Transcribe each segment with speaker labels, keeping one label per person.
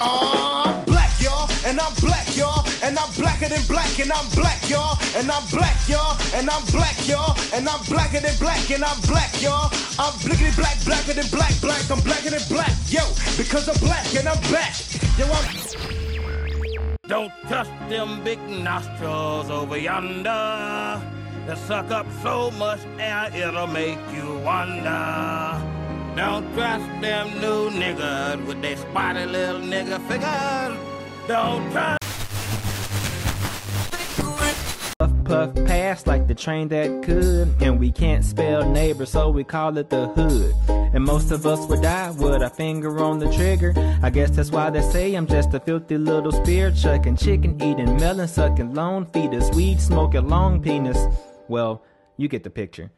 Speaker 1: Uh, I'm black, y'all, and I'm black, y'all, and I'm blacker than black, and I'm black, y'all, and I'm black, y'all, and I'm black, y'all, and I'm blacker than black, and I'm black, y'all. I'm blickety black, blacker than black, black, I'm blacker than black, yo, because I'm black and I'm black. Yo, I'm.
Speaker 2: Don't trust them big nostrils over yonder. They suck up so much air it'll make you wonder. Don't trust them new niggas with their spotty little nigga figures. Don't trust.
Speaker 3: Puff puff pass like the train that could. And we can't spell neighbor, so we call it the hood. And most of us would die with a finger on the trigger. I guess that's why they say I'm just a filthy little spear chucking, chicken eating, melon sucking, lone fetus, weed smoking, long penis. Well, you get the picture.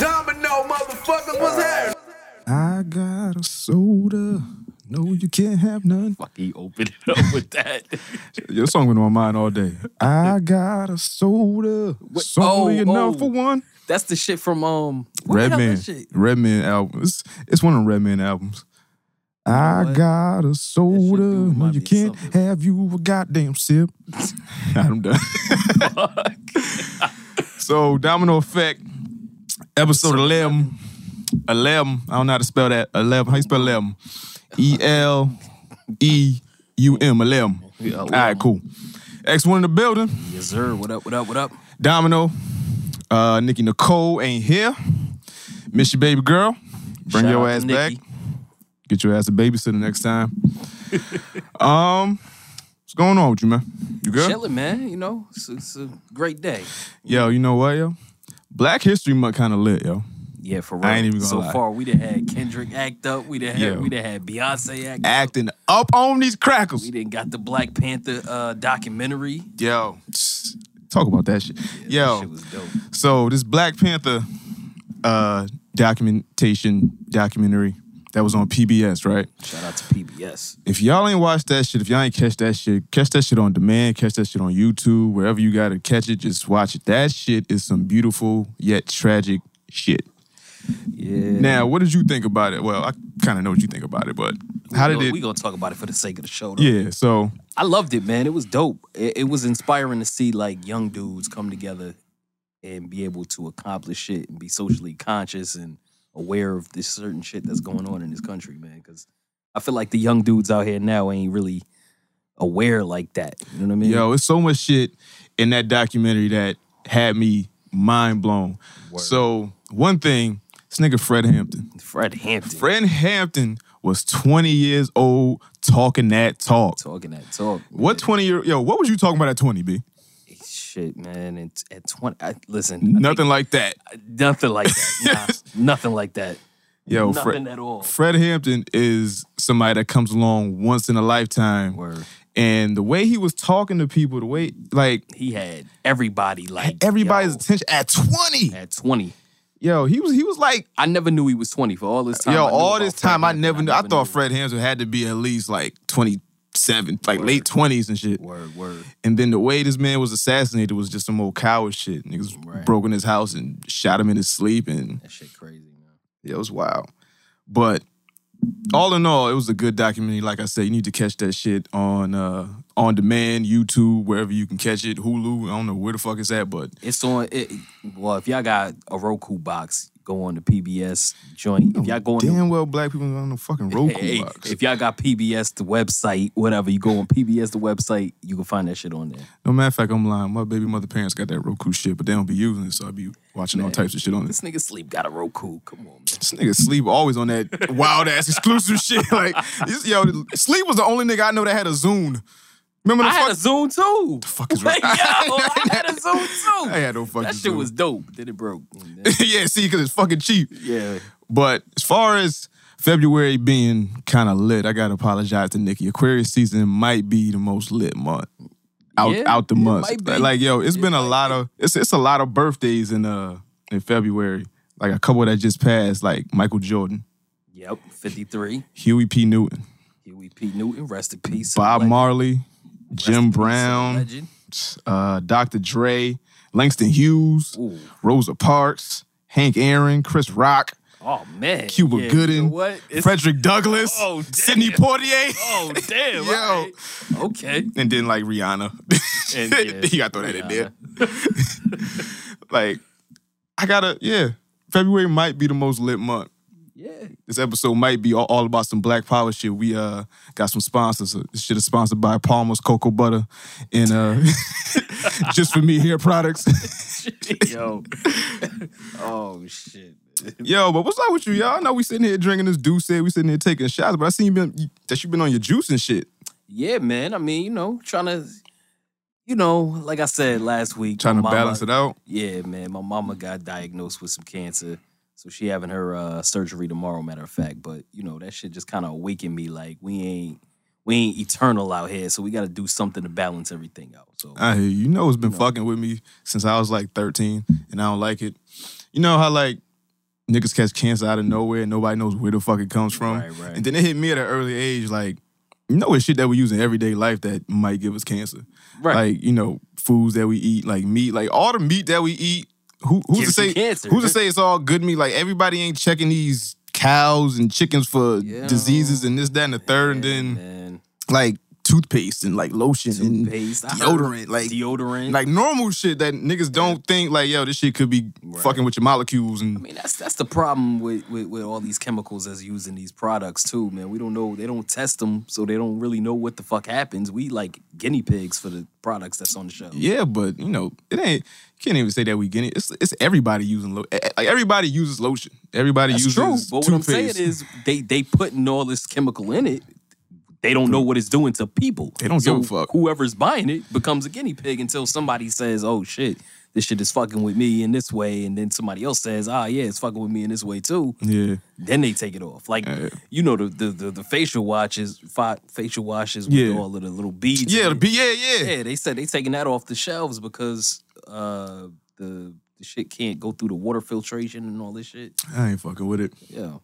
Speaker 4: Domino motherfuckers,
Speaker 5: Uh,
Speaker 4: what's happening?
Speaker 6: I got a soda. No, you can't have none.
Speaker 7: He opened it up with that.
Speaker 6: Your song been on my mind all day. I got a soda. It's only
Speaker 7: Oh,
Speaker 6: enough
Speaker 7: oh.
Speaker 6: for one.
Speaker 7: That's the shit from um what the hell
Speaker 6: Redman.
Speaker 7: that shit?
Speaker 6: Redman album. It's, it's one of Redman albums. I got a soda.
Speaker 7: do
Speaker 6: No,
Speaker 7: remind
Speaker 6: you
Speaker 7: me of
Speaker 6: can't
Speaker 7: something.
Speaker 6: have you a goddamn sip. I'm done. so Domino Effect, episode 11. 11. I don't know how to spell that. 11. How you spell 11? E L E U M. 11.
Speaker 7: E
Speaker 6: All right, cool. X1 in the building.
Speaker 7: Yes, sir. What up, what up, what up?
Speaker 6: Domino, uh, Nikki Nicole ain't here. Miss your baby girl. Bring
Speaker 7: Shout
Speaker 6: your
Speaker 7: out to
Speaker 6: ass back.
Speaker 7: Nikki.
Speaker 6: Get your ass a babysitter next time. um, what's going on with you, man? You good?
Speaker 7: Chilling, man. You know, it's, it's a great day.
Speaker 6: Yo, you know what, yo? Black History Month kind of lit, yo.
Speaker 7: Yeah, for real.
Speaker 6: I ain't even gonna
Speaker 7: so
Speaker 6: lie.
Speaker 7: far, we done had Kendrick act up. We done had
Speaker 6: Yeah.
Speaker 7: we done had Beyonce act. up.
Speaker 6: Acting up on these crackers.
Speaker 7: We done got the Black Panther uh, documentary.
Speaker 6: Yo, tss, talk about that shit.
Speaker 7: That
Speaker 6: yo,
Speaker 7: shit was dope.
Speaker 6: So this Black Panther uh, documentation documentary that was on PBS, right?
Speaker 7: Shout out to PBS.
Speaker 6: If y'all ain't watched that shit, if y'all ain't catch that shit, catch that shit on demand, catch that shit on YouTube, wherever you gotta catch it, just watch it. That shit is some beautiful yet tragic shit.
Speaker 7: Mm-hmm. Yeah.
Speaker 6: Now, what did you think about it? Well, I kind of know what you think about it, but how
Speaker 7: we gonna,
Speaker 6: did it?
Speaker 7: We Mm-hmm. gonna talk about it for the sake of the show. Though.
Speaker 6: yeah, so
Speaker 7: I loved it, man. It was dope. It, it was inspiring to see like young dudes come together and be able to accomplish shit and be socially conscious and aware of this certain shit that's going on in this country, man. Because I feel like the young dudes out here now ain't really aware like that. You know what I mean?
Speaker 6: Yo, it's so much shit in that documentary that had me mind blown. So one thing, this nigga Fred Hampton.
Speaker 7: Fred Hampton
Speaker 6: Fred Hampton was 20 years old talking that talk.
Speaker 7: talking that talk.
Speaker 6: What 20 year yo, what was you talking about at 20, B?
Speaker 7: man. shit, man? And at twenty, I, listen, I
Speaker 6: Nothing like that.
Speaker 7: think- nothing like that. Nah, nothing like that.
Speaker 6: Yo,
Speaker 7: nothing
Speaker 6: Fred,
Speaker 7: at all.
Speaker 6: Fred Hampton is somebody that comes along once in a lifetime.
Speaker 7: Word.
Speaker 6: And the way he was talking to people, the way like
Speaker 7: He had everybody like
Speaker 6: everybody's
Speaker 7: yo,
Speaker 6: attention at 20.
Speaker 7: at twenty.
Speaker 6: Yo, he was he was like
Speaker 7: I never knew he was 20 for all this time.
Speaker 6: Yo,
Speaker 7: I knew
Speaker 6: all
Speaker 7: about
Speaker 6: this
Speaker 7: Fred
Speaker 6: time I
Speaker 7: Hampton,
Speaker 6: never knew. I thought
Speaker 7: knew.
Speaker 6: Fred Hampton had to be at least like 27, like late 20s and shit.
Speaker 7: Word, word.
Speaker 6: And then the way this man was assassinated was just some old coward shit. Niggas
Speaker 7: Right.
Speaker 6: broke in his house and shot him in his sleep, and
Speaker 7: That shit crazy, man.
Speaker 6: yeah, it was wild. But all in all, it was a good documentary. Like I said, you need to catch that shit on uh, on demand, YouTube, wherever you can catch it. Hulu, I don't know where the fuck it's at, but
Speaker 7: It's on. It, well, if y'all got a Roku box, go on the PBS joint. If y'all go on,
Speaker 6: damn well black people on the fucking Roku
Speaker 7: the, hey,
Speaker 6: box.
Speaker 7: if y'all got PBS the website, whatever, you go on PBS the website, you can find that shit on there.
Speaker 6: No matter of fact, I'm lying. My baby mother parents got that Roku shit, but they don't be using it, so I be watching all types of shit on it.
Speaker 7: This nigga sleep got a Roku. Come on, man.
Speaker 6: This nigga sleep always on that wild ass exclusive shit. Like this, yo, sleep was the only nigga I know that had a Zune. Remember the
Speaker 7: I had
Speaker 6: fuck?
Speaker 7: a Zoom too.
Speaker 6: fuck is
Speaker 7: Yo,
Speaker 6: wrong?
Speaker 7: I had a Zoom too.
Speaker 6: I had no fucking
Speaker 7: That shit
Speaker 6: Zoom.
Speaker 7: was dope. Then it broke. And then-
Speaker 6: yeah, see, because it's fucking cheap.
Speaker 7: yeah.
Speaker 6: But as far as February being kind of lit, I gotta apologize to Nikki. Aquarius season might be the most lit month out
Speaker 7: Yeah,
Speaker 6: out the
Speaker 7: it
Speaker 6: months.
Speaker 7: might be.
Speaker 6: Like, yo, it's been a lot of it's it's a lot of birthdays in uh in February. Like a couple that just passed, like Michael Jordan,
Speaker 7: Yep. 53.
Speaker 6: Huey P. Newton,
Speaker 7: Huey P. Newton, rest in peace.
Speaker 6: Bob
Speaker 7: Legend.
Speaker 6: Marley, Jim Brown,
Speaker 7: Legend.
Speaker 6: uh, Dr. Dre, Langston Hughes,
Speaker 7: Ooh.
Speaker 6: Rosa Parks, Hank Aaron, Chris Rock,
Speaker 7: Oh man,
Speaker 6: Cuba
Speaker 7: Yeah, you know
Speaker 6: Gooding,
Speaker 7: what? It's-
Speaker 6: Frederick Douglass,
Speaker 7: Oh, damn.
Speaker 6: Sidney Poitier,
Speaker 7: Oh damn!
Speaker 6: Yo.
Speaker 7: Yo, okay.
Speaker 6: and then like Rihanna.
Speaker 7: And, yeah,
Speaker 6: you gotta throw that in there. like, I gotta, yeah. February might be the most lit month.
Speaker 7: Yeah,
Speaker 6: This episode might be all, all about some black power shit. We uh got some sponsors. Uh, This shit is sponsored by Palmer's Cocoa Butter and uh just for me here products.
Speaker 7: yo. oh shit.
Speaker 6: Yo, but what's up with you, y'all? I know we sitting here drinking this Deuce, we sitting here taking shots, but I seen you been, that you been on your juice and shit.
Speaker 7: Yeah, man. I mean, you know, trying to, you know, like I said last week,
Speaker 6: Trying to balance it out.
Speaker 7: Yeah, man. My mama got diagnosed with some cancer, so she having her uh, surgery tomorrow. Matter of fact, but you know that shit just kind of awakened me. Like we ain't we ain't eternal out here, so we got to do something to balance everything out. So
Speaker 6: I hear you. You know it's been fucking with me since I was like 13 and I don't like it. You know how like niggas catch cancer out of nowhere and nobody knows where the fuck it comes from.
Speaker 7: Right, right.
Speaker 6: And then it hit me at an early age, like, you know it's shit that we use in everyday life that might give us cancer.
Speaker 7: Right.
Speaker 6: Like, you know, foods that we eat, like meat, like all the meat that we eat, who who's to
Speaker 7: Gives you
Speaker 6: say
Speaker 7: cancer.
Speaker 6: who's to say it's all good meat? Like everybody ain't checking these cows and chickens for
Speaker 7: Yeah.
Speaker 6: diseases and this, that, and the third, and then
Speaker 7: man,
Speaker 6: like toothpaste and like lotion
Speaker 7: Toothpaste. I
Speaker 6: and
Speaker 7: heard
Speaker 6: deodorant. Like
Speaker 7: deodorant.
Speaker 6: Mm. like normal shit that niggas don't think like yo this shit could be fucking with your molecules and
Speaker 7: I mean, that's that's the problem with, with, with all these chemicals that's used in these products too, man. We don't know they don't test them, so they don't really know what the fuck happens. We like guinea pigs for the products that's on the shelf.
Speaker 6: yeah but you know it ain't you can't even say that we getting it's it's everybody using lo- eh, eh, like everybody uses lotion everybody
Speaker 7: That's
Speaker 6: uses
Speaker 7: true. But what I'm saying
Speaker 6: toothpaste.
Speaker 7: is they they putting all this chemical in it. They don't know what it's doing to people. They
Speaker 6: don't
Speaker 7: so
Speaker 6: give a fuck.
Speaker 7: Whoever's buying it becomes a guinea pig until somebody says, "Oh shit, this shit is fucking with me in this way," and then somebody else says, "Ah, yeah, it's fucking with me in this way too."
Speaker 6: yeah
Speaker 7: then they take it off. Like you know the the the, the facial washes, fi- facial washes with
Speaker 6: Yeah.
Speaker 7: all of the little beads.
Speaker 6: yeah
Speaker 7: in
Speaker 6: the
Speaker 7: it.
Speaker 6: be yeah yeah
Speaker 7: yeah. They said they taking that off the shelves because uh the the shit can't go through the water filtration and all this shit.
Speaker 6: I ain't fucking with it
Speaker 7: Yeah,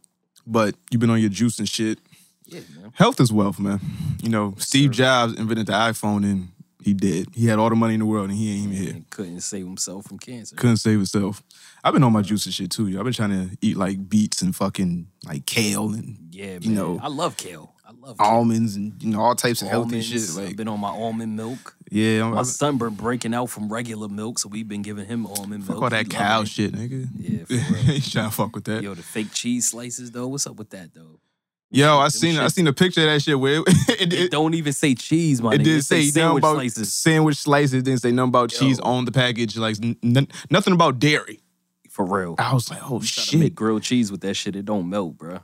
Speaker 6: but you've been on your juice and shit
Speaker 7: yeah, man.
Speaker 6: health is wealth man you know Steve Jobs invented the iPhone and he did he had all the money in the world and he ain't even here
Speaker 7: And couldn't save himself from cancer.
Speaker 6: couldn't save itself. I've been on my juice and shit too. Yo. I've been trying to eat like beets and fucking like kale and
Speaker 7: yeah, man.
Speaker 6: you know
Speaker 7: I love kale. I love kale.
Speaker 6: almonds and you know all types of healthy
Speaker 7: Almonds.
Speaker 6: shit.
Speaker 7: I've
Speaker 6: Like
Speaker 7: been on my almond milk.
Speaker 6: yeah, I'm,
Speaker 7: My
Speaker 6: I'm,
Speaker 7: son been breaking out from regular milk, so we've been giving him almond milk.
Speaker 6: fuck all
Speaker 7: He
Speaker 6: that
Speaker 7: love
Speaker 6: cow
Speaker 7: it.
Speaker 6: shit, nigga.
Speaker 7: Yeah, for real.
Speaker 6: Ain't trying to fuck with that. Yo,
Speaker 7: Yo, the fake cheese slices though. What's up with that though?
Speaker 6: I seen I seen a picture of that shit where it, it,
Speaker 7: It,
Speaker 6: it,
Speaker 7: don't even say cheese, my
Speaker 6: it
Speaker 7: nigga.
Speaker 6: didn't
Speaker 7: say,
Speaker 6: say nothing
Speaker 7: sandwich
Speaker 6: about
Speaker 7: slices
Speaker 6: sandwich slices. Didn't say nothing about cheese
Speaker 7: Yo.
Speaker 6: on the package. Like n- n- nothing about dairy.
Speaker 7: for real.
Speaker 6: I was like, oh
Speaker 7: Try
Speaker 6: shit.
Speaker 7: to make grilled cheese with that shit. It don't melt, bro.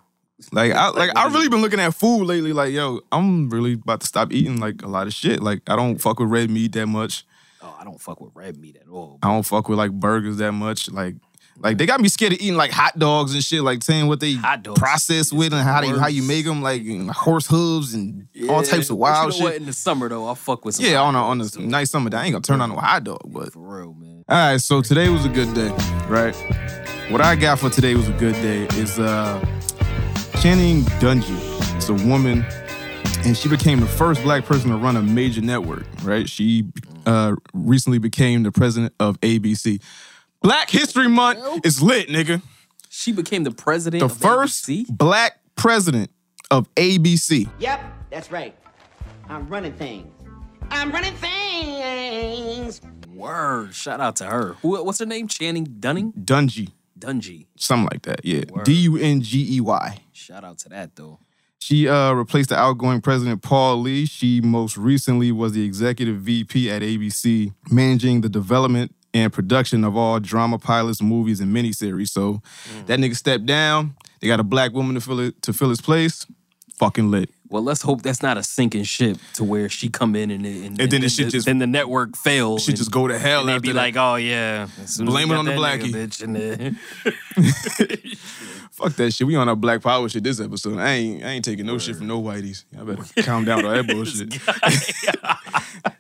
Speaker 6: Like I like I've really been looking at food lately. Like yo, I'm really about to stop eating like a lot of shit. Like I don't fuck with red meat that much.
Speaker 7: Oh, I don't fuck with red meat at all.
Speaker 6: I don't fuck with like burgers that much. Like like they got me scared of eating like hot dogs and shit. Like saying what they
Speaker 7: Hot dogs
Speaker 6: process
Speaker 7: is
Speaker 6: with and
Speaker 7: the
Speaker 6: how they how you
Speaker 7: worst.
Speaker 6: make them. Like and horse hooves and
Speaker 7: Yeah,
Speaker 6: all types of
Speaker 7: but you
Speaker 6: wild
Speaker 7: know what?
Speaker 6: shit.
Speaker 7: In the summer though, I fuck with some
Speaker 6: Yeah,
Speaker 7: hot
Speaker 6: on a on
Speaker 7: dogs,
Speaker 6: a
Speaker 7: too.
Speaker 6: nice summer day, I ain't gonna turn on no hot dog. But
Speaker 7: for real, man.
Speaker 6: all right, so today was a good day, right? What I got for today was a good day is uh Channing Dungey. It's a woman, and she became the first black person to run a major network, right? She uh recently became the president of ABC. Black History Month is lit, nigga.
Speaker 7: She became the president.
Speaker 6: The
Speaker 7: of
Speaker 6: first
Speaker 7: ABC?
Speaker 6: black president of ABC.
Speaker 8: Yep, that's right. I'm running things. I'm running things.
Speaker 7: Word. Shout out to her. Who? What's her name? Channing Dunning.
Speaker 6: Dungey,
Speaker 7: Dungy.
Speaker 6: something like that. Yeah. D U N G E Y.
Speaker 7: Shout out to that though.
Speaker 6: She uh, replaced the outgoing president Paul Lee. She most recently was the executive VP at ABC, managing the development and production of all drama pilots, movies, and miniseries. So
Speaker 7: Mm.
Speaker 6: that nigga stepped down. They got a black woman to fill it, to fill his place. Fucking lit.
Speaker 7: Well, let's hope that's not a sinking ship to where she come in and and,
Speaker 6: then the shit
Speaker 7: the,
Speaker 6: just-
Speaker 7: then the network fails.
Speaker 6: She just go to hell
Speaker 7: and they
Speaker 6: after
Speaker 7: be
Speaker 6: that.
Speaker 7: like, oh yeah, As soon as
Speaker 6: Blame
Speaker 7: we
Speaker 6: it
Speaker 7: got
Speaker 6: on the
Speaker 7: that nigga,
Speaker 6: blackie.
Speaker 7: bitch, and then-
Speaker 6: Fuck that shit. We on our black power shit this episode. I ain't I ain't taking no shit from no whiteys. I better calm down to that bullshit.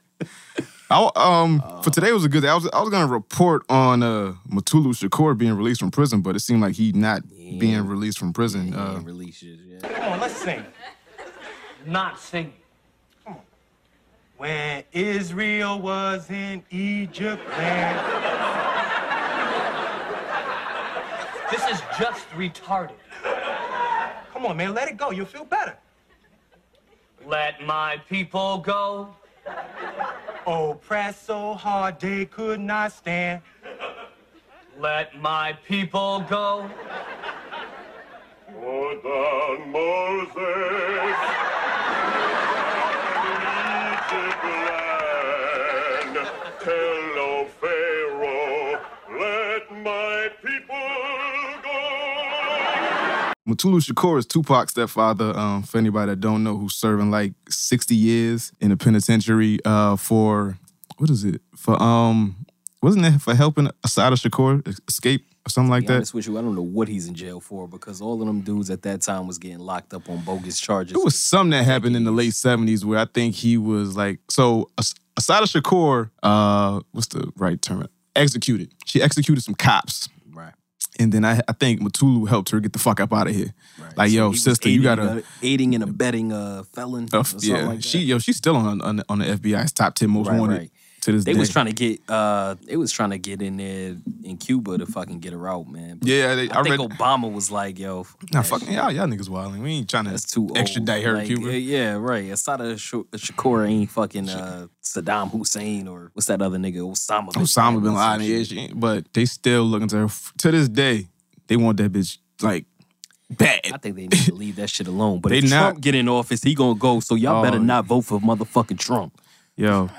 Speaker 6: I, um, for today was a good day. I was I was gonna report on uh Matulu Shakur being released from prison, but it seemed like he not being released from prison. Uh,
Speaker 7: release it. Yeah.
Speaker 9: Come on, let's sing. Not sing. Come on. When Israel was in Egypt, land. This is just retarded. Come on, man, let it go. You'll feel better. Let my people go. Oppressed so hard they could not stand. Let my people go.
Speaker 6: Matulu Shakur is Tupac's stepfather. Um, for anybody that don't know, who's serving like 60 years in the penitentiary uh, for what is it? For um, wasn't it for helping Asada Shakur escape or something like
Speaker 7: Be
Speaker 6: that?
Speaker 7: honest with you, I don't know what he's in jail for because all of them dudes at that time was getting locked up on bogus charges.
Speaker 6: It was something that happened in the late seventies where I think he was like so. As- Asada Shakur, uh, what's the right term? Executed. She executed some cops,
Speaker 7: right.
Speaker 6: and then I, I think Matulu helped her get the fuck up out of here. Like,
Speaker 7: So he
Speaker 6: yo,
Speaker 7: was
Speaker 6: sister, you
Speaker 7: aiding
Speaker 6: gotta.
Speaker 7: and a- aiding and abetting a felon.
Speaker 6: Uh,
Speaker 7: or something
Speaker 6: yeah,
Speaker 7: like that.
Speaker 6: she yo, she's still on, on on the FBI's top ten most
Speaker 7: Right,
Speaker 6: wanted
Speaker 7: right.
Speaker 6: to this
Speaker 7: They
Speaker 6: day.
Speaker 7: was trying to get uh they was trying to get in there in Cuba to fucking get her out, man. But
Speaker 6: yeah, they, I,
Speaker 7: I,
Speaker 6: read.
Speaker 7: think Obama was like, yo, f-
Speaker 6: nah,
Speaker 7: that
Speaker 6: fuck,
Speaker 7: shit,
Speaker 6: y'all, y'all niggas wilding. We ain't trying to
Speaker 7: that's too old.
Speaker 6: extradite her to
Speaker 7: Like,
Speaker 6: Cuba.
Speaker 7: Yeah, yeah, right. Asada Sh- Shakur ain't fucking uh, Saddam Hussein or what's that other nigga? Osama bin
Speaker 6: Osama bin
Speaker 7: or some
Speaker 6: Laden,
Speaker 7: shit.
Speaker 6: yeah, she ain't- but they still looking to her f- to this day. They want that bitch like bad.
Speaker 7: I think they need to leave that shit alone. But
Speaker 6: They
Speaker 7: if
Speaker 6: not-
Speaker 7: Trump get in office, he gonna go. So y'all
Speaker 6: Oh,
Speaker 7: better
Speaker 6: yeah.
Speaker 7: not vote for motherfucking Trump.
Speaker 6: Yo,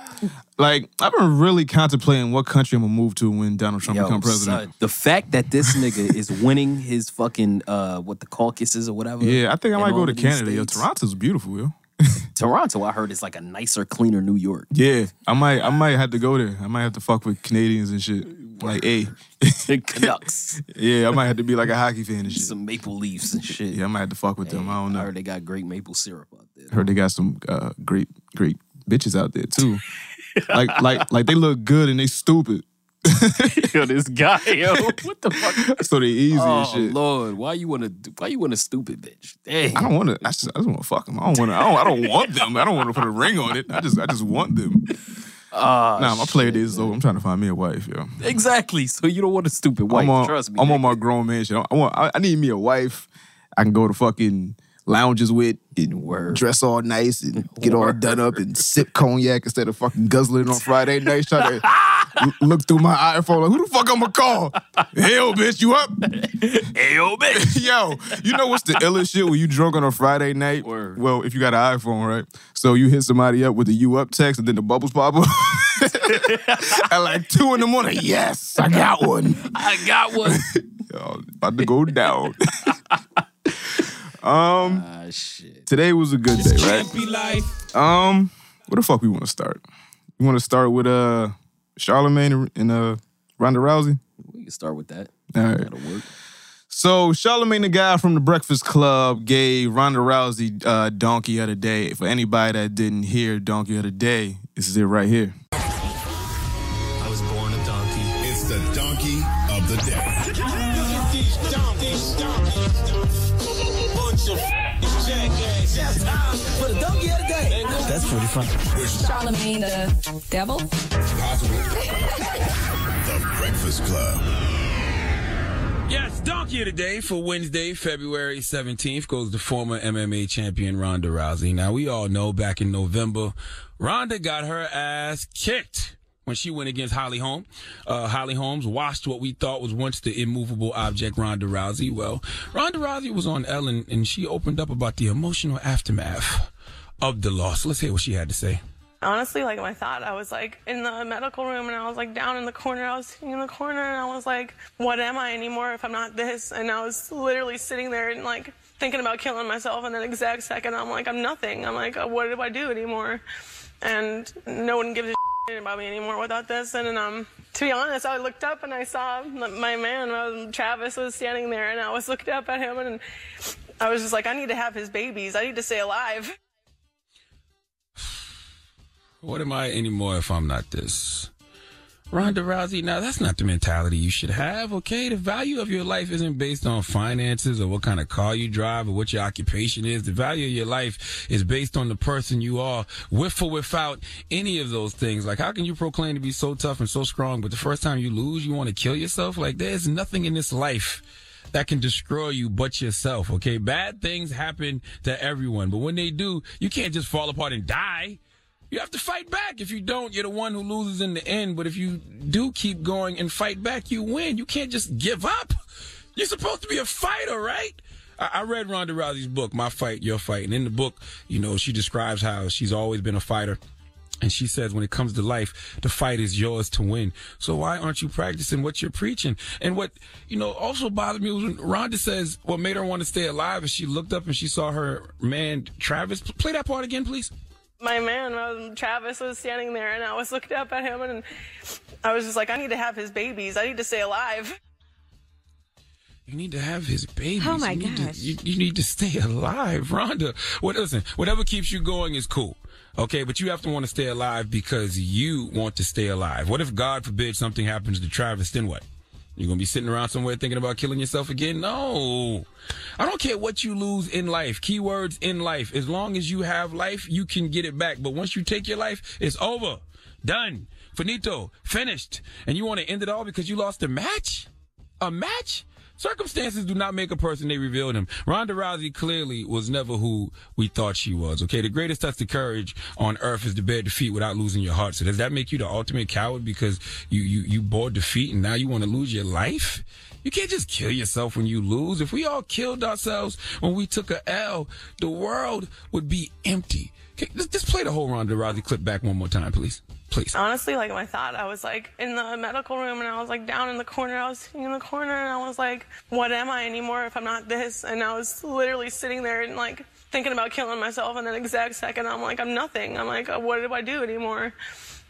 Speaker 6: like I've been really contemplating what country I'm gonna move to when Donald Trump
Speaker 7: Yo,
Speaker 6: become president.
Speaker 7: son, the fact that this nigga is winning his fucking uh what the caucuses or whatever.
Speaker 6: Yeah, I think I
Speaker 7: in
Speaker 6: might
Speaker 7: all
Speaker 6: go to
Speaker 7: of these
Speaker 6: Canada. Yo,
Speaker 7: states.
Speaker 6: Toronto's beautiful, yo.
Speaker 7: Toronto, I heard is like a nicer, cleaner New York.
Speaker 6: Yeah, I might, I might have to go there. I might have to fuck with Canadians and shit. Like, hey,
Speaker 7: Canucks,
Speaker 6: yeah, I might have to be like a hockey fan and shit.
Speaker 7: some maple leaves and shit.
Speaker 6: Yeah, I might have to fuck with them. I don't know.
Speaker 7: I heard they got great maple syrup out there.
Speaker 6: heard they got some uh, great, great bitches out there too. like, like, like they look good and they stupid,
Speaker 7: yo, this guy, yo, what the fuck?
Speaker 6: so they easy and
Speaker 7: Oh
Speaker 6: shit.
Speaker 7: Lord, why you want to? Why you want a stupid bitch? Dang.
Speaker 6: I don't want to. I just, I just want to fuck them. I don't want to. I don't, I don't want them. I don't want to put a ring on it. I just, I just want them.
Speaker 7: Ah,
Speaker 6: nah, my player days is over. I'm trying to find me a wife, yo.
Speaker 7: Exactly. So you don't want a stupid wife.
Speaker 6: I'm on,
Speaker 7: Trust me.
Speaker 6: I'm on
Speaker 7: nigga.
Speaker 6: my grown man shit. I want. I, I need me a wife. I can go to fucking lounges with and
Speaker 7: Word.
Speaker 6: dress all nice and get all done up and sip cognac instead of fucking guzzling on Friday nights. Try to l- look through my iPhone like, who the fuck I'm gonna call? Hell, bitch, you up?
Speaker 7: Hey, yo, bitch.
Speaker 6: Yo, you know what's the illest shit when you drunk on a Friday night?
Speaker 7: Word.
Speaker 6: Well, if you got an iPhone, right? So you hit somebody up with a you up text and then the bubbles pop up. At like two in the morning, yes, I got one.
Speaker 7: I got one.
Speaker 6: Y'all about to go down.
Speaker 7: ah, shit.
Speaker 6: Today was a good day, right? Um, where the fuck we want to start? You want to start with uh Charlemagne and- and uh Ronda Rousey?
Speaker 7: We can start with that.
Speaker 6: All right.
Speaker 7: That'll work.
Speaker 6: So Charlemagne, the guy from the Breakfast Club, gave Ronda Rousey uh, Donkey of the Day. For anybody that didn't hear Donkey of the Day, this is it right here.
Speaker 10: I was born a donkey. It's the donkey of the day.
Speaker 11: Charlemagne the devil.
Speaker 10: The Breakfast Club.
Speaker 12: Yes, donkey of the day for Wednesday, February 17th goes to former MMA champion Ronda Rousey. Now, we all know back in November, Ronda got her ass kicked when she went against Holly Holm. Uh, Holly Holmes washed what we thought was once the immovable object Ronda Rousey. Well, Ronda Rousey was on Ellen and she opened up about the emotional aftermath of the loss. Let's hear what she had to say.
Speaker 11: Honestly, like my thought, I was like in the medical room and I was like down in the corner. I was sitting in the corner and I was like, what am I anymore if I'm not this? And I was literally sitting there and like thinking about killing myself. And that exact second, I'm like, I'm nothing. I'm like, what do I do anymore? And no one gives a shit about me anymore without this. And, um, to be honest, I looked up and I saw my man, um, Travis, was standing there and I was looked up at him and I was just like, I need to have his babies. I need to stay alive.
Speaker 12: What am I anymore if I'm not this? Ronda Rousey, now that's not the mentality you should have, okay? The value of your life isn't based on finances or what kind of car you drive or what your occupation is. The value of your life is based on the person you are, with or without any of those things. Like, how can you proclaim to be so tough and so strong, but the first time you lose, you want to kill yourself? Like, there's nothing in this life that can destroy you but yourself, okay? Bad things happen to everyone, but when they do, you can't just fall apart and die. You have to fight back. If you don't, you're the one who loses in the end. But if you do keep going and fight back, you win. You can't just give up. You're supposed to be a fighter, right? I, I read Ronda Rousey's book, My Fight, Your Fight. And in the book, you know, she describes how she's always been a fighter. And she says, when it comes to life, the fight is yours to win. So why aren't you practicing what you're preaching? And what, you know, also bothered me was when Rhonda says what made her want to stay alive is she looked up and she saw her man, Travis. Play that part again, please.
Speaker 11: my man, um, Travis, was standing there, and I was looking up at him, and I was just like, I need to have his babies. I need to stay alive.
Speaker 12: You need to have his babies.
Speaker 11: Oh, my
Speaker 12: you need to-
Speaker 11: gosh.
Speaker 12: you, you need to stay alive, Rhonda. What listen, whatever keeps you going is cool. Okay, but you have to want to stay alive because you want to stay alive. What if God forbid something happens to Travis, then what? You're gonna be sitting around somewhere thinking about killing yourself again? No. I don't care what you lose in life. Keywords in life. As long as you have life, you can get it back. But once you take your life, it's over. Done. Finito. Finished. And you want to end it all because you lost a match? A match? Circumstances do not make a person, they reveal them. Ronda Rousey clearly was never who we thought she was, okay? The greatest test of courage on earth is to bear defeat without losing your heart. So does that make you the ultimate coward because you, you, you bore defeat and now you want to lose your life? You can't just kill yourself when you lose. If we all killed ourselves when we took a L, the world would be empty. Okay, Just just play the whole Ronda Rousey clip back one more time, please. Please.
Speaker 11: Honestly, like my thought, I was like in the medical room and I was like down in the corner. I was sitting in the corner and I was like, what am I anymore if I'm not this? And I was literally sitting there and like thinking about killing myself. And that exact second, I'm like, I'm nothing. I'm like, uh, what do I do anymore?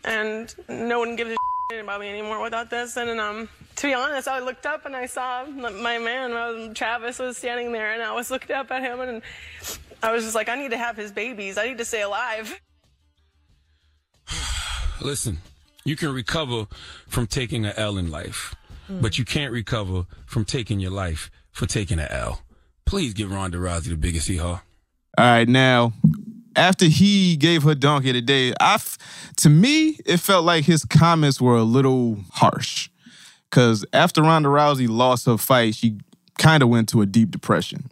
Speaker 11: And no one gives a shit about me anymore without this. And, um, to be honest, I looked up and I saw my man, um, Travis, was standing there and I was looking up at him and I was just like, I need to have his babies. I need to stay alive.
Speaker 12: listen, you can recover from taking a L in life, but you can't recover from taking your life for taking a L. Please give Ronda Rousey the biggest hee haw.
Speaker 6: All right, now after he gave her donkey today, I f- to me it felt like his comments were a little harsh. Cause after Ronda Rousey lost her fight, she kind of went to a deep depression.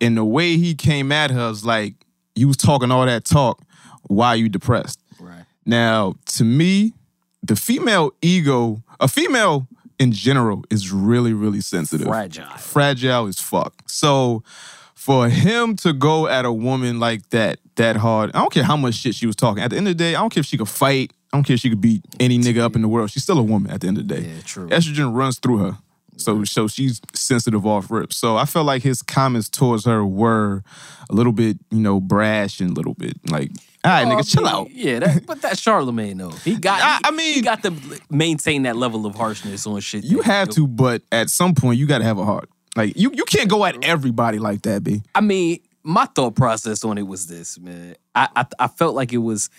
Speaker 6: And the way he came at her is like, you was talking all that talk, why you depressed? Right. Now, to me, the female ego, a female in general, is really, really sensitive. Fragile. Fragile as fuck. So for him to go at a woman like that, that hard, I don't care how much shit she was talking. At the end of the day, I don't care if she could fight. I don't care if she could beat any nigga up in the world. She's still a woman at the end of the day. Yeah, true. Estrogen runs through her. So, so she's sensitive off rip. So I felt like his comments towards her were a little bit, you know, brash and a little bit like, all right, nigga, chill out.
Speaker 7: Oh, Yeah, that, but that Charlemagne though. He got. I, mean, he got to maintain that level of harshness on shit.
Speaker 6: You have to, but at some point you gotta have a heart. Like you, you can't go at everybody like that, B.
Speaker 7: I mean, my thought process on it was this, man. I, I I felt like it was.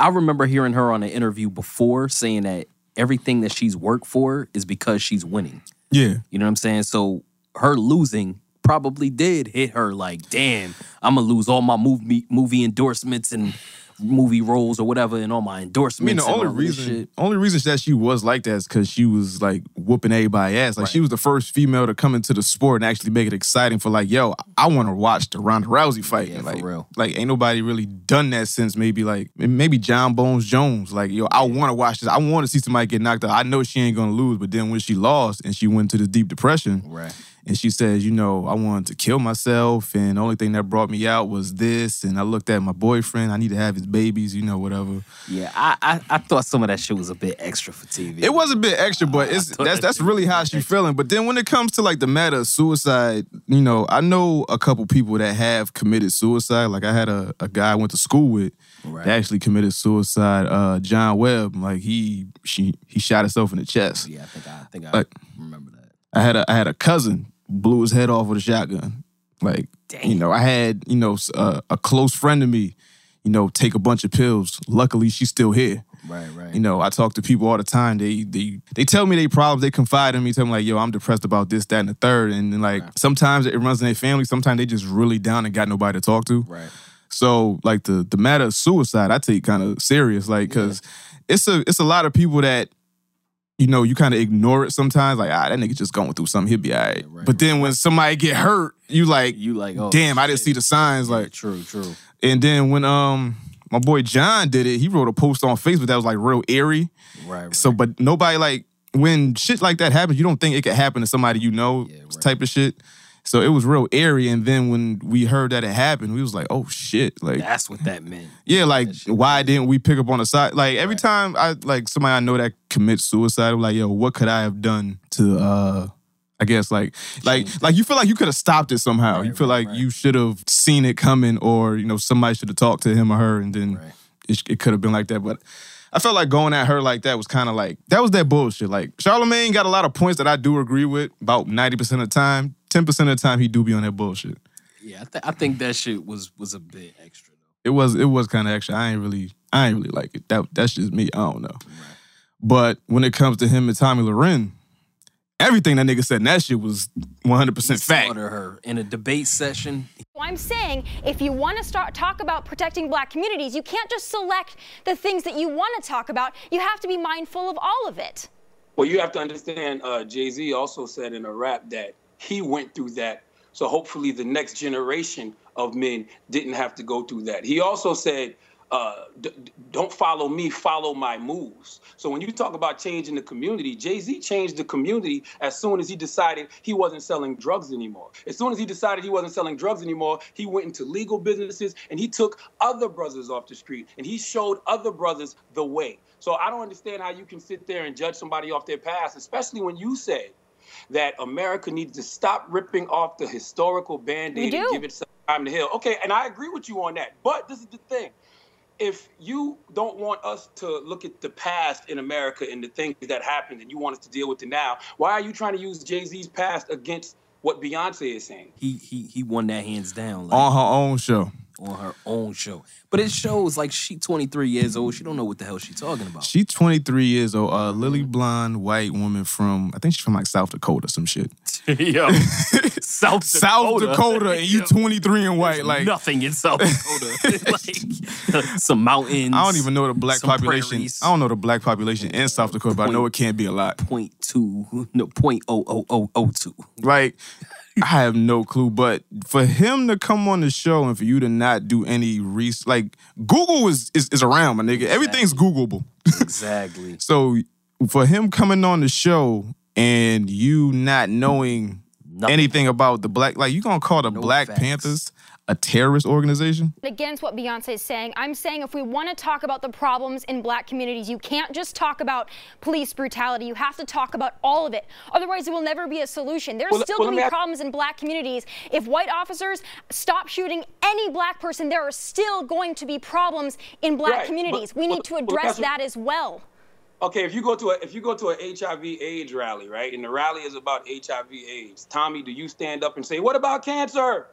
Speaker 7: I remember hearing her on an interview before saying that everything that she's worked for is because she's winning.
Speaker 6: Yeah.
Speaker 7: You know what I'm saying? So her losing probably did hit her like, damn, I'm gonna lose all my movie movie endorsements and movie roles or whatever, and all my
Speaker 6: I mean,
Speaker 7: endorsements.
Speaker 6: the only
Speaker 7: and all this
Speaker 6: reason,
Speaker 7: shit.
Speaker 6: only reason that she was like that is because she was like whooping everybody ass. Like she was the first female to come into the sport and actually make it exciting for like, yo, I want to watch the Ronda Rousey fight. like, for real. Like, ain't nobody really done that since maybe like maybe John Bones Jones. Like, yo, I want to watch this. I want to see somebody get knocked out. I know she ain't gonna lose, but then when she lost and she went to the deep depression,
Speaker 7: Right.
Speaker 6: and she says, you know, I wanted to kill myself, and the only thing that brought me out was this. And I looked at my boyfriend. I need to have his babies, you know, whatever.
Speaker 7: Yeah, I, I I thought some of that shit was a bit extra for TV.
Speaker 6: It was a bit extra, but it's that's that's really how she feeling. But then when it comes to like the matter of suicide, you know, I know a couple people that have committed suicide. Like I had a, a guy I went to school with that actually committed suicide. Uh, John Webb, like he she he shot himself in the chest. Yeah, I think I, think I remember that. I had a I had a cousin blew his head off with a shotgun. Like you know, I had you know s- a, a close friend of me, you know, take a bunch of pills. Luckily, she's still here.
Speaker 7: Right, right.
Speaker 6: You know, I talk to people all the time. They they they tell me their problems. They confide in me. Tell me like, yo, I'm depressed about this, that, and the third. And then like sometimes it runs in their family. Sometimes they just really down and got nobody to talk to. Right. So like the the matter of suicide, I take kind of serious. Like because it's a it's a lot of people that you know, you kind of ignore it sometimes. Like, ah, that nigga just going through something. He'll be all right. but then when somebody get hurt, you like, you like,
Speaker 7: oh,
Speaker 6: damn, I didn't see the signs. Like,
Speaker 7: true, true.
Speaker 6: And then when um my boy John did it, he wrote a post on Facebook that was like real eerie.
Speaker 7: Right.
Speaker 6: So, but nobody like when shit like that happens, you don't think it could happen to somebody you know, type of shit. So it was real eerie. And then when we heard that it happened, we was like, oh shit, like
Speaker 7: That's what that meant.
Speaker 6: yeah, like why didn't we pick up on the side? Like every time I like somebody I know that commits suicide, I'm like, yo, what could I have done to uh I guess like like like you feel like you could have stopped it somehow. you feel like you should have seen it coming or you know somebody should have talked to him or her and then it, it could have been like that. But I felt like going at her like that was kind of like that was that bullshit. Like Charlemagne got a lot of points that I do agree with about 90% of the time. 10% of the time he do be on that bullshit.
Speaker 7: Yeah, I, th- I think that shit was was a bit extra.
Speaker 6: It was it was kind of extra. I ain't really I ain't really like it. That that's just me. I don't know. But when it comes to him and Tommy Loren, everything that nigga said in that shit was 100 percent fact.
Speaker 7: Order her in a debate session.
Speaker 13: So I'm saying if you want to start talk about protecting black communities, you can't just select the things that you want to talk about. You have to be mindful of all of it.
Speaker 12: Well, you have to understand, uh, Jay Z also said in a rap that he went through that. So hopefully the next generation of men didn't have to go through that. He also said, uh, d- d- don't follow me, follow my moves. So when you talk about changing the community, Jay Z changed the community as soon as he decided he wasn't selling drugs anymore. As soon as he decided he wasn't selling drugs anymore, he went into legal businesses and he took other brothers off the street and he showed other brothers the way. So I don't understand how you can sit there and judge somebody off their past, especially when you said that America needs to stop ripping off the historical band aid
Speaker 13: We
Speaker 12: and
Speaker 13: do.
Speaker 12: give it some time to heal. Okay, and I agree with you on that. But this is the thing if you don't want us to look at the past in America and the things that happened and you want us to deal with it now, why are you trying to use Jay Z's past against what Beyonce is saying?
Speaker 7: He he he won that hands down.
Speaker 6: on her own show.
Speaker 7: on her own show. But it shows like she 23 years old. She don't know what the hell she talking about.
Speaker 6: She 23 years old, a lily blonde white woman from I think she's from like South Dakota, some shit.
Speaker 7: Yo, South
Speaker 6: South Dakota, and you 23 and white, like
Speaker 7: nothing in South Dakota. like some mountains.
Speaker 6: I don't even know the black
Speaker 7: some
Speaker 6: population.
Speaker 7: prairies.
Speaker 6: I don't know the black population in South Dakota, but I know it can't be a lot.
Speaker 7: Point two, no point oh oh oh oh two.
Speaker 6: Like I have no clue, but for him to come on the show and for you to not do any research, like Google is is, is around, my nigga. Everything's Googleable.
Speaker 7: Exactly.
Speaker 6: So for him coming on the show and you not knowing anything about the black, like you gonna call the Black Panthers a terrorist organization?
Speaker 13: Against what Beyonce is saying, I'm saying if we want to talk about the problems in black communities, you can't just talk about police brutality. You have to talk about all of it. Otherwise, it will never be a solution. There's
Speaker 12: Well,
Speaker 13: still
Speaker 12: well,
Speaker 13: going to
Speaker 12: let me
Speaker 13: be
Speaker 12: ask-
Speaker 13: problems in black communities. If white officers stop shooting any black person, there are still going to be problems in black
Speaker 12: Right, but-
Speaker 13: communities. we
Speaker 12: well,
Speaker 13: need to
Speaker 12: well,
Speaker 13: address
Speaker 12: that's what-
Speaker 13: that as well.
Speaker 12: Okay, if you go to a if you go to a HIV AIDS rally, right, and the rally is about HIV AIDS, Tommy, do you stand up and say, "What about cancer?"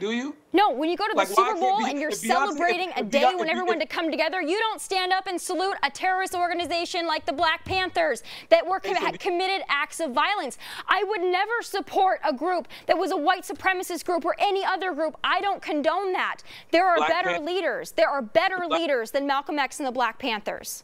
Speaker 12: Do you?
Speaker 13: No, when you go to the
Speaker 12: Like, why
Speaker 13: Super
Speaker 12: can't
Speaker 13: Bowl
Speaker 12: Be-
Speaker 13: and you're
Speaker 12: if Beyonce- if-
Speaker 13: celebrating a
Speaker 12: if
Speaker 13: day
Speaker 12: Beyonce-
Speaker 13: when
Speaker 12: if-
Speaker 13: everyone to come together, you don't stand up and salute a terrorist organization like the Black Panthers that were com- had committed acts of violence. I would never support a group that was a white supremacist group or any other group. I don't condone that. There are
Speaker 12: Black
Speaker 13: better
Speaker 12: Pan-
Speaker 13: leaders. There are better leaders than Malcolm X and the Black Panthers.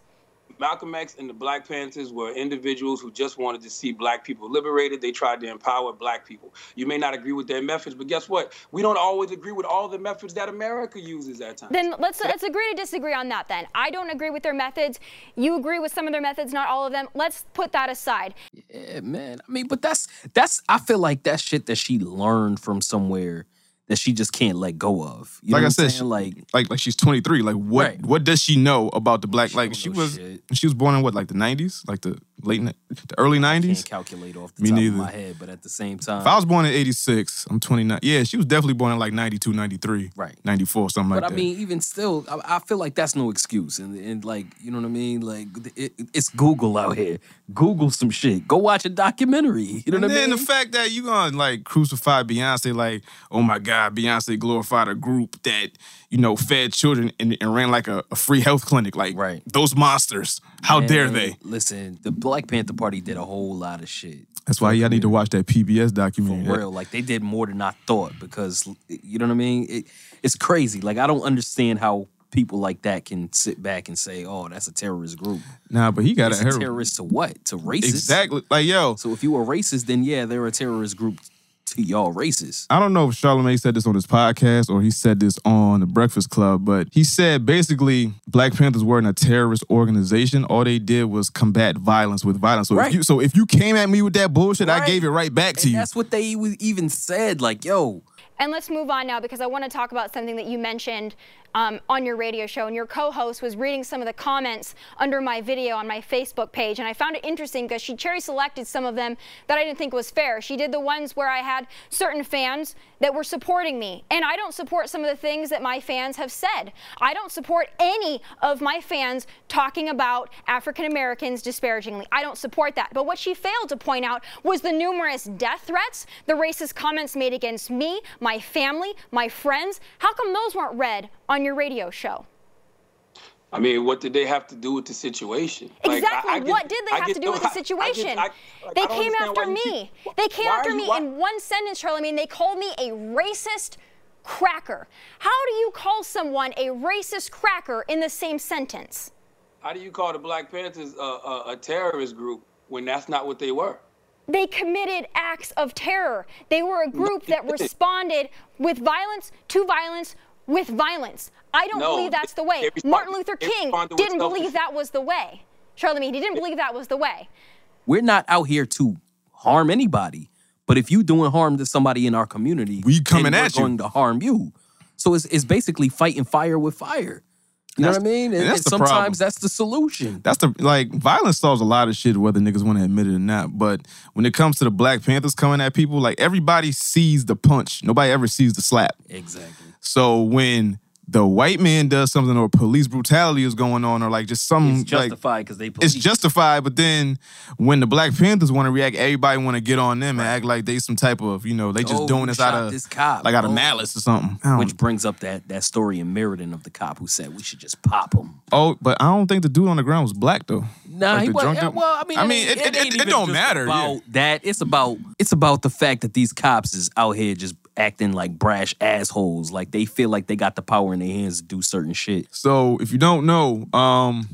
Speaker 12: Malcolm X and the Black Panthers were individuals who just wanted to see black people liberated. They tried to empower black people. You may not agree with their methods, but guess what? We don't always agree with all the methods that America uses at times.
Speaker 13: Then let's let's agree to disagree on that then. I don't agree with their methods. You agree with some of their methods, not all of them. Let's put that aside.
Speaker 7: Yeah, man. I mean, but that's that's I feel like that shit that she learned from somewhere that she just can't let go of. You know what
Speaker 6: like I
Speaker 7: I'm
Speaker 6: said,
Speaker 7: saying?
Speaker 6: she-
Speaker 7: like
Speaker 6: like like she's 23. Like what
Speaker 7: Right.
Speaker 6: what does she know about the black? like she was she was born in what like the 90s, like the late ni- the early 90s.
Speaker 7: can't calculate off the
Speaker 6: Me
Speaker 7: top
Speaker 6: neither.
Speaker 7: of my head, but at the same time,
Speaker 6: If I was born in 86, I'm 29. Yeah, she was definitely born in like 92, 93.
Speaker 7: Right.
Speaker 6: 94, something like
Speaker 7: but
Speaker 6: that.
Speaker 7: I mean, even still, I, I feel like that's no excuse. And, and like, you know what I mean? Like, it, it's Google out here. Google some shit. Go watch a documentary. You know
Speaker 6: and
Speaker 7: what I
Speaker 6: then
Speaker 7: mean?
Speaker 6: the fact that you gonna like crucify Beyonce, like, oh my God, Beyonce glorified a group that, you know, fed children and, and ran like a, a free health clinic. Like right. those monsters. How dare
Speaker 7: Man,
Speaker 6: they?
Speaker 7: Listen, the Black Panther Party did a whole lot of shit.
Speaker 6: That's why y'all need to watch that PBS documentary.
Speaker 7: real. Like they did more than I thought because you know what I mean. It, it's crazy. Like I don't understand how people like that can sit back and say, "Oh, that's a terrorist group."
Speaker 6: Nah, but he got
Speaker 7: It's
Speaker 6: a hero.
Speaker 7: terrorist to what? To racist?
Speaker 6: Exactly. Like yo.
Speaker 7: So if you were racist, then yeah, they're a terrorist group to y'all racist.
Speaker 6: I don't know if Charlemagne said this on his podcast or he said this on the Breakfast Club, but he said basically Black Panthers weren't a terrorist organization. All they did was combat violence with violence. So
Speaker 7: Right.
Speaker 6: if you so if you came at me with that bullshit, I gave it right back to
Speaker 7: And
Speaker 6: you.
Speaker 7: That's what they e- even said. Like, yo,
Speaker 13: And let's move on now because I want to talk about something that you mentioned um, on your radio show. And your co host was reading some of the comments under my video on my Facebook page. And I found it interesting because she cherry selected some of them that I didn't think was fair. She did the ones where I had certain fans that were supporting me. And I don't support some of the things that my fans have said. I don't support any of my fans talking about African Americans disparagingly. I don't support that. But what she failed to point out was the numerous death threats, the racist comments made against me, my family, my friends. How come those weren't read on your radio show?
Speaker 5: I mean, what did they have to do with the situation? Like, I-
Speaker 13: Exactly.
Speaker 5: I get-
Speaker 13: what did they
Speaker 5: I
Speaker 13: have
Speaker 5: get
Speaker 13: to do
Speaker 5: no-
Speaker 13: with the
Speaker 5: I- I get-
Speaker 13: situation?
Speaker 5: I- like, I
Speaker 13: they
Speaker 5: don't understand
Speaker 13: came
Speaker 5: why
Speaker 13: after
Speaker 5: you keep-
Speaker 13: me. they came
Speaker 5: why are
Speaker 13: after
Speaker 5: you-
Speaker 13: me
Speaker 5: why-
Speaker 13: in one sentence, Charlemagne. They called me a racist cracker. How do you call someone a racist cracker in the same sentence?
Speaker 5: How do you call the Black Panthers a, a, a terrorist group when that's not what they were?
Speaker 13: They committed acts of terror. They were a group that responded with violence to violence with violence. I don't
Speaker 5: No,
Speaker 13: believe that's the way.
Speaker 5: they respond-
Speaker 13: Martin Luther
Speaker 5: they
Speaker 13: King
Speaker 5: responded with
Speaker 13: didn't
Speaker 5: self-defense.
Speaker 13: believe that was the way. Charlemagne, he didn't believe that was the way.
Speaker 7: we're not out here to harm anybody. But if you doing harm to somebody in our community, we
Speaker 6: coming
Speaker 7: we're
Speaker 6: at you.
Speaker 7: going to harm you. So it's it's basically fighting fire with fire. You know what I mean?
Speaker 6: and that's the
Speaker 7: sometimes
Speaker 6: problem.
Speaker 7: that's the solution.
Speaker 6: That's the like violence solves a lot of shit, whether niggas want to admit it or not. But when it comes to the Black Panthers coming at people, like everybody sees the punch. Nobody ever sees the slap.
Speaker 7: Exactly.
Speaker 6: So when the white man does something or police brutality is going on or like just some
Speaker 7: It's justified because they
Speaker 6: like it's
Speaker 7: police.
Speaker 6: justified, but then when the Black Panthers want to react, everybody want to get on them and act like they some type of you know they just
Speaker 7: Oh,
Speaker 6: doing
Speaker 7: you
Speaker 6: this out
Speaker 7: shot
Speaker 6: of
Speaker 7: this cop.
Speaker 6: like out of
Speaker 7: Oh.
Speaker 6: malice or something. I don't
Speaker 7: Which brings up that that story in Meriden of the cop who said we should just pop him.
Speaker 6: Oh, but I don't think the dude on the ground was black though.
Speaker 7: Nah,
Speaker 6: Like,
Speaker 7: he
Speaker 6: the
Speaker 7: wasn't.
Speaker 6: drunk dude-
Speaker 7: well, I mean,
Speaker 6: I mean,
Speaker 7: ain't-
Speaker 6: it, it,
Speaker 7: ain't
Speaker 6: it,
Speaker 7: even
Speaker 6: don't
Speaker 7: just
Speaker 6: matter.
Speaker 7: About
Speaker 6: yeah.
Speaker 7: that, it's about it's about the fact that these cops is out here just acting like brash assholes. Like they feel like they got the power in their hands to do certain shit.
Speaker 6: So if you don't know, um,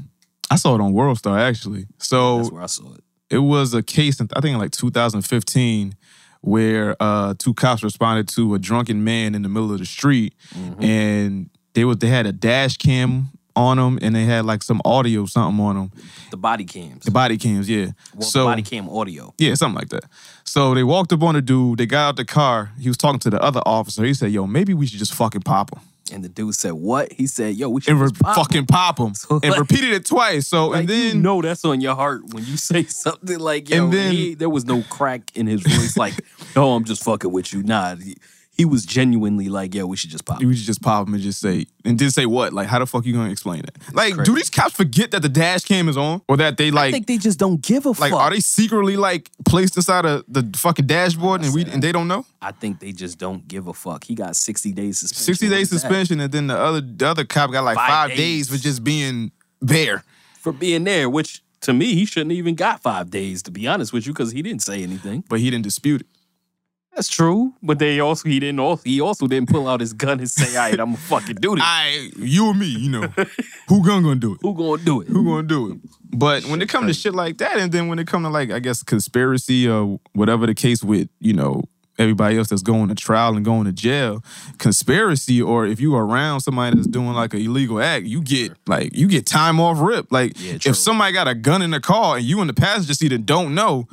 Speaker 6: I saw it on World Star actually. So
Speaker 7: That's where I saw it.
Speaker 6: It was a case, in, I think, in like 2015, where uh, two cops responded to a drunken man in the middle of the street,
Speaker 7: Mm-hmm.
Speaker 6: and they was they had a dash cam on him, and they had like some audio something on him,
Speaker 7: The body cams,
Speaker 6: the body cams, yeah.
Speaker 7: well,
Speaker 6: so
Speaker 7: the body cam audio.
Speaker 6: yeah, something like that. So they walked up on the dude. They got out the car. He was talking to the other officer. He said, "Yo, maybe we should just fucking pop him."
Speaker 7: And the dude said, "What?" He said, "Yo, we should
Speaker 6: And re-
Speaker 7: just pop 'em."
Speaker 6: fucking pop him, and repeated it twice. So
Speaker 7: Like,
Speaker 6: and then
Speaker 7: you know that's on your heart when you say something like, "Yo,
Speaker 6: And then-
Speaker 7: he- there was no crack in his voice." like, "No, I'm just fucking with you." Nah, he, he was genuinely like, "Yo, we should just pop." 'em."
Speaker 6: You should just pop them and just say, and did say what? Like, how the fuck you gonna explain it? Like, do these cops forget that the dash cam is on, or that they like?
Speaker 7: I think they just don't give a
Speaker 6: like,
Speaker 7: fuck.
Speaker 6: are they secretly like placed inside of the fucking dashboard and we and they don't know?
Speaker 7: I think they just don't give a fuck. He got 60 days suspension.
Speaker 6: Sixty day
Speaker 7: What is that?
Speaker 6: suspension, and then the other the other cop got like
Speaker 7: Five
Speaker 6: five,
Speaker 7: days.
Speaker 6: days. for just being there.
Speaker 7: for being there, which to me, he shouldn't even got five days, to be honest with you, because he didn't say anything.
Speaker 6: But he didn't dispute it.
Speaker 7: That's true. But they also he didn't also he also didn't pull out his gun and say, all right, I'm gonna fucking do this.
Speaker 6: I you and me, you know, who gonna gonna do it?
Speaker 7: Who gonna do it?
Speaker 6: Who gonna do it? But when it come to shit like that, and then when it come to like I guess conspiracy or whatever the case with you know everybody else that's going to trial and going to jail, conspiracy or if you around somebody that's doing like an illegal act, you get like you get time off rip. Like if somebody got a gun in the car and you in the passenger seat and don't know.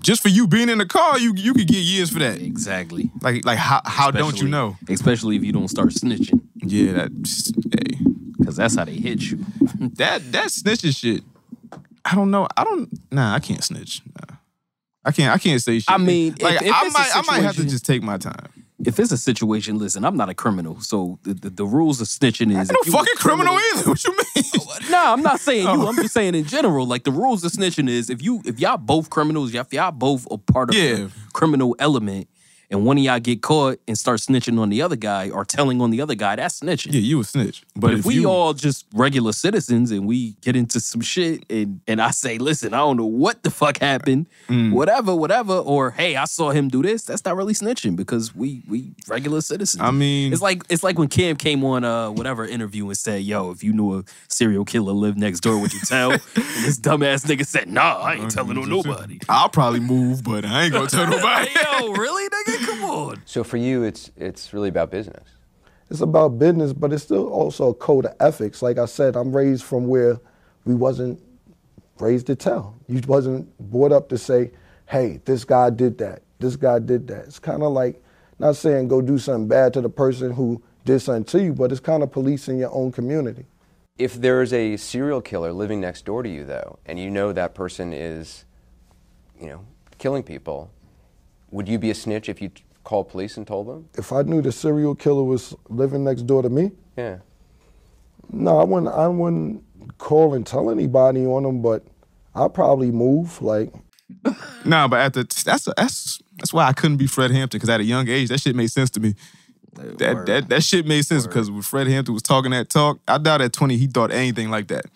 Speaker 6: Just for you being in the car, you you could get years for that.
Speaker 7: Exactly.
Speaker 6: Like like how how don't you
Speaker 7: Especially-
Speaker 6: know?
Speaker 7: Especially if you don't start snitching.
Speaker 6: Yeah, that hey.
Speaker 7: Cause that's how they hit you.
Speaker 6: that that snitching shit. I don't know. I don't. Nah, I can't snitch. Nah. I can't. I can't say shit.
Speaker 7: I mean,
Speaker 6: like
Speaker 7: if- if
Speaker 6: I
Speaker 7: it's a
Speaker 6: might. I might have to
Speaker 7: situation-
Speaker 6: just take my time.
Speaker 7: If it's a situation, listen, I'm not a criminal. So the, the, the rules of snitching is
Speaker 6: I'm no
Speaker 7: if you a
Speaker 6: fucking criminal, either. What Oh. you mean?
Speaker 7: No, I'm not saying you. I'm just saying in general. Like the rules of snitching is if you if y'all both criminals, if y'all both a part of
Speaker 6: Yeah.
Speaker 7: the criminal element, and one of y'all get caught and start snitching on the other guy or telling on the other guy, that's snitching.
Speaker 6: Yeah, you a snitch.
Speaker 7: But, if, we all just regular citizens and we get into some shit and and I say, listen, I don't know what the fuck happened,
Speaker 6: Mm.
Speaker 7: whatever, whatever, or hey, I saw him do this, that's not really snitching because we we regular citizens.
Speaker 6: I mean-
Speaker 7: it's like it's like when Cam came on uh whatever interview and said, yo, if you knew a serial killer lived next door, would you tell? and this dumbass nigga said, nah, I ain't telling on nobody.
Speaker 6: I'll probably move, but I ain't gonna tell nobody.
Speaker 7: Yo, really, nigga? Come on.
Speaker 14: So for you, it's it's really about business.
Speaker 15: it's about business, but it's still also a code of ethics. Like I said, I'm raised from where we wasn't raised to tell. You wasn't brought up to say, "Hey, this guy did that. This guy did that." It's kind of like not saying go do something bad to the person who did something to you, but it's kind of policing your own community.
Speaker 14: If there is a serial killer living next door to you, though, and you know that person is, you know, killing people, would you be a snitch if you t- called police and told them?
Speaker 15: If I knew the serial killer was living next door to me,
Speaker 14: Yeah.
Speaker 15: No, I wouldn't. I wouldn't call and tell anybody on them, but I probably move. Like
Speaker 6: Nah, but after that's that's that's why I couldn't be Fred Hampton because at a young age that shit made sense to me. That that, that shit made sense because when Fred Hampton was talking that talk, I doubt at twenty he thought anything like that.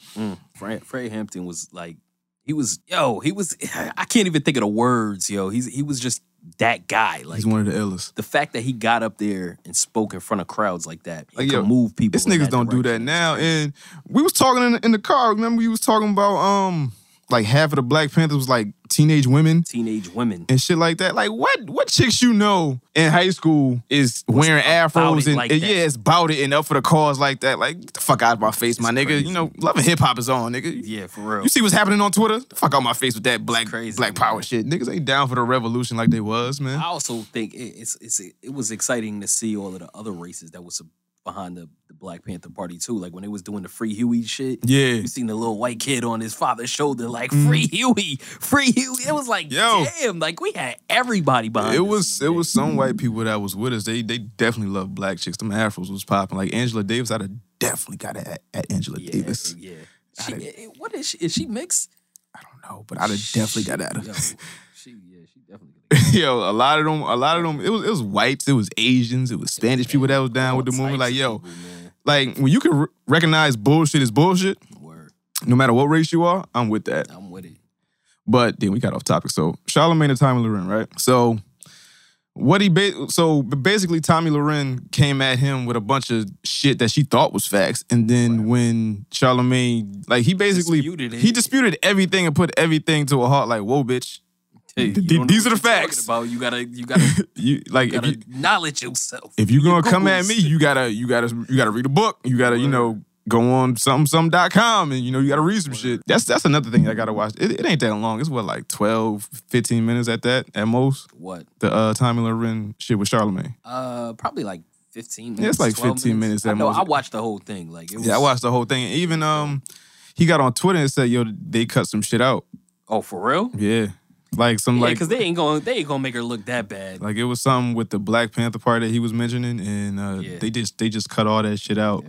Speaker 7: Fred, Fred Hampton was like, he was, yo, he was, I can't even think of the words, yo. He's he was just that guy. Like
Speaker 6: He's one of the illest.
Speaker 7: the fact that he got up there and spoke in front of crowds like that,
Speaker 6: Like,
Speaker 7: like
Speaker 6: yo,
Speaker 7: could move people.
Speaker 6: This niggas don't do that now. And we was talking in, in the car. Remember, we was talking about um like half of the Black Panthers was like teenage women,
Speaker 7: teenage women,
Speaker 6: and shit like that. Like what what chicks you know in high school is wearing afros
Speaker 7: it
Speaker 6: and,
Speaker 7: like
Speaker 6: and
Speaker 7: that.
Speaker 6: yeah, it's about it and up for the cause like that. Like get the fuck out of my face, my nigga. You know, loving hip hop is on, nigga.
Speaker 7: Yeah, for real.
Speaker 6: You see what's happening on Twitter? Fuck out my face with that black black power shit. Niggas ain't down for the revolution like they was, man.
Speaker 7: I also think it, it's it's it was exciting to see all of the other races that was behind the, the Black Panther Party too. Like when they was doing the Free Huey shit.
Speaker 6: Yeah. Mm-hmm.
Speaker 7: you seen the little white kid on his father's shoulder, like Free Huey, Free Huey. It was like, damn, like we had everybody behind.
Speaker 6: It
Speaker 7: us.
Speaker 6: was it was some white people that was with us. They they definitely loved black chicks. Them afros was popping. Like Angela Davis, I'd have definitely got it at, at Angela Davis.
Speaker 7: Yeah. She, eh, what is she? Is she mixed?
Speaker 6: I don't know, but I'd have definitely got at her.
Speaker 7: She, yeah, she definitely.
Speaker 6: yo, a lot of them, a lot of them, it was it was whites, it was Asians, it was Spanish people that was down with the movement. Like yo, like when you can r- recognize bullshit is bullshit, no matter what race you are, I'm with that.
Speaker 7: I'm with it.
Speaker 6: But then we got off topic. So Charlemagne and Tommy Loren, right? So what he ba- so basically Tommy Loren came at him with a bunch of shit that she thought was facts, and then when Charlemagne like he basically
Speaker 7: Disputed it.
Speaker 6: he disputed everything and put everything to a halt. Like whoa, bitch. Th- th- these are the facts.
Speaker 7: About you gotta, you gotta,
Speaker 6: You like
Speaker 7: you gotta
Speaker 6: if you,
Speaker 7: acknowledge yourself.
Speaker 6: if you gonna
Speaker 7: Your
Speaker 6: come at
Speaker 7: Googles.
Speaker 6: me, you gotta you gotta you gotta read a book. You gotta you know go on something something.com and you know you gotta read some shit. That's that's another thing I gotta watch. It, it ain't that long. It's what like 12, 15 minutes at that at most.
Speaker 7: What?
Speaker 6: The uh Tommy Loren shit with Charlemagne.
Speaker 7: Uh, probably like fifteen. minutes.
Speaker 6: Yeah, it's like
Speaker 7: 12
Speaker 6: 15 minutes
Speaker 7: I
Speaker 6: at
Speaker 7: know.
Speaker 6: most.
Speaker 7: I watched the whole thing. Like it was.
Speaker 6: Yeah, I watched the whole thing. And even um he got on Twitter and said, yo, they cut some shit out.
Speaker 7: Oh, for real?
Speaker 6: Yeah. Like some
Speaker 7: Yeah,
Speaker 6: like
Speaker 7: because they ain't going. They ain't gonna make her look that bad.
Speaker 6: Like it was something with the Black Panther party that he was mentioning, and uh,
Speaker 7: Yeah.
Speaker 6: they just they just cut all that shit out.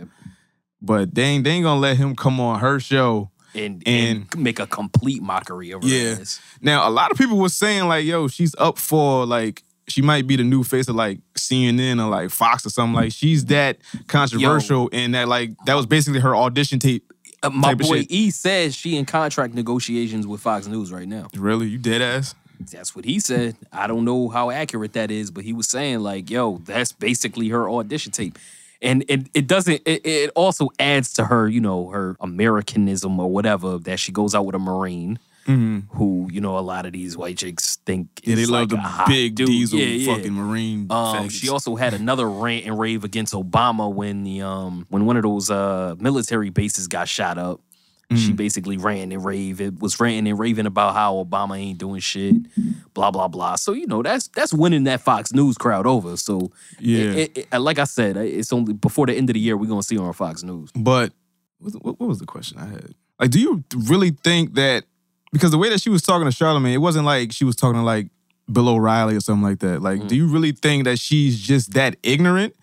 Speaker 6: But they ain't, they ain't gonna let him come on her show
Speaker 7: And,
Speaker 6: and,
Speaker 7: make a complete mockery of her
Speaker 6: yeah.
Speaker 7: ass.
Speaker 6: Now a lot of people were saying like, yo, she's up for like she might be the new face of like CNN or like Fox or something. Like she's that controversial and that like that was basically her audition tape.
Speaker 7: Uh, my
Speaker 6: type of
Speaker 7: boy
Speaker 6: shit.
Speaker 7: E says she in contract negotiations with Fox News right now.
Speaker 6: Really, you dead ass?
Speaker 7: That's what he said. I don't know how accurate that is, but he was saying like, "Yo, that's basically her audition tape." And it, it doesn't it, it also adds to her, you know, her Americanism or whatever that she goes out with a Marine who, you know, a lot of these white chicks think
Speaker 6: Mm-hmm. Yeah, they
Speaker 7: is
Speaker 6: love
Speaker 7: like
Speaker 6: the
Speaker 7: a hot
Speaker 6: big
Speaker 7: dude.
Speaker 6: diesel
Speaker 7: Yeah, yeah.
Speaker 6: fucking marine.
Speaker 7: Um, she also had another rant and rave against Obama when the um when one of those uh military bases got shot up. She
Speaker 6: Mm.
Speaker 7: basically ran and raved. It was ranting and raving about how Obama ain't doing shit, blah blah blah. So you know that's that's winning that Fox News crowd over. So
Speaker 6: Yeah.
Speaker 7: it- it- it- like I said, it's only before the end of the year we're gonna see her on Fox News.
Speaker 6: But what, what what was the question I had? Like, do you really think that because the way that she was talking to Charlamagne, it wasn't like she was talking to like Bill O'Reilly or something like that. Like,
Speaker 7: Mm.
Speaker 6: do you really think that she's just that ignorant,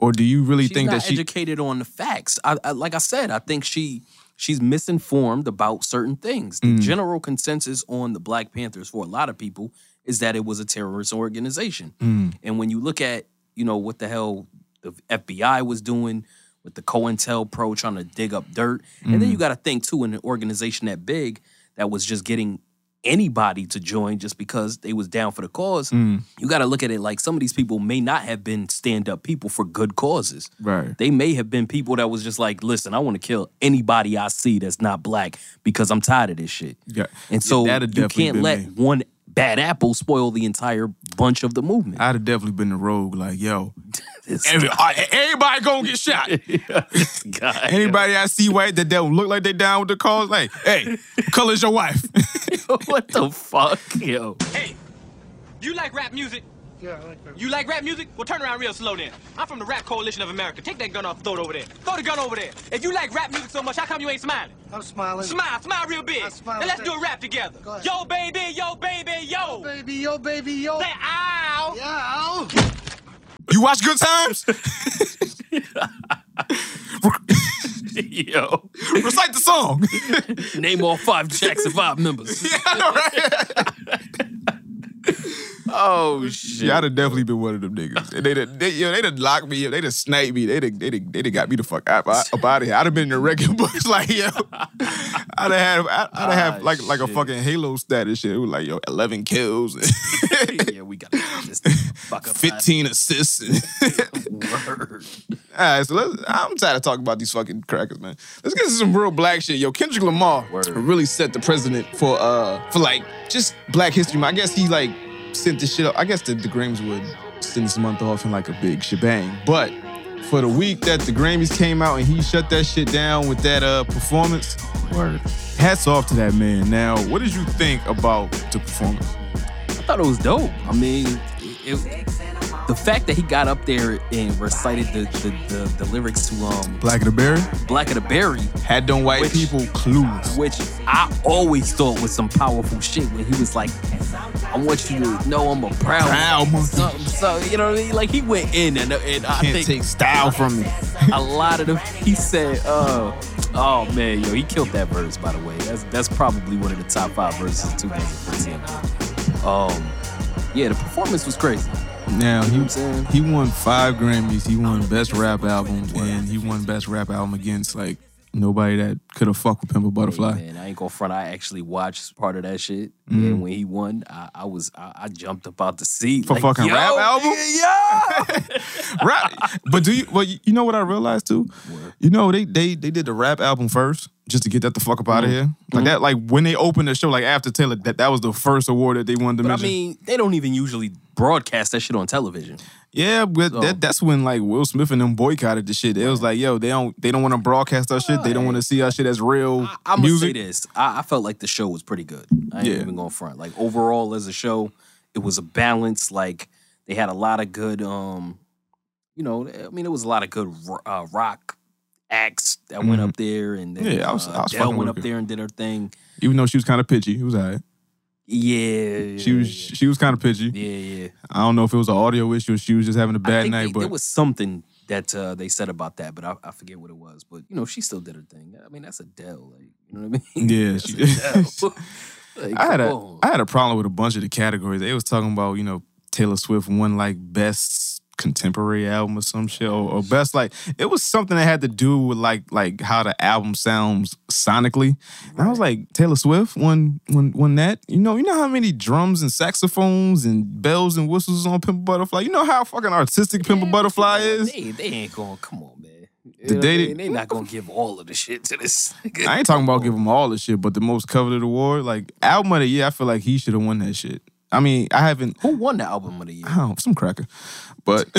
Speaker 6: or do you really
Speaker 7: She's
Speaker 6: think
Speaker 7: not
Speaker 6: that she?
Speaker 7: educated on the facts. I, I like I said, I think she she's misinformed about certain things. The
Speaker 6: Mm.
Speaker 7: general consensus on the Black Panthers for a lot of people is that it was a terrorist organization.
Speaker 6: Mm.
Speaker 7: And when you look at, you know, what the hell the FBI was doing with the COINTELPRO trying to dig up dirt, and then
Speaker 6: Mhm.
Speaker 7: you got to think too, in an organization that big that was just getting anybody to join just because they was down for the cause,
Speaker 6: Mm.
Speaker 7: you got to look at it like some of these people may not have been stand up people for good causes.
Speaker 6: Right.
Speaker 7: They may have been people that was just like, listen, I want to kill anybody I see that's not black because I'm tired of this shit.
Speaker 6: Yeah.
Speaker 7: And so
Speaker 6: that'd
Speaker 7: you
Speaker 6: definitely
Speaker 7: can't
Speaker 6: been
Speaker 7: let
Speaker 6: me.
Speaker 7: one bad apple spoil the entire bunch of the movement.
Speaker 6: I'd have definitely been the rogue, like, yo, every, I- everybody gonna get shot. Anybody I see white that don't look like they down with the cause, like, hey, color's your wife.
Speaker 7: what the fuck, yo?
Speaker 16: You like rap music? Yeah, I like rap. You like rap music? Well, turn around real slow then. I'm from the Rap Coalition of America. Take that gun off, throw it over there. Throw the gun over there. If you like rap music so much, how come you ain't smiling? I'm smiling. Smile, smile real big. and let's do a rap together. Yo, baby, yo, baby, yo. Yo, baby, yo, baby, yo. Say ow. Yeah, ow.
Speaker 6: You watch Good Times?
Speaker 7: Yo.
Speaker 6: Recite the song.
Speaker 7: Name all five Jackson 5 members. Oh shit!
Speaker 6: Yeah, I'd have definitely been one of them niggas. And they done, they, yo, they done locked me up. They done sniped me. They done, they done, they done got me the fuck out, up out of here. I'd have been in the record books like yo. I'd have had, I'd, I'd have
Speaker 7: Ah,
Speaker 6: like like a
Speaker 7: shit.
Speaker 6: fucking Halo status shit. It was like yo, eleven kills,
Speaker 7: yeah, we got this fuck up.
Speaker 6: fifteen assists.
Speaker 7: Word.
Speaker 6: All right, so let's, I'm tired of talking about these fucking crackers, man. Let's get to some real black shit. Yo, Kendrick Lamar really set the president for uh for like just Black History Month. I guess he like sent this shit up. I guess the, the Grammys would send this month off in like a big shebang. But for the week that the Grammys came out and he shut that shit down with that uh performance,
Speaker 7: word.
Speaker 6: Hats off to that man. Now, what did you think about the performance?
Speaker 7: I thought it was dope. I mean, it, it- the fact that he got up there and recited the the, the, the lyrics to um
Speaker 6: Black of the Berry?
Speaker 7: Black of the Berry
Speaker 6: had them white people clueless,
Speaker 7: which I always thought was some powerful shit. When he was like, "I want you to know I'm a proud,
Speaker 6: Proud monkey.
Speaker 7: So, so you know what I mean? Like he went in and, and I
Speaker 6: Can't
Speaker 7: think
Speaker 6: take style from me.
Speaker 7: a lot of them. He said, "Oh, oh man, yo, he killed that verse." By the way, that's that's probably one of the top five verses of 2014. Um, yeah, the performance was crazy.
Speaker 6: Now
Speaker 7: You know
Speaker 6: he
Speaker 7: what I'm saying?
Speaker 6: he won five Grammys. He won Best Rap Album, and he won Best Rap Album against like nobody that could have fucked with Pimple Butterfly.
Speaker 7: And I ain't gonna front. I actually watched part of that shit,
Speaker 6: Mhm.
Speaker 7: and when he won, I, I was I, I jumped up out the seat
Speaker 6: For
Speaker 7: like,
Speaker 6: fucking
Speaker 7: yo,
Speaker 6: rap album?
Speaker 7: yo.
Speaker 6: rap, but do you? Well, you you know what I realized too. You know they they they did the rap album first just to get that the fuck up out
Speaker 7: Mm-hmm.
Speaker 6: of here. Like that, like when they opened the show, like after Taylor, that that was the first award that they wanted to
Speaker 7: But I
Speaker 6: mention.
Speaker 7: mean, they don't even usually broadcast that shit on television.
Speaker 6: Yeah, but that, that's when like Will Smith and them boycotted the shit. It was like, yo, they don't they don't want to broadcast our shit. They don't want to see our shit as real
Speaker 7: I'm gonna say
Speaker 6: music.
Speaker 7: this. I, I felt like the show was pretty good. I ain't
Speaker 6: Yeah.
Speaker 7: even going to front. Like overall as a show, it was a balance. Like they had a lot of good, um, you know, I mean, it was a lot of good ro- uh, rock acts that went
Speaker 6: Mhm.
Speaker 7: up there, and then
Speaker 6: Yeah, I was-
Speaker 7: uh,
Speaker 6: I was
Speaker 7: Adele
Speaker 6: fucking
Speaker 7: went
Speaker 6: with
Speaker 7: up
Speaker 6: it.
Speaker 7: there and did her thing.
Speaker 6: Even though she was kind of pitchy, it was alright.
Speaker 7: Yeah,
Speaker 6: She was she was kind of pitchy.
Speaker 7: yeah, yeah.
Speaker 6: I don't know if it was an audio issue or she was just having a
Speaker 7: I
Speaker 6: bad
Speaker 7: think
Speaker 6: night,
Speaker 7: they-
Speaker 6: but
Speaker 7: there was something that uh, they said about that, but I, I forget what it was. But you know, she still did her thing. I mean, that's Adele. Like, you know what I mean?
Speaker 6: Yeah,
Speaker 7: That's
Speaker 6: she
Speaker 7: Adele. Like,
Speaker 6: I had
Speaker 7: come
Speaker 6: a
Speaker 7: on.
Speaker 6: I had a problem with a bunch of the categories. They was talking about you know Taylor Swift won like best contemporary album or some shit or, or best like it was something that had to do with like like how the album sounds sonically. And I was like Taylor Swift won won won that. You know you know how many drums and saxophones and bells and whistles is on Pimple Butterfly. You know how fucking artistic Pimple Butterfly is.
Speaker 7: They, they ain't going. Come on, man. You
Speaker 6: The
Speaker 7: know what I
Speaker 6: day they-
Speaker 7: mean? they not gonna give all of the shit to this. nigga.
Speaker 6: I ain't talking about giving him all this shit, but the most coveted award, like album of the year, I feel like he should have won that shit. I mean, I haven't.
Speaker 7: Who won the album of the year?
Speaker 6: I don't, some cracker, but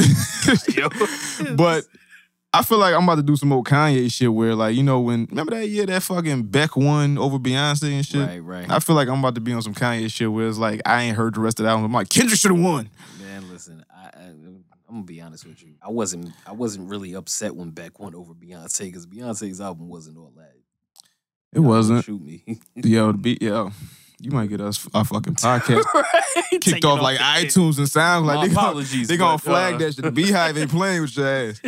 Speaker 6: but I feel like I'm about to do some old Kanye shit where like you know when remember that year that fucking Beck won over Beyonce and shit.
Speaker 7: Right, right.
Speaker 6: I feel like I'm about to be on some Kanye shit where it's like I ain't heard the rest of the album. I'm like Kendrick should have won.
Speaker 7: Man, listen, I, I I'm gonna be honest with you. I wasn't I wasn't really upset when Beck went over Beyonce because Beyonce's album wasn't all that.
Speaker 6: It wasn't.
Speaker 7: Shoot me.
Speaker 6: yo, the beat, yo. You might get us our fucking podcast
Speaker 7: Take
Speaker 6: kicked
Speaker 7: it
Speaker 6: off
Speaker 7: off
Speaker 6: like
Speaker 7: the-
Speaker 6: iTunes and sounds
Speaker 7: My
Speaker 6: like they gonna,
Speaker 7: apologies,
Speaker 6: they gonna
Speaker 7: but,
Speaker 6: flag
Speaker 7: uh,
Speaker 6: that shit. The Beehive ain't playing with your ass.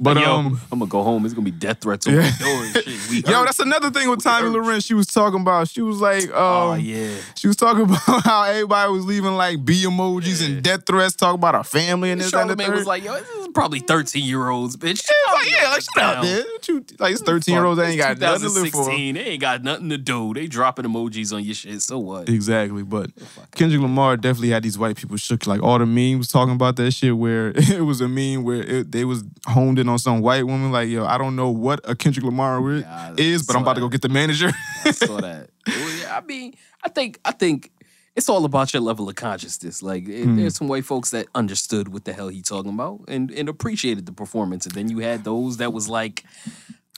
Speaker 6: But,
Speaker 7: Yo,
Speaker 6: um,
Speaker 7: I'm gonna go home. It's gonna be death threats on my door and shit. We
Speaker 6: Yo,
Speaker 7: hurt.
Speaker 6: that's another thing with Tommy Loren. She was talking about. She was like, um,
Speaker 7: Oh, yeah.
Speaker 6: She was talking about how everybody was leaving like B emojis and death threats, talking about her family and this that, and the
Speaker 7: Charlamagne was
Speaker 6: third.
Speaker 7: like, yo, this is probably 13 year olds, bitch.
Speaker 6: Yeah, it's like, yeah, like shut up, man. What you- Like it's thirteen year olds. They ain't got nothing to live for.
Speaker 7: 2016, They ain't got nothing to do. They dropping emojis on your shit. So what?
Speaker 6: Exactly, but Kendrick Lamar definitely had these white people shook. Like all the memes talking about that shit, where it was a meme where it, they was honed in on some white woman. Like, yo, I don't know what a Kendrick Lamar wi- is, but I'm about to go get the manager.
Speaker 7: I saw that. Well, yeah, I mean, I think I think it's all about your level of consciousness. Like eh,
Speaker 6: Hmm.
Speaker 7: there's some white folks that understood what the hell he talking about and, and appreciated the performance. And then you had those that was like,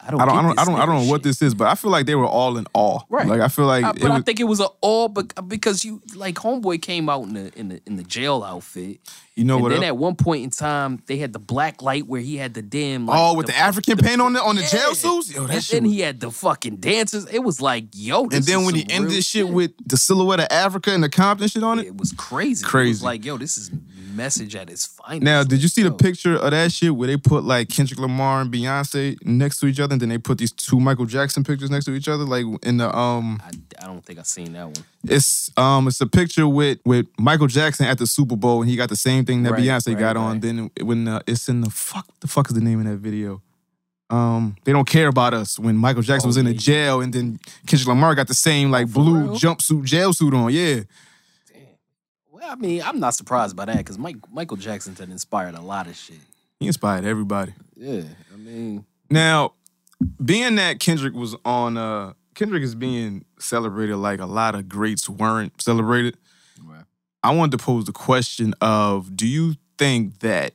Speaker 7: I
Speaker 6: I
Speaker 7: don't
Speaker 6: don't, I don't, I
Speaker 7: get
Speaker 6: don't,
Speaker 7: this
Speaker 6: I don't, know what this is, but I feel like they were all in awe.
Speaker 7: Right.
Speaker 6: Like I feel like
Speaker 7: I-
Speaker 6: it
Speaker 7: but I
Speaker 6: was-
Speaker 7: think it was an all bec- because you like homeboy came out in the in the in the jail outfit.
Speaker 6: You know
Speaker 7: and
Speaker 6: what
Speaker 7: Then
Speaker 6: el-
Speaker 7: at one point in time, they had the black light where he had the damn like,
Speaker 6: oh, with the, African paint on the on the jail suits. Yo, that
Speaker 7: and
Speaker 6: shit.
Speaker 7: then he had the fucking dances. It was like yo.
Speaker 6: and
Speaker 7: this
Speaker 6: then
Speaker 7: is
Speaker 6: when he
Speaker 7: some
Speaker 6: ended
Speaker 7: real
Speaker 6: this shit with the silhouette of Africa and the Compton shit on it, it
Speaker 7: was crazy. It was
Speaker 6: Crazy.
Speaker 7: like yo, this is message at its finest.
Speaker 6: Now, did you see the picture of that shit where they put like Kendrick Lamar and Beyonce next to each other, and then they put these two Michael Jackson pictures next to each other, like in the um,
Speaker 7: I don't think I seen that one.
Speaker 6: it's um, it's a picture with with Michael Jackson at the Super Bowl, and he got the same thing that
Speaker 7: Right,
Speaker 6: Beyonce
Speaker 7: right,
Speaker 6: got on. Then when uh, it's in the fuck, the fuck is the name of that video? Um, they don't care about us when Michael Jackson was in
Speaker 7: Oh,
Speaker 6: the jail, and then Kendrick Lamar got the same like blue jumpsuit jail suit on. Yeah,
Speaker 7: Well, I mean, I'm not surprised by that because Mike Michael Jackson had inspired a lot of shit.
Speaker 6: he inspired everybody.
Speaker 7: Yeah, I mean,
Speaker 6: Now, being that Kendrick was on, uh, Kendrick is being celebrated like a lot of greats weren't celebrated. I wanted to pose the question of: Do you think that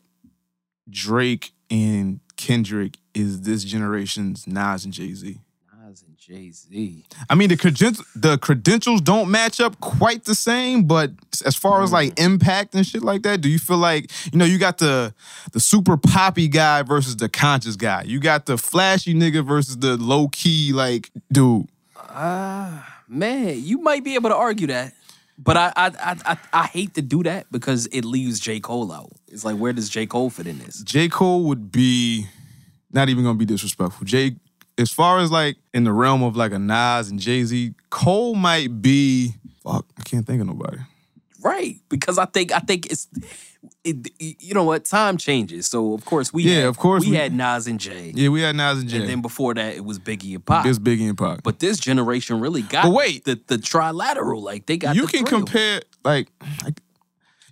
Speaker 6: Drake and Kendrick is this generation's Nas and Jay Z?
Speaker 7: Nas and Jay Z.
Speaker 6: I mean, the creden- the credentials don't match up quite the same, but as far as like
Speaker 7: Mm.
Speaker 6: impact and shit like that, do you feel like you know you got the the super poppy guy versus the conscious guy? You got the flashy nigga versus the low key like dude.
Speaker 7: Ah, man, you might be able to argue that, but I, I I I I hate to do that because it leaves J Cole out. It's like where does J Cole fit in this?
Speaker 6: J Cole would be not even gonna be disrespectful. Jay, as far as like in the realm of like a Nas and Jay Z, Cole might be fuck. I can't think of nobody.
Speaker 7: Right, because I think I think it's it, you know what time changes. So of course we
Speaker 6: Yeah,
Speaker 7: had,
Speaker 6: of course
Speaker 7: we,
Speaker 6: we-
Speaker 7: had Nas and Jay.
Speaker 6: Yeah, we had Nas and Jay.
Speaker 7: And then before that, it was Biggie and Pop.
Speaker 6: It's Biggie and Pac.
Speaker 7: But this generation really got
Speaker 6: But wait.
Speaker 7: the the trilateral. Like they got
Speaker 6: you
Speaker 7: the
Speaker 6: can
Speaker 7: three of them.
Speaker 6: compare like, like,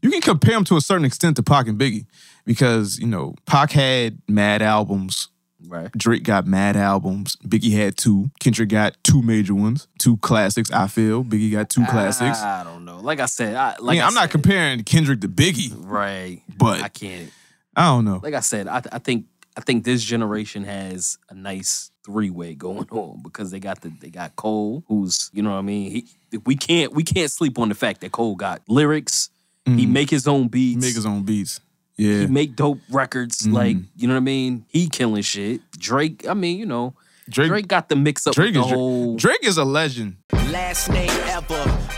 Speaker 6: you can compare them to a certain extent to Pac and Biggie because you know Pac had mad albums.
Speaker 7: Right.
Speaker 6: Drake got mad albums. Biggie had two. Kendrick got two major ones, two classics. I feel Biggie got two classics.
Speaker 7: I don't know. Like I said, I,
Speaker 6: I
Speaker 7: Ah, like
Speaker 6: mean, I'm not comparing Kendrick to Biggie,
Speaker 7: right,
Speaker 6: but
Speaker 7: I can't.
Speaker 6: I don't know.
Speaker 7: Like I said, I, I think I think this generation has a nice three way going on because they got the they got Cole, who's you know what I mean. He, we can't we can't sleep on the fact that Cole got lyrics. He
Speaker 6: Mhm.
Speaker 7: make his own beats.
Speaker 6: Make his own Mm. beats. Yeah.
Speaker 7: He make dope records. Like you know what I mean. He killing shit. Drake. I mean you know. Drake, got the mix up.
Speaker 6: Drake
Speaker 7: with
Speaker 6: is
Speaker 7: the
Speaker 6: Drake.
Speaker 7: whole,
Speaker 6: Drake is a legend.
Speaker 16: Last name ever,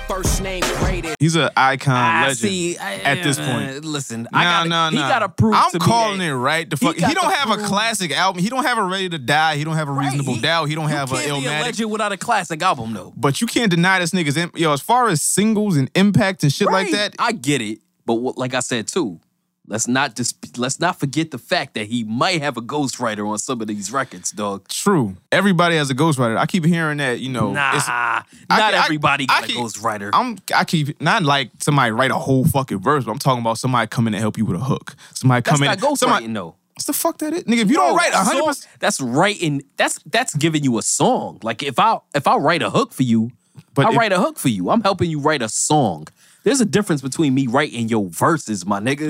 Speaker 16: first name greatest.
Speaker 6: He's an icon
Speaker 7: I
Speaker 6: legend
Speaker 7: see, I-
Speaker 6: at this point.
Speaker 7: uh, listen,
Speaker 6: nah,
Speaker 7: I gotta-
Speaker 6: nah,
Speaker 7: he
Speaker 6: nah.
Speaker 7: gotta prove
Speaker 6: I'm
Speaker 7: to me
Speaker 6: calling
Speaker 7: that
Speaker 6: it right. The
Speaker 7: he
Speaker 6: fuck, he,
Speaker 7: got
Speaker 6: don't
Speaker 7: to
Speaker 6: have a
Speaker 7: prove-
Speaker 6: classic album. He don't have a Ready to Die. He don't have a Reasonable Doubt. He don't
Speaker 7: You
Speaker 6: have
Speaker 7: can't be a
Speaker 6: Illmatic.
Speaker 7: legend without a classic album though.
Speaker 6: But you can't deny this nigga's imp- yo. As far as singles and impact and shit like
Speaker 7: Right.
Speaker 6: that,
Speaker 7: I get it, but what, like I said too, let's not disp- let's not forget the fact that he might have a ghostwriter on some of these records, dog.
Speaker 6: true. Everybody has a ghostwriter. I keep hearing that. You know,
Speaker 7: nah,
Speaker 6: it's-
Speaker 7: not
Speaker 6: I-
Speaker 7: everybody got a
Speaker 6: keep-
Speaker 7: ghostwriter.
Speaker 6: I'm I keep not like somebody write a whole fucking verse, but I'm talking about somebody coming to help you with a hook. Somebody
Speaker 7: that's
Speaker 6: coming.
Speaker 7: not ghostwriting
Speaker 6: somebody,
Speaker 7: though.
Speaker 6: What the fuck that is, nigga? If you
Speaker 7: No,
Speaker 6: don't write
Speaker 7: that's
Speaker 6: hundred
Speaker 7: song-
Speaker 6: percent.
Speaker 7: that's writing. That's that's giving you a song. Like if I if I write a hook for you,
Speaker 6: But
Speaker 7: I
Speaker 6: if-
Speaker 7: write a hook for you. I'm helping you write a song. There's a difference between me writing your verses, my nigga.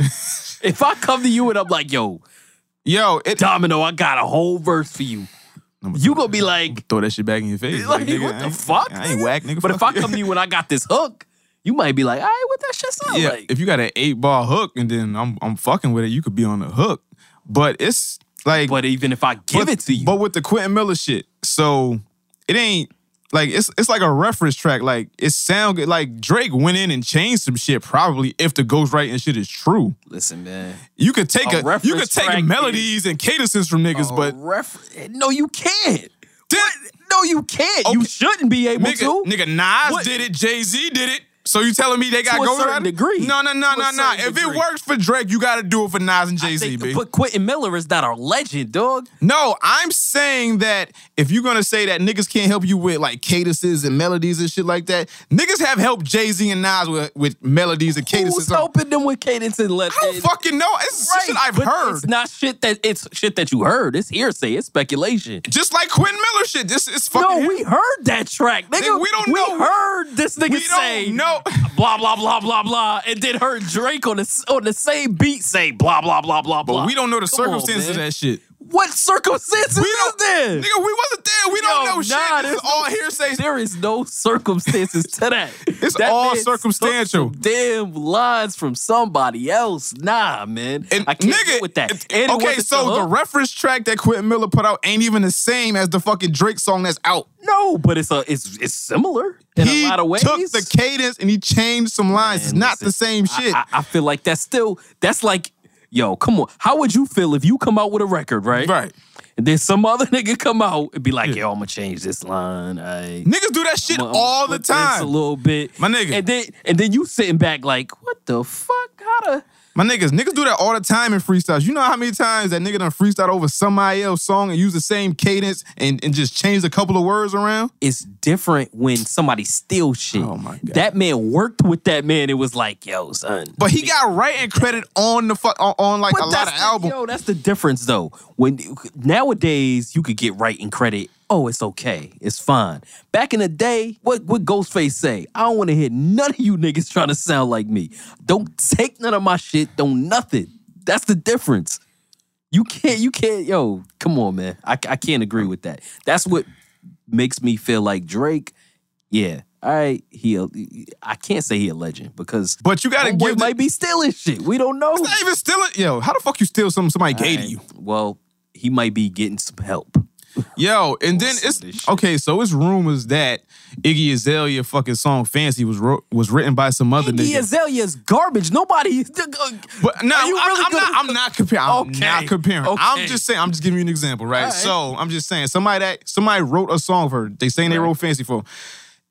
Speaker 7: if I come to you and I'm like, yo,
Speaker 6: yo, it,
Speaker 7: Domino, I got a whole verse for you. You gonna be like,
Speaker 6: throw that shit back in your face.
Speaker 7: Like,
Speaker 6: nigga,
Speaker 7: what
Speaker 6: I
Speaker 7: the
Speaker 6: ain't-
Speaker 7: fuck?
Speaker 6: I ain't whack, nigga.
Speaker 7: But if I
Speaker 6: fuck you.
Speaker 7: come to you and I got this hook, you might be like, all right, what that shit sound
Speaker 6: yeah,
Speaker 7: like?
Speaker 6: if you got an eight ball hook and then I'm I'm fucking with it, you could be on the hook. But it's like,
Speaker 7: but even if I give
Speaker 6: it to you, but with the Quentin Miller shit, so it ain't Like it's it's like a reference track. Like it sound good. Like Drake went in and changed some shit. Probably if the ghostwriting shit is true.
Speaker 7: Listen, man.
Speaker 6: You could take
Speaker 7: A
Speaker 6: a, you could
Speaker 7: reference track
Speaker 6: take melodies and cadences from niggas,
Speaker 7: A
Speaker 6: but
Speaker 7: refer- no, you can't. What? No, you can't. You shouldn't be able
Speaker 6: nigga,
Speaker 7: to.
Speaker 6: Nigga, Nas
Speaker 7: What?
Speaker 6: did it. Jay Z did it. So you telling me they got
Speaker 7: To a
Speaker 6: ghostwriting?
Speaker 7: certain degree.
Speaker 6: No, no, no,
Speaker 7: To a
Speaker 6: no, no.
Speaker 7: certain
Speaker 6: If
Speaker 7: degree.
Speaker 6: it works for Drake, you got to do it for Nas and Jay Z,
Speaker 7: think-
Speaker 6: b.
Speaker 7: but Quentin Miller is not a legend, dog.
Speaker 6: No, I'm saying that if you're gonna say that niggas can't help you with like cadences and melodies and shit like that, niggas have helped Jay Z and Nas with, with melodies and cadences.
Speaker 7: Who's helping them with cadence and let?
Speaker 6: I don't fucking know. It's shit I've
Speaker 7: but
Speaker 6: heard.
Speaker 7: It's not shit that it's shit that you heard. It's hearsay. It's speculation.
Speaker 6: Just like Quentin Miller shit. This is
Speaker 7: No,
Speaker 6: fucking.
Speaker 7: we heard that track, nigga.
Speaker 6: Nigga, we don't know.
Speaker 7: heard this nigga
Speaker 6: We don't
Speaker 7: say
Speaker 6: know.
Speaker 7: blah blah blah blah blah, and then heard Drake on the s- on the same beat say blah blah blah blah
Speaker 6: But
Speaker 7: blah.
Speaker 6: we don't know the
Speaker 7: Come on,
Speaker 6: circumstances of
Speaker 7: man.
Speaker 6: that shit.
Speaker 7: What circumstances is there?
Speaker 6: Nigga, we wasn't there. We don't
Speaker 7: Yo,
Speaker 6: know shit.
Speaker 7: nah,
Speaker 6: This
Speaker 7: there's
Speaker 6: is all
Speaker 7: no-
Speaker 6: hearsay.
Speaker 7: There is no circumstances to that.
Speaker 6: It's
Speaker 7: That
Speaker 6: all
Speaker 7: man took
Speaker 6: circumstantial.
Speaker 7: some Damn lines from somebody else. Nah, man. I can't
Speaker 6: nigga,
Speaker 7: get with that. And it
Speaker 6: okay,
Speaker 7: wasn't
Speaker 6: so the,
Speaker 7: hook.
Speaker 6: reference track that Quentin Miller put out ain't even the same as the fucking Drake song that's out.
Speaker 7: no, but it's a it's it's similar in
Speaker 6: he
Speaker 7: a lot of ways.
Speaker 6: took the cadence and he changed some lines. it's not the same
Speaker 7: I-
Speaker 6: shit.
Speaker 7: I, I feel like that's still that's like, yo, come on. How would you feel if you come out with a record, right?
Speaker 6: Right.
Speaker 7: And then some other nigga come out and be like, yo, I'm gonna change this line. I
Speaker 6: Niggas do that shit all the
Speaker 7: a
Speaker 6: time.
Speaker 7: little bit.
Speaker 6: My nigga.
Speaker 7: And then and then you sitting back like, what the fuck? How the
Speaker 6: My niggas, niggas do that all the time in freestyles. You know how many times that nigga done freestyle over somebody else's song and use the same cadence and, and just change a couple of words around?
Speaker 7: it's different when somebody steals shit. Oh my god. That man worked with that man. It was like, yo, son.
Speaker 6: But he got writing credit on the fuck on, on like a lot of
Speaker 7: that's the-
Speaker 6: albums.
Speaker 7: Yo, that's the difference though. When nowadays you could get writing credit. Oh, it's okay. It's fine. Back in the day, what what Ghostface say? I don't want to hear none of you niggas trying to sound like me. Don't take none of my shit. Don't nothing. That's the difference. You can't. You can't. Yo, come on, man. I I can't agree with that. That's what makes me feel like Drake. Yeah. All right, he. a- I can't say he a legend because,
Speaker 6: But you gotta
Speaker 7: homeboy
Speaker 6: give the-
Speaker 7: might be stealing shit. We don't know.
Speaker 6: It's not even still it. Yo, how the fuck you steal something somebody gave to you?
Speaker 7: Well, he might be getting some help.
Speaker 6: Yo, and then
Speaker 7: some of this
Speaker 6: it's okay. So it's rumors that Iggy Azalea fucking song "Fancy" was wrote was written by some other
Speaker 7: The
Speaker 6: nigga.
Speaker 7: Azalea is garbage. Nobody. uh,
Speaker 6: But no,
Speaker 7: Are you
Speaker 6: I'm,
Speaker 7: really
Speaker 6: I'm
Speaker 7: gonna-
Speaker 6: not. I'm not comparing. I'm
Speaker 7: Okay.
Speaker 6: not comparing. I'm
Speaker 7: Okay.
Speaker 6: just saying. I'm just giving you an example, right?
Speaker 7: All right.
Speaker 6: So I'm just saying somebody that somebody wrote a song for. her. They saying they wrote "Fancy" for. her.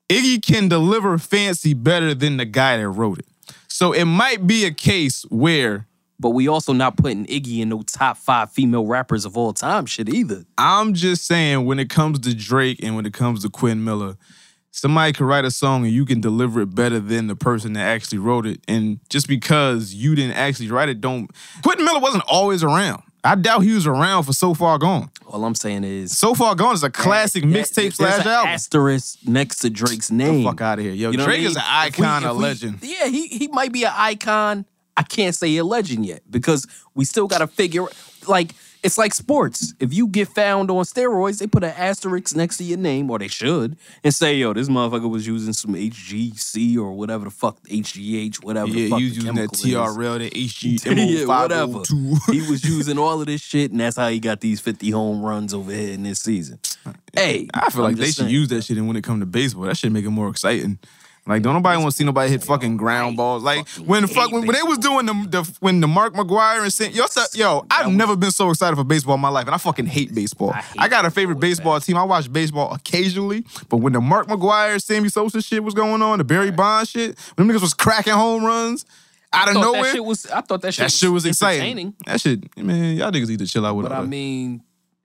Speaker 6: Iggy can deliver "Fancy" better than the guy that wrote it. So it might be a case where
Speaker 7: But we also not putting Iggy in no top five female rappers of all time shit either.
Speaker 6: I'm just saying when it comes to Drake and when it comes to Quinn Miller, somebody could write a song and you can deliver it better than the person that actually wrote it. And just because you didn't actually write it, don't Quentin Miller wasn't always around. I doubt he was around for So Far Gone.
Speaker 7: All I'm saying is
Speaker 6: So Far Gone is a classic
Speaker 7: that-
Speaker 6: mixtape
Speaker 7: there's
Speaker 6: slash
Speaker 7: an
Speaker 6: album.
Speaker 7: Asterisk next to Drake's name.
Speaker 6: fuck outta here. Yo,
Speaker 7: You know what
Speaker 6: Drake
Speaker 7: I mean?
Speaker 6: is an
Speaker 7: If we-
Speaker 6: icon,
Speaker 7: if
Speaker 6: a
Speaker 7: we-
Speaker 6: legend.
Speaker 7: Yeah, he he might be an icon. I can't say he a legend yet because we still got to figure. Like it's like sports. If you get found on steroids, they put an asterisk next to your name, or they should, and say, "Yo, this motherfucker was using some HGC or whatever the fuck, HGH, whatever." the
Speaker 6: yeah,
Speaker 7: fuck
Speaker 6: you
Speaker 7: the
Speaker 6: using that
Speaker 7: chemical is."
Speaker 6: TRL, that
Speaker 7: Yeah, whatever.
Speaker 6: HGM502.
Speaker 7: he was using all of this shit, and that's how he got these 50 home runs over here in this season. Hey,
Speaker 6: I feel
Speaker 7: I'm
Speaker 6: like they
Speaker 7: just
Speaker 6: should
Speaker 7: saying.
Speaker 6: use that shit and when it comes to baseball. That should make it more exciting. Like, don't nobody want to see nobody hit fucking ground balls. Like when the fuck when, when they was doing the, the when the Mark McGuire and Sam, yo, so- yo, I've never been so excited for baseball in my life, and I fucking hate baseball. I, got a favorite baseball team. I watch baseball occasionally, but when the Mark McGuire, Sammy Sosa shit was going on, the Barry Bonds shit, when them niggas was cracking home runs out
Speaker 7: I
Speaker 6: of
Speaker 7: thought
Speaker 6: nowhere,
Speaker 7: That shit was, I thought that shit,
Speaker 6: that shit was
Speaker 7: entertaining,
Speaker 6: exciting. That shit, man, y'all niggas need to chill out with
Speaker 7: But
Speaker 6: all
Speaker 7: I
Speaker 6: that.
Speaker 7: mean,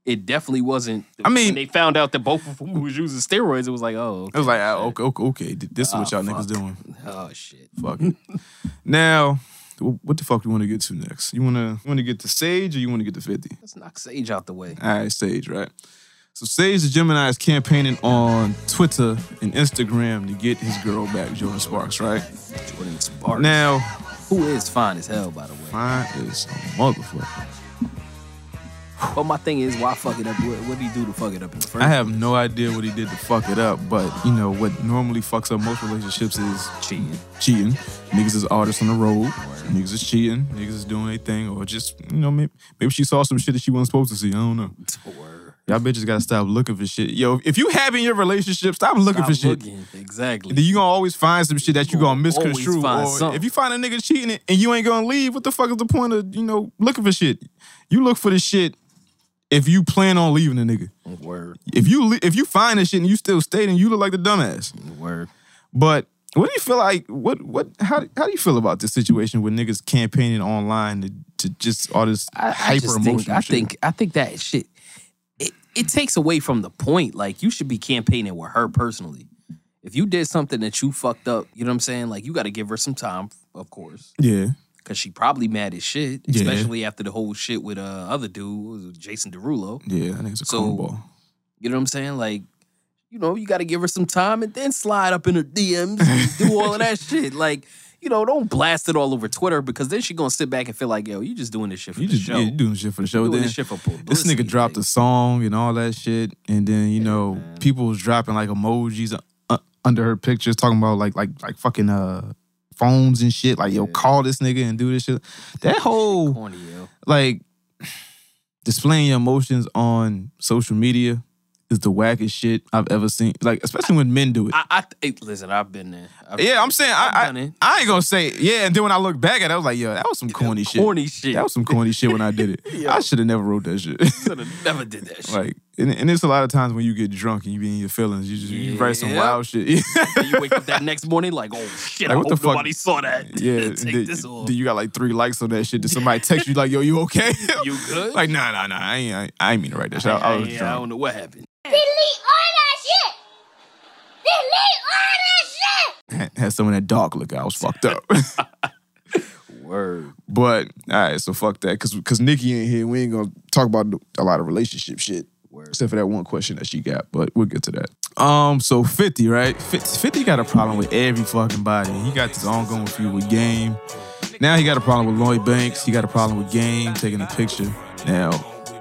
Speaker 7: it definitely wasn't.
Speaker 6: I mean-
Speaker 7: when they found out that both of them was using steroids, it was like, oh,
Speaker 6: It was like, ah, okay, okay, okay, this is
Speaker 7: Ah,
Speaker 6: what y'all niggas doing.
Speaker 7: oh shit.
Speaker 6: Fuck it. now, wh- what the fuck you want to get to next? You wanna you wanna get to Sage or you wanna get to 50?
Speaker 7: Let's knock Sage out the way.
Speaker 6: All right, Sage, right? So Sage the Gemini is campaigning on Twitter and Instagram to get his girl back, Jordan Sparks, right?
Speaker 7: Jordan Sparks.
Speaker 6: Now,
Speaker 7: who is fine as hell, by the way?
Speaker 6: Fine as a motherfucker.
Speaker 7: But my thing is, why fuck it up? What what did he do to fuck it up in the first?
Speaker 6: I have no idea what he did to fuck it up, but you know what normally fucks up most relationships is
Speaker 7: cheating.
Speaker 6: Cheating. Niggas is artists on the road. Niggas is cheating. Niggas is doing their thing, or just you know maybe maybe she saw some shit that she wasn't supposed to see. I don't know.
Speaker 7: place? Or-
Speaker 6: Y'all bitches gotta stop looking for shit. Yo, if you have in your relationship, stop looking for shit.
Speaker 7: Exactly.
Speaker 6: Then you gonna always find some shit that you gonna
Speaker 7: always
Speaker 6: misconstrue.
Speaker 7: find
Speaker 6: Or
Speaker 7: something.
Speaker 6: if you find a nigga cheating and you ain't gonna leave, what the fuck is the point of you know looking for shit? You look for the shit if you plan on leaving a nigga.
Speaker 7: Word.
Speaker 6: If you li- if you find this shit and you still stay, then you look like the dumbass.
Speaker 7: Word.
Speaker 6: But what do you feel like? What what? How how do you feel about this situation with niggas campaigning online to, to just all this
Speaker 7: I
Speaker 6: hyper
Speaker 7: just
Speaker 6: emotional?
Speaker 7: think, I
Speaker 6: shit?
Speaker 7: think I think that shit it, it takes away from the point. Like you should be campaigning with her personally. If you did something that you fucked up, you know what I'm saying? Like you got to give her some time, of course,
Speaker 6: yeah.
Speaker 7: because she probably mad as shit,
Speaker 6: Yeah.
Speaker 7: especially after the whole shit with uh other dude, what was it, Jason Derulo.
Speaker 6: Yeah, that nigga's a
Speaker 7: So,
Speaker 6: cornball.
Speaker 7: You know what I'm saying? Like, you know, you got to give her some time and then slide up in her DMs and do all of that shit. Like, you know, don't blast it all over Twitter because then she gonna sit back and feel like, yo, you just doing this shit for
Speaker 6: You
Speaker 7: the
Speaker 6: just
Speaker 7: show.
Speaker 6: yeah, you doing shit for the show.
Speaker 7: Doing
Speaker 6: then
Speaker 7: this shit for
Speaker 6: this nigga dropped a song and all that shit, and then you know people was dropping like emojis uh, under her pictures, talking about like like like fucking uh phones and shit. Like yo, call this nigga and do this shit. That whole like displaying your emotions on social media is the wackest shit I've ever seen. Like especially when men do it.
Speaker 7: I, I hey, listen, I've been there. I've,
Speaker 6: yeah, I'm saying I, I, I ain't gonna say yeah. And then when I look back at it, I was like, yo, that was some corny shit.
Speaker 7: corny shit.
Speaker 6: That was some corny shit when I did it. I should have never wrote that shit.
Speaker 7: Shoulda never did that shit.
Speaker 6: like, and, and it's a lot of times when you get drunk and you be in your feelings, you just you write some
Speaker 7: Yeah.
Speaker 6: wild shit.
Speaker 7: you wake up that next morning like, oh shit,
Speaker 6: Like,
Speaker 7: I
Speaker 6: what the
Speaker 7: hope
Speaker 6: fuck?
Speaker 7: nobody saw that.
Speaker 6: yeah, and
Speaker 7: take
Speaker 6: then,
Speaker 7: this off.
Speaker 6: then you got like three likes on that shit. Did somebody text you like, yo, you okay?
Speaker 7: you good?
Speaker 6: like, nah, nah, nah. I ain't, I, ain't- I ain't mean to write that shit. I, I was
Speaker 7: Yeah, I
Speaker 6: drunk.
Speaker 7: don't know what happened.
Speaker 17: Delete all that shit. Delete all that shit.
Speaker 6: Had- Had some of that dark look. I was fucked up.
Speaker 7: Word.
Speaker 6: But all right, so fuck that, cause cause Nikki ain't here. We ain't gonna talk about a lot of relationship shit, except for that one question that she got. But we'll get to that. Um, so Fifty, right? Fifty, 50 got a problem with every fucking body. He got this ongoing feud with Game. Now he got a problem with Lloyd Banks. He got a problem with Game taking a picture. Now,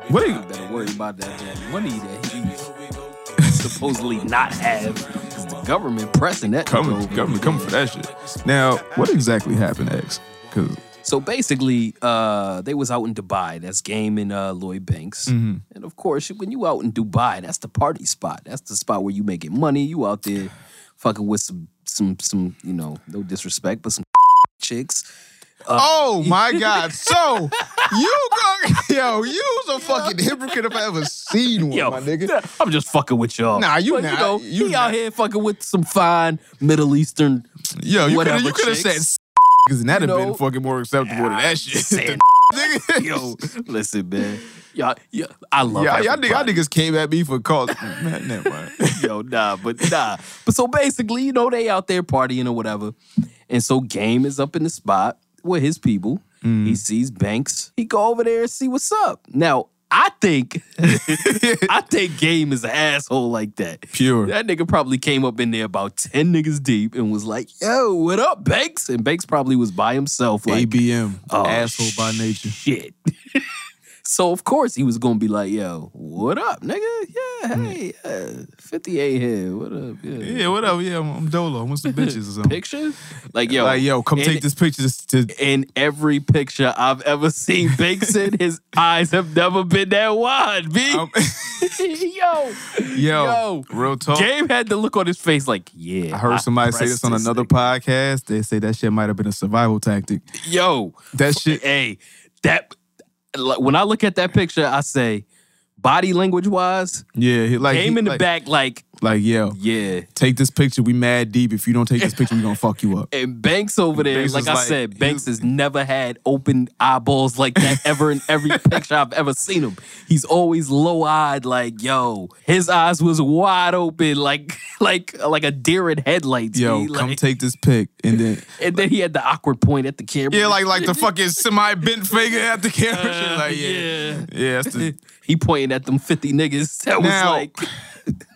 Speaker 6: what? Are you,
Speaker 7: Better worry about that, that money that he supposedly not have. 'cause The government pressing that.
Speaker 6: coming,
Speaker 7: nigga.
Speaker 6: coming, coming for that shit. Now, what exactly happened, X? Cause
Speaker 7: So basically, uh, they was out in Dubai. That's Game and uh, Lloyd Banks.
Speaker 6: Mhm.
Speaker 7: And of course, when you out in Dubai, that's the party spot. That's the spot where you making money. You out there fucking with some some some you know no disrespect, but some chicks. Uh,
Speaker 6: oh my God! So you go, yo, you was a fucking hypocrite if I ever seen one, my nigga.
Speaker 7: I'm just fucking with y'all.
Speaker 6: Nah, you
Speaker 7: But,
Speaker 6: not.
Speaker 7: You know,
Speaker 6: You
Speaker 7: he
Speaker 6: not.
Speaker 7: out here fucking with some fine Middle Eastern.
Speaker 6: Yo, you coulda-
Speaker 7: whatever
Speaker 6: you coulda
Speaker 7: chicks.
Speaker 6: said Because that'd have
Speaker 7: You
Speaker 6: been
Speaker 7: know?
Speaker 6: fucking more acceptable than that shit.
Speaker 7: Yo, listen, man. Y'all, yeah, I love
Speaker 6: Y'all, y'all,
Speaker 7: everybody.
Speaker 6: nigg- y'all niggas came at me for calls. Man, never mind.
Speaker 7: Yo, nah, but nah. But so basically, you know, they out there partying or whatever. And so Game is up in the spot with his people.
Speaker 6: Mm.
Speaker 7: He sees Banks. He go over there and see what's up. Now, I think I think Game is an asshole like that.
Speaker 6: Pure.
Speaker 7: That nigga probably came up in there about 10 niggas deep and was like, yo, what up, Banks? And Banks probably was by himself. Like,
Speaker 6: ABM,
Speaker 7: Oh,
Speaker 6: asshole by nature.
Speaker 7: Shit. so of course he was gonna be like, yo, what up, nigga? Yeah, hey, yeah, 58 here. What up?
Speaker 6: Hmm. Yeah, whatever. Yeah, I'm, I'm Dolo. I'm with some bitches or something.
Speaker 7: Picture? Like, yo.
Speaker 6: Like, yo, come
Speaker 7: in-
Speaker 6: take this picture. To,
Speaker 7: In every picture I've ever seen Banks in, his eyes have never been that wide, B.
Speaker 6: Um,
Speaker 7: yo.
Speaker 6: yo, real talk.
Speaker 7: Gabe had the look on his face like, yeah.
Speaker 6: I heard somebody say
Speaker 7: pressed
Speaker 6: this on
Speaker 7: this
Speaker 6: another podcast. They say that shit might have been a survival tactic.
Speaker 7: Yo,
Speaker 6: that shit.
Speaker 7: Hey, that like, when I look at that picture, I say, body language wise,
Speaker 6: Yeah, he, like
Speaker 7: came
Speaker 6: he-
Speaker 7: in the
Speaker 6: like-
Speaker 7: back like,
Speaker 6: Like yo,
Speaker 7: yeah,
Speaker 6: take this picture. We mad deep. If you don't take this picture, we gonna fuck you up.
Speaker 7: and Banks over there.
Speaker 6: Banks
Speaker 7: like
Speaker 6: is
Speaker 7: I
Speaker 6: like-
Speaker 7: said, Banks has never had open eyeballs like that ever in every picture I've ever seen him. He's always low eyed, like yo, his eyes was wide open, like like like a deer in headlights.
Speaker 6: Yo,
Speaker 7: B, like-
Speaker 6: come take this pic, and then
Speaker 7: and then he had the awkward point at the camera.
Speaker 6: Yeah, like like the fucking semi bent figure at the camera.
Speaker 7: Uh,
Speaker 6: shit. Like yeah, yeah. that's the-
Speaker 7: he pointed at them fifty niggas. That
Speaker 6: Now-
Speaker 7: was like,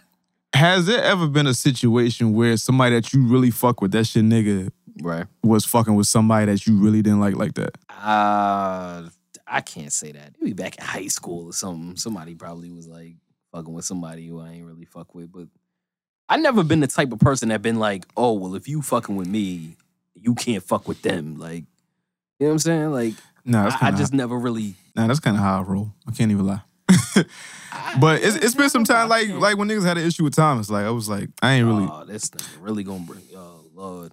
Speaker 6: Has there ever been a situation where somebody that you really fuck with, that shit nigga,
Speaker 7: right,
Speaker 6: was fucking with somebody that you really didn't like like that?
Speaker 7: uh, I can't say that. Maybe back in high school or something. Somebody probably was like fucking with somebody who I ain't really fuck with. But I never been the type of person that been like, oh well, if you fucking with me, you can't fuck with them. Like, you know what I'm saying? Like,
Speaker 6: Nah, that's
Speaker 7: I, I
Speaker 6: kinda
Speaker 7: just never really.
Speaker 6: Nah, that's kind of how I roll. I can't even lie. but it's, it's been some time like like when niggas had an issue with Thomas. Like I was like, I ain't really.
Speaker 7: Oh, this nigga really gonna bring. Oh Lord.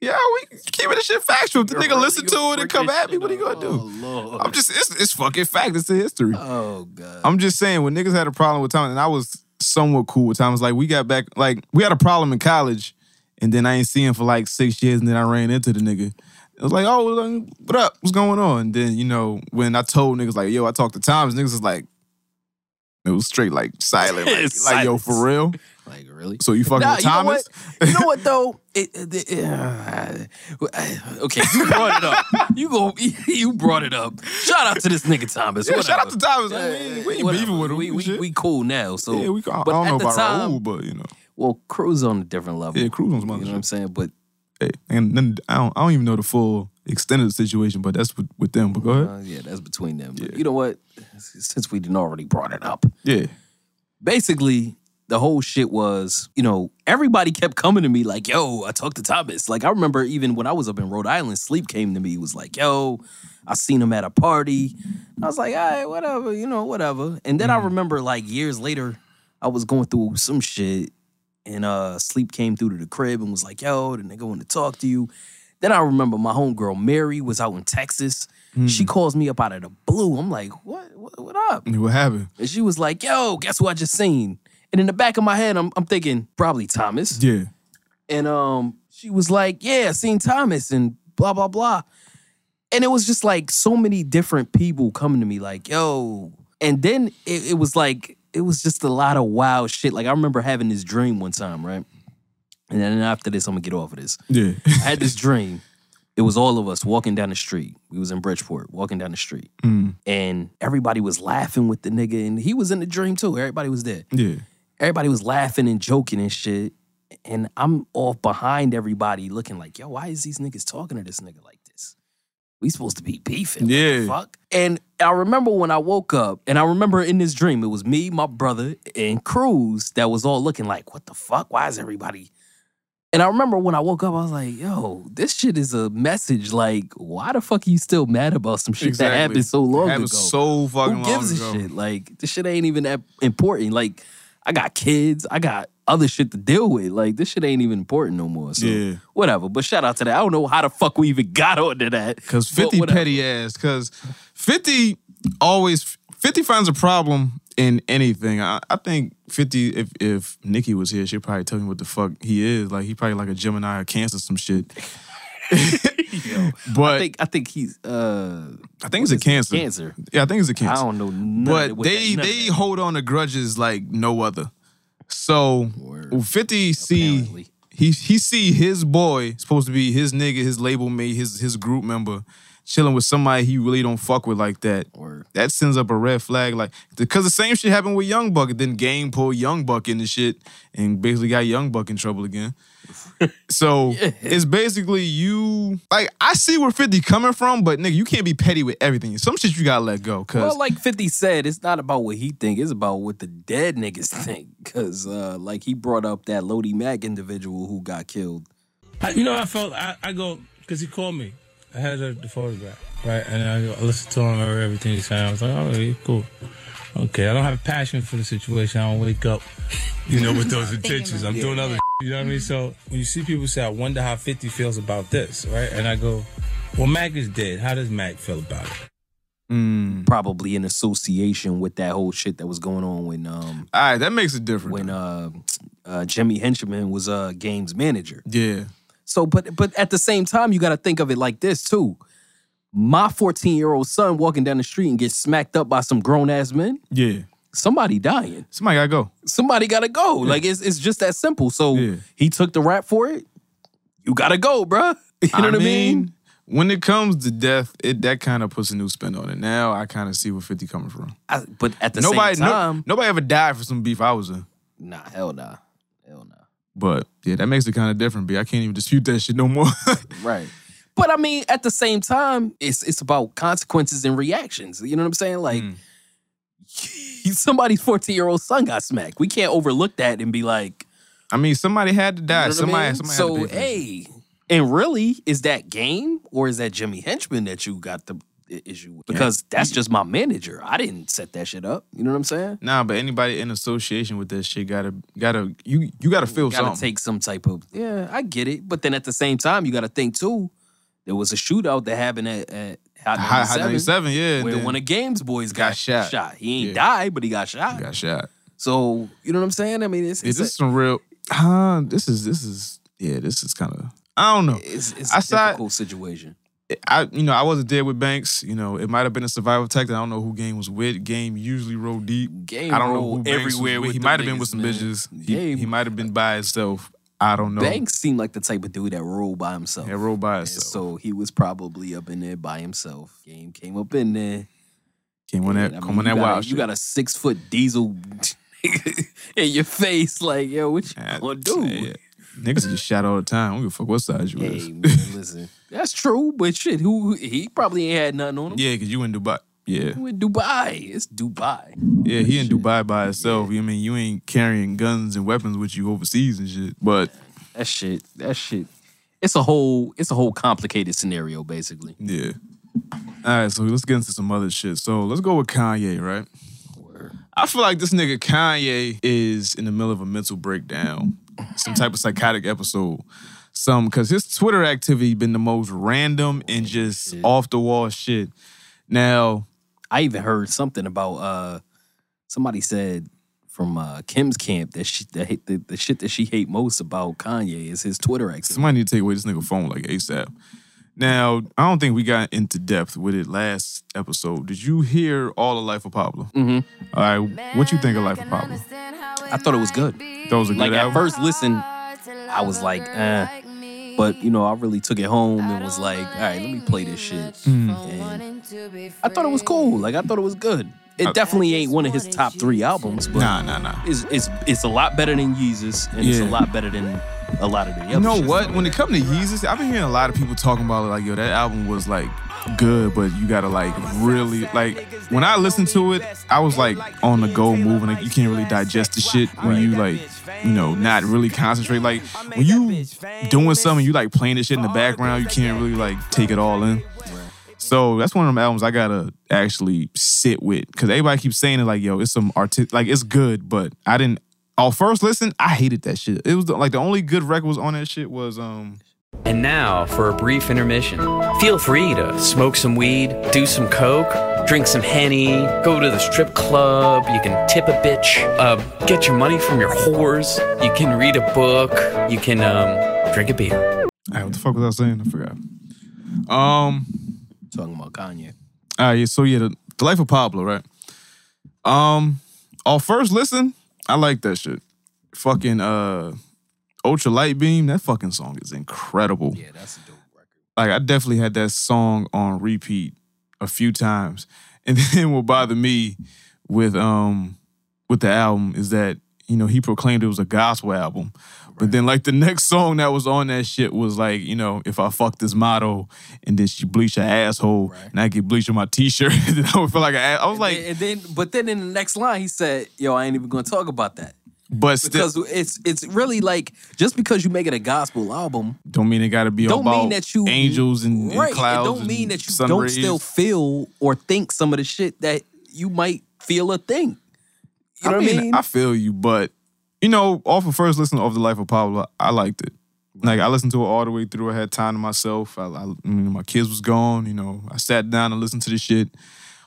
Speaker 6: yeah, we keeping this shit factual. If the nigga listen to it and come at me, what he gonna do? I'm just it's it's fucking fact. It's the history.
Speaker 7: Oh god.
Speaker 6: I'm just saying when niggas had a problem with Thomas, and I was somewhat cool with Thomas. Like we got back, like we had a problem in college, and then I ain't seen him for like six years, and then I ran into the nigga. It was like, oh, like, what up? What's going on? And then you know when I told niggas like, yo, I talked to Thomas, niggas was like, it was straight like silent, like,
Speaker 7: It's
Speaker 6: like, yo, for real.
Speaker 7: Like really?
Speaker 6: So you fucking
Speaker 7: Nah,
Speaker 6: with
Speaker 7: you know
Speaker 6: Thomas?
Speaker 7: what? You know what though? It, it- it- uh, okay, you brought it up. You go. You brought it up. Shout out to this nigga Thomas.
Speaker 6: Yeah,
Speaker 7: whatever.
Speaker 6: shout out to Thomas. Like, we ain't- we ain't
Speaker 7: whatever.
Speaker 6: beefing with him.
Speaker 7: We, we, we cool now. So
Speaker 6: Yeah, we- I- I
Speaker 7: but
Speaker 6: don't
Speaker 7: at
Speaker 6: know
Speaker 7: the
Speaker 6: about
Speaker 7: time,
Speaker 6: Raul, but you know.
Speaker 7: Well, Cruz on a different level.
Speaker 6: Yeah, Cruz on
Speaker 7: You know what I'm saying? But
Speaker 6: Hey, and then I don't, I don't even know the full extent of the situation, but that's with, with them. But go ahead.
Speaker 7: uh, yeah, that's between them. But you know what? Since we didn't already brought it up,
Speaker 6: Yeah.
Speaker 7: basically the whole shit was, you know, everybody kept coming to me like, yo, I talked to Thomas. Like I remember even when I was up in Rhode Island, Sleep came to me, he was like, yo, I seen him at a party. I was like, all right, whatever, you know, whatever. And then I remember like years later, I was going through some shit and uh Sleep came through to the crib and was like, yo, the nigga want to talk to you. Then I remember my homegirl Mary was out in Texas. She calls me up out of the blue. I'm like, what, what, what up?
Speaker 6: What happened?
Speaker 7: And she was like, yo, guess who I just seen? And in the back of my head, I'm, I'm thinking, probably Thomas.
Speaker 6: Yeah.
Speaker 7: And um, she was like, yeah, I seen Thomas and blah, blah, blah. And it was just like so many different people coming to me, like, yo. And then it, it was like, it was just a lot of wild shit. Like, I remember having this dream one time, right? And then after this, I'm gonna get off of this.
Speaker 6: Yeah.
Speaker 7: I had this dream. It was all of us walking down the street. We was in Bridgeport, walking down the street
Speaker 6: Mm.
Speaker 7: and everybody was laughing with the nigga, and he was in the dream too. Everybody was there.
Speaker 6: Yeah.
Speaker 7: Everybody was laughing and joking and shit. And I'm off behind everybody looking like, yo, why is these niggas talking to this nigga like this? We supposed to be beefing. Yeah. fuck? And I remember when I woke up, and I remember in this dream, it was me, my brother, and Cruz that was all looking like, what the fuck? Why is everybody? And I remember when I woke up, I was like, yo, this shit is a message. Like, why the fuck are you still mad about some shit that
Speaker 6: Exactly.
Speaker 7: happened so long
Speaker 6: Happened
Speaker 7: ago?
Speaker 6: so fucking
Speaker 7: Who gives
Speaker 6: long
Speaker 7: a
Speaker 6: ago.
Speaker 7: shit? Like, this shit ain't even that important. Like, I got kids, I got other shit to deal with. Like, this shit ain't even important no more. So,
Speaker 6: Yeah.
Speaker 7: whatever. But shout out to that. I don't know how the fuck we even got onto that.
Speaker 6: Because 50 petty ass. Because 50 always, 50 finds a problem in anything. I, I think 50, if if Nikki was here, she'd probably tell me what the fuck he is. Like, he probably like a Gemini or Cancer, some shit. but I think,
Speaker 7: I think he's, uh,
Speaker 6: I think he's a Cancer.
Speaker 7: Cancer.
Speaker 6: Yeah, I think he's a Cancer.
Speaker 7: I don't know. None of
Speaker 6: But
Speaker 7: what
Speaker 6: they
Speaker 7: that- none of
Speaker 6: they hold on to grudges like no other. So Fifty see he he see his boy supposed to be his nigga, his label mate, his his group member chilling with somebody he really don't fuck with like that. That sends up a red flag like because the same shit happened with Young Buck. Then Game pulled Young Buck into shit and basically got Young Buck in trouble again. So it's basically you like I see where 50 coming from, but nigga, you can't be petty with everything. Some shit you gotta let go. Cause
Speaker 7: Well, like 50 said, it's not about what he think, it's about what the dead niggas think. Cause uh, like he brought up that Lodi Mack individual who got killed.
Speaker 18: I, you know, I felt I, I go because he called me. I had the, the photograph, right? And I, I listened to him, I heard everything he said. I was like, all right, cool. Okay, I don't have passion for the situation. I don't wake up, you know, with those intentions. I'm doing other, you know what I mean? So when you see people say, I wonder how 50 feels about this, right? And I go, well, Mac is dead. How does Mac feel about it?
Speaker 6: Mm.
Speaker 7: Probably in association with that whole shit that was going on when um
Speaker 6: All right, that makes it different.
Speaker 7: When uh, uh Jimmy Henchman was uh games manager.
Speaker 6: Yeah.
Speaker 7: So but but at the same time you gotta think of it like this too. My 14 year old son walking down the street and gets smacked up by some grown ass men.
Speaker 6: Yeah.
Speaker 7: Somebody dying.
Speaker 6: Somebody gotta go.
Speaker 7: Somebody gotta go.
Speaker 6: Yeah.
Speaker 7: Like it's it's just that simple. So he took the rap for it. You gotta go, bruh. You know what I mean?
Speaker 6: When it comes to death, it that kind of puts a new spin on it. Now I kind of see where 50 coming from.
Speaker 7: I- but at the
Speaker 6: nobody,
Speaker 7: same
Speaker 6: no-
Speaker 7: time,
Speaker 6: nobody ever died for some beef I was in.
Speaker 7: nah, hell nah.
Speaker 6: But yeah, that makes it kind of different, B. I can't even dispute that shit no more.
Speaker 7: Right. But I mean, at the same time, it's it's about consequences and reactions. You know what I'm saying? Like
Speaker 6: Mm.
Speaker 7: somebody's 14 year old son got smacked. We can't overlook that and be like,
Speaker 6: I mean, somebody had to die. Somebody- somebody had to
Speaker 7: so
Speaker 6: pay for this.
Speaker 7: hey, and really, is that game or is that Jimmy Henchman that you got the i- issue with because that's just my manager. I didn't set that shit up. You know what I'm saying?
Speaker 6: Nah, but anybody in association with that shit gotta gotta you you gotta feel
Speaker 7: gotta
Speaker 6: something.
Speaker 7: take some type of yeah. I get it, but then at the same time, you got to think too. There was a shootout that happened at, at Hot
Speaker 6: Hot-
Speaker 7: 97,
Speaker 6: Hot 97, yeah, and
Speaker 7: where
Speaker 6: then-
Speaker 7: one of Games boys got, shot. He ain't died, but he got shot.
Speaker 6: got shot.
Speaker 7: So you know what I'm saying? I mean, it's, it's
Speaker 6: Is this
Speaker 7: a,
Speaker 6: some real? Uh, this is this is yeah. This is kind of I don't know.
Speaker 7: it's, it's
Speaker 6: I
Speaker 7: a
Speaker 6: saw-
Speaker 7: difficult situation.
Speaker 6: I you know I wasn't there with Banks. You know it might have been a survival tactic. I don't know who Game was with. Game usually roll deep.
Speaker 7: Game
Speaker 6: I
Speaker 7: roll
Speaker 6: don't know who Banks was
Speaker 7: everywhere with
Speaker 6: He
Speaker 7: them
Speaker 6: might have been
Speaker 7: niggas,
Speaker 6: with some
Speaker 7: man.
Speaker 6: bitches. He, he might have been by himself. I don't know.
Speaker 7: Banks seemed like the type of dude that rolled by himself. That
Speaker 6: rolled Oh. by
Speaker 7: himself. So he was probably up in there by himself. Game came up in there.
Speaker 6: Came on that.
Speaker 7: And, I mean,
Speaker 6: come on
Speaker 7: you
Speaker 6: that
Speaker 7: got a-
Speaker 6: wild.
Speaker 7: You got a six foot diesel in your face, like yo, what you gonna do?
Speaker 6: Niggas get shot all the time. I don't give a fuck what size you is.
Speaker 7: Hey man, listen, that's true, but shit, who he probably ain't had nothing on him.
Speaker 6: Yeah, because you in Dubai. Yeah.
Speaker 7: Who in Dubai? It's Dubai.
Speaker 6: Yeah, he in Dubai by himself. You mean you ain't carrying guns and weapons with you overseas and shit. But
Speaker 7: that shit, that shit. It's a whole, it's a whole complicated scenario, basically.
Speaker 6: Yeah. All right, so let's get into some other shit. So let's go with Kanye, right? I feel like this nigga Kanye is in the middle of a mental breakdown, some type of psychotic episode. Some because his Twitter activity been the most random and just off the wall shit. Now,
Speaker 7: I even heard something about uh somebody said from uh Kim's camp that she that hate, the, the shit that she hate most about Kanye is his Twitter activity.
Speaker 6: Somebody need to take away this nigga phone like ASAP. Now, I don't think we got into depth with it last episode. Did you hear all of Life of Pablo? Mm-hmm. All right, what you think of Life of Pablo?
Speaker 7: I thought it was good.
Speaker 6: That was a good
Speaker 7: like at
Speaker 6: album.
Speaker 7: first listen, I was like, eh. But you know, I really took it home and was like, all right, let me play this
Speaker 6: Mm.
Speaker 7: shit. And I thought it was cool. Like I thought it was good. It definitely ain't one of his top three albums, but
Speaker 6: Uh, Nah, nah, nah.
Speaker 7: It's it's it's a lot better than Yeezus, and it's a
Speaker 6: Yeah.
Speaker 7: lot better than a lot of the other.
Speaker 6: You know
Speaker 7: shit.
Speaker 6: what? When it comes to Yeezus, I've been hearing a lot of people talking about it like, yo, that album was like good, but you gotta like really like when I listened to it, I was like on the go moving. Like you can't really digest the shit when you like, you know, not really concentrate. Like when you doing something, you like playing this shit in the background, you can't really like take it all in. So that's one of them albums I gotta actually sit with because everybody keeps saying it like, yo, it's some artistic, like it's good, but I didn't. On first listen, I hated that shit. It was the, like the only good record was on that shit was um.
Speaker 19: And now for a brief intermission. Feel free to smoke some weed, do some coke, drink some henny, go to the strip club. You can tip a bitch, uh, get your money from your whores. You can read a book. You can um, drink a beer.
Speaker 6: All right, what the fuck was I saying? I forgot. Um,
Speaker 7: talking about Kanye.
Speaker 6: All right, so yeah, the, the life of Pablo, right? Um, on first listen, I like that shit. Fucking uh, Ultra Light Beam, that fucking song is incredible. Yeah,
Speaker 7: that's a dope
Speaker 6: record. Like I definitely had that song on repeat a few times, and then what bothered me with um with the album is that you know he proclaimed it was a gospel album. But then, like the next song that was on that shit was like, you know, if I fuck this model and then she bleach her asshole and I get bleach on my t-shirt, then I would feel like an ass. I was like,
Speaker 7: and then but then in the next line he said, "Yo, I ain't even going to talk about that."
Speaker 6: But
Speaker 7: because it's it's really like just because you make it a gospel album,
Speaker 6: don't mean it got to be
Speaker 7: Don't
Speaker 6: all
Speaker 7: mean
Speaker 6: about
Speaker 7: that you-
Speaker 6: angels and, and
Speaker 7: right? It
Speaker 6: clouds.
Speaker 7: don't
Speaker 6: and
Speaker 7: mean that you
Speaker 6: sun
Speaker 7: don't
Speaker 6: rays.
Speaker 7: still feel or think some of the shit that you might feel or think. You know
Speaker 6: I
Speaker 7: what I mean?
Speaker 6: I feel you, but you know, off of first listen of the life of Pablo, I liked it. Like I listened to it all the way through. I had time to myself. I, I, you know, my kids was gone. You know, I sat down and listened to this shit.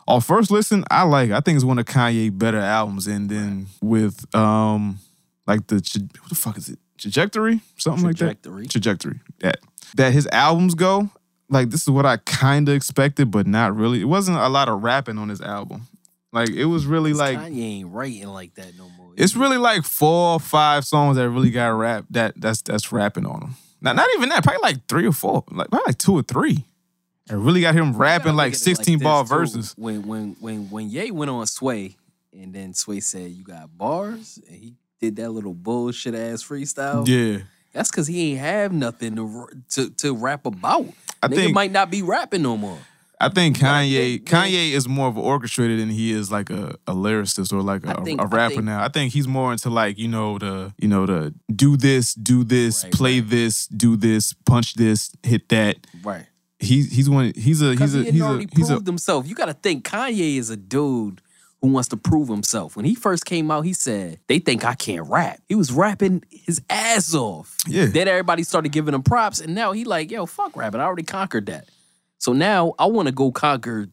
Speaker 6: On first listen, I like. it. I think it's one of Kanye better albums. And then with um, like the tra- what the fuck is it? Trajectory, something like that. Trajectory. That that his albums go. Like this is what I kind of expected, but not really. It wasn't a lot of rapping on his album. Like it was really like
Speaker 7: Kanye ain't writing like that no more.
Speaker 6: it's really like four or five songs that really got rap that that's that's rapping on them. Not not even that, probably like three or four, like probably like two or three. And really got him
Speaker 7: Look at it
Speaker 6: rapping like
Speaker 7: like
Speaker 6: sixteen ball
Speaker 7: this, too.
Speaker 6: verses.
Speaker 7: When when when when Ye went on Sway, and then Sway said, "You got bars," and he did that little bullshit ass freestyle.
Speaker 6: Yeah.
Speaker 7: That's because he ain't have nothing to r- to, to rap about.
Speaker 6: I
Speaker 7: Nigga
Speaker 6: think-
Speaker 7: might not be rapping no more.
Speaker 6: I think Kanye Kanye is more of an orchestrator than he is like a, a lyricist or like a,
Speaker 7: think-
Speaker 6: a
Speaker 7: I
Speaker 6: rapper
Speaker 7: think-
Speaker 6: now. I think he's more into like, you know, the you know, the do this, do this, play this, do this, punch this, hit that.
Speaker 7: Right.
Speaker 6: he's he's one he's a he's
Speaker 7: Because
Speaker 6: a
Speaker 7: he had
Speaker 6: he's a
Speaker 7: already
Speaker 6: he's a
Speaker 7: proved himself. You got to think Kanye is a dude who wants to prove himself. When he first came out, he said, "They think I can't rap." He was rapping his ass off.
Speaker 6: Yeah.
Speaker 7: Then everybody started giving him props, and now he like, "Yo, fuck rapping. I already conquered that." So now I want to go conquer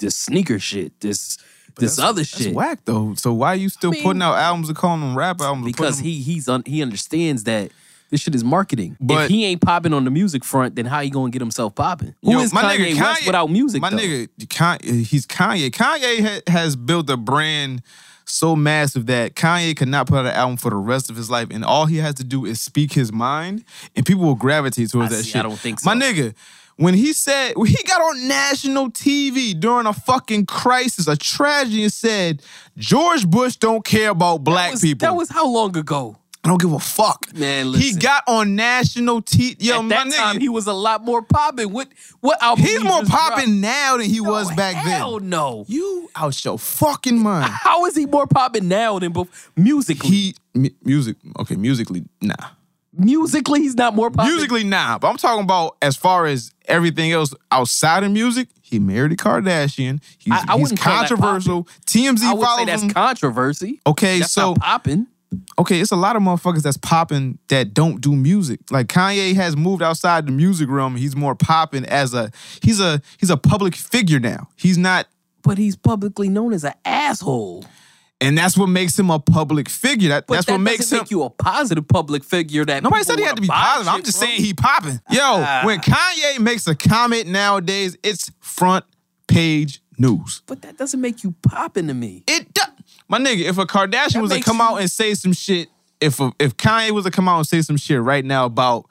Speaker 7: this sneaker shit, this this other
Speaker 6: that's
Speaker 7: shit.
Speaker 6: whack though. So why are you still
Speaker 7: I mean-
Speaker 6: putting out albums and calling them rap albums? and
Speaker 7: because
Speaker 6: putting
Speaker 7: he he's un, he understands that this shit is marketing.
Speaker 6: But-
Speaker 7: if he ain't popping on the music front, then how he gonna get himself popping?
Speaker 6: them-
Speaker 7: Who
Speaker 6: Yo,
Speaker 7: is Kanye, West without music?
Speaker 6: My
Speaker 7: though?
Speaker 6: nigga, Kanye, he's Kanye. Kanye ha- has built a brand so massive that Kanye could not put out an album for the rest of his life, and all he has to do is speak his mind, and people will gravitate towards
Speaker 7: I
Speaker 6: that
Speaker 7: see, I
Speaker 6: shit.
Speaker 7: don't think
Speaker 6: My nigga. When he said when he got on national TV during a fucking crisis, a tragedy, and said George Bush don't care about black people. That was
Speaker 7: how long ago?
Speaker 6: I don't give a fuck.
Speaker 7: Man,
Speaker 6: He got on national T. Yo,
Speaker 7: At
Speaker 6: my
Speaker 7: that
Speaker 6: nigga,
Speaker 7: time, he was a lot more popping. What what album?
Speaker 6: He's
Speaker 7: he
Speaker 6: more
Speaker 7: just dropped? Oh,
Speaker 6: popping now than he was back
Speaker 7: hell
Speaker 6: then.
Speaker 7: no.
Speaker 6: You out your fucking mind.
Speaker 7: How is he more popping now than before? Musically,
Speaker 6: he mu- music. Okay, musically, nah.
Speaker 7: Musically, he's not more popping.
Speaker 6: Musically, nah. But I'm talking about as far as everything else outside of music. He married a Kardashian. He's,
Speaker 7: I- I
Speaker 6: he's
Speaker 7: wouldn't call that
Speaker 6: controversial. TMZ
Speaker 7: I would
Speaker 6: follows
Speaker 7: say that's
Speaker 6: him.
Speaker 7: controversy.
Speaker 6: Okay,
Speaker 7: That's
Speaker 6: so
Speaker 7: not popping.
Speaker 6: Okay, it's a lot of motherfuckers that's popping that don't do music. Like Kanye has moved outside the music realm. He's more popping as a he's a he's a public figure now. He's not
Speaker 7: But he's publicly known as an asshole.
Speaker 6: and that's what makes him a public figure. That,
Speaker 7: But
Speaker 6: that's
Speaker 7: that
Speaker 6: what makes
Speaker 7: doesn't
Speaker 6: him
Speaker 7: make you a positive public figure. That
Speaker 6: Nobody
Speaker 7: people
Speaker 6: said he had
Speaker 7: wanna
Speaker 6: to be
Speaker 7: buy
Speaker 6: positive. I'm
Speaker 7: shit
Speaker 6: just
Speaker 7: from.
Speaker 6: saying he popping. Yo,
Speaker 7: Ah.
Speaker 6: when Kanye makes a comment nowadays, it's front page news.
Speaker 7: But that doesn't make you popping to me.
Speaker 6: It does. My nigga, if a Kardashian was to
Speaker 7: makes
Speaker 6: come out and say some shit, if a, if Kanye was to come out and say some shit right now about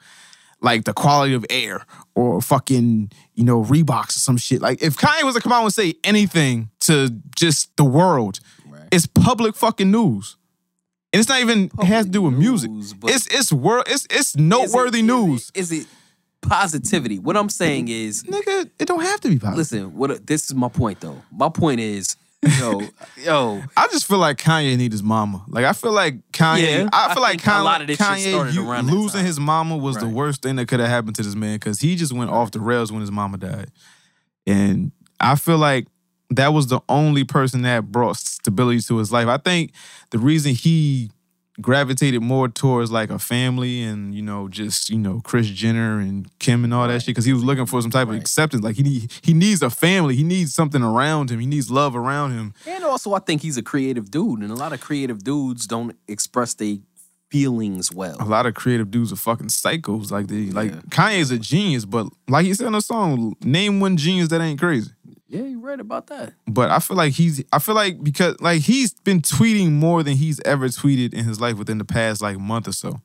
Speaker 6: like the quality of air or fucking, you know, Reeboks or some shit. Like if Kanye was to come out and say anything to just the world, it's public fucking news. And it's not even it has to do with music. It's it's world it's it's noteworthy news.
Speaker 7: Is it positivity? What I'm saying is,
Speaker 6: nigga, it don't have to be positive.
Speaker 7: Listen, what this is my point though. My point is, yo, yo,
Speaker 6: I just feel like Kanye need his mama. Like I feel like Kanye.
Speaker 7: Yeah,
Speaker 6: I feel
Speaker 7: I
Speaker 6: like
Speaker 7: think a
Speaker 6: Kanye.
Speaker 7: lot of this shit
Speaker 6: Kanye
Speaker 7: started
Speaker 6: you-
Speaker 7: around that
Speaker 6: losing his mama was the
Speaker 7: Right.
Speaker 6: worst thing that could have happened to this man because he just went off the rails when his mama died, and I feel like that was the only person that brought stability to his life. I think the reason he gravitated more towards like a family and you know just you know Chris Jenner and Kim and all that shit because he was looking for some type of acceptance. Like he need, he needs a family. He needs something around him. He needs love around him.
Speaker 7: and also I think he's a creative dude, and a lot of creative dudes don't express their feelings well.
Speaker 6: a lot of creative dudes are fucking psychos. Like they like Kanye's a genius, but like he said in the song, name one genius that ain't crazy.
Speaker 7: Yeah, you're right about that.
Speaker 6: But I feel like he's I feel like because like he's been tweeting more than he's ever tweeted in his life within the past like month or so.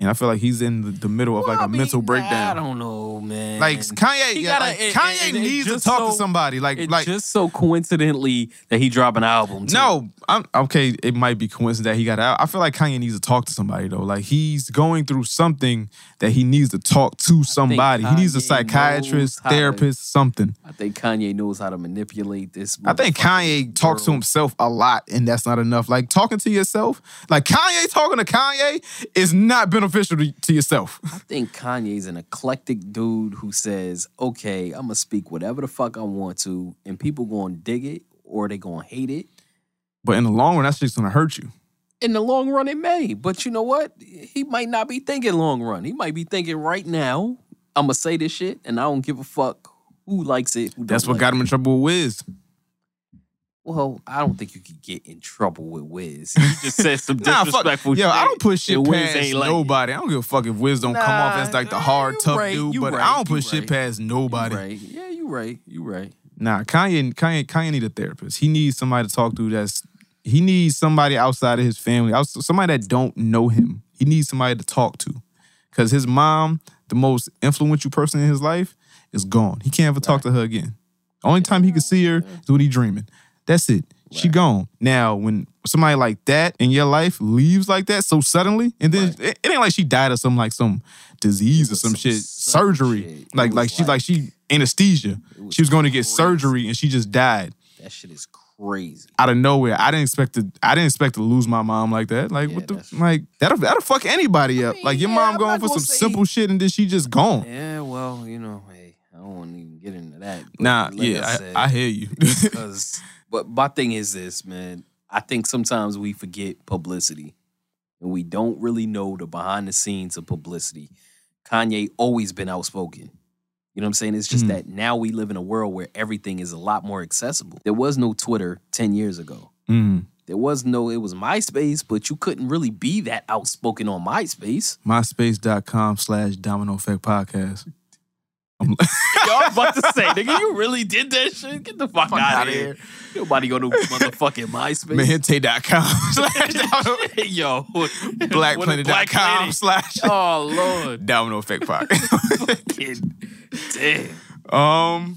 Speaker 6: And I feel like he's in the, the middle of like a mental
Speaker 7: I
Speaker 6: breakdown.
Speaker 7: don't know, man.
Speaker 6: Like Kanye,
Speaker 7: He
Speaker 6: yeah,
Speaker 7: gotta-
Speaker 6: like,
Speaker 7: it-
Speaker 6: Kanye
Speaker 7: it- it
Speaker 6: needs to
Speaker 7: just
Speaker 6: talk to
Speaker 7: so-
Speaker 6: somebody. Like,
Speaker 7: it
Speaker 6: like
Speaker 7: just so coincidentally that he drop an album. too.
Speaker 6: No, I'm okay. It might be coincidence that he got out. I feel like Kanye needs to talk to somebody though. Like he's going through something that he needs to talk to somebody. He needs a
Speaker 7: Kanye knows
Speaker 6: psychiatrist,
Speaker 7: how to-
Speaker 6: therapist, something.
Speaker 7: I think Kanye knows how to manipulate this.
Speaker 6: I think Kanye talks to himself a lot, and that's not enough. Like talking to yourself, like Kanye talking to Kanye is not beneficial to, to yourself.
Speaker 7: I think Kanye's an eclectic dude who says, "Okay, I'm gonna speak whatever the fuck I want to, and people gonna dig it or they gonna hate it.
Speaker 6: But in the long run, that's just gonna hurt you.
Speaker 7: In the long run, it may. But you know what? He might not be thinking long run. He might be thinking right now. I'm gonna say this shit, and I don't give a fuck who likes it. Who
Speaker 6: That's
Speaker 7: don't
Speaker 6: what got
Speaker 7: like
Speaker 6: him in trouble with Wiz.
Speaker 7: it. Well, I don't think you could get in trouble with Wiz. He just said some
Speaker 6: Nah, fuck.
Speaker 7: disrespectful
Speaker 6: Yo,
Speaker 7: shit.
Speaker 6: I don't put shit
Speaker 7: and Wiz
Speaker 6: past
Speaker 7: ain't like it.
Speaker 6: nobody. I don't give a fuck if Wiz don't come off as like the hard, tough
Speaker 7: right,
Speaker 6: dude.
Speaker 7: you
Speaker 6: But
Speaker 7: right,
Speaker 6: I don't
Speaker 7: you
Speaker 6: put shit
Speaker 7: right.
Speaker 6: past nobody.
Speaker 7: Right? Yeah, you right. You right.
Speaker 6: Nah, Kanye, Kanye, Kanye need a therapist. He needs somebody to talk to. That's he needs somebody outside of his family, outs- somebody that don't know him. He needs somebody to talk to, because his mom, the most influential person in his life, is gone. He can't ever talk to her again. Only time he can see her is when he dreaming. That's it. She gone. Now, when somebody like that in your life leaves like that so suddenly, and then it, it ain't like she died of some like some disease or some, shit, surgery. Like like she like she anesthesia. She was going to get surgery and she just died
Speaker 7: That shit is crazy.
Speaker 6: out of nowhere. I didn't expect to. I didn't expect to lose my mom like that. Like what the like that'll that'll fuck anybody up. like your mom going for some simple shit and then she just gone.
Speaker 7: Yeah, well, you know, hey, I don't even get into that. but
Speaker 6: Nah,
Speaker 7: like
Speaker 6: yeah, I-
Speaker 7: said,
Speaker 6: I hear you.
Speaker 7: 'cause- but my thing is this, man. I think sometimes we forget publicity, and we don't really know the behind the scenes of publicity. Kanye always been outspoken. You know what I'm saying? It's
Speaker 6: Mm.
Speaker 7: just
Speaker 19: Mhm.
Speaker 7: that now we live in a world where everything is a lot more accessible. There was no Twitter 10 years ago.
Speaker 6: Mm.
Speaker 7: There was no, it was MySpace, but you couldn't really be that outspoken on MySpace.
Speaker 6: Myspace.com slash domino effect podcast.
Speaker 7: Yo, I'm about to say, nigga, you really did that shit? Get the fuck, out
Speaker 6: outta
Speaker 7: of here. Nobody go to motherfucking MySpace. Mente.com. Yo.
Speaker 6: Blackplanet.com slash
Speaker 7: Oh, Lord.
Speaker 6: domino effect podcast. Damn. Um,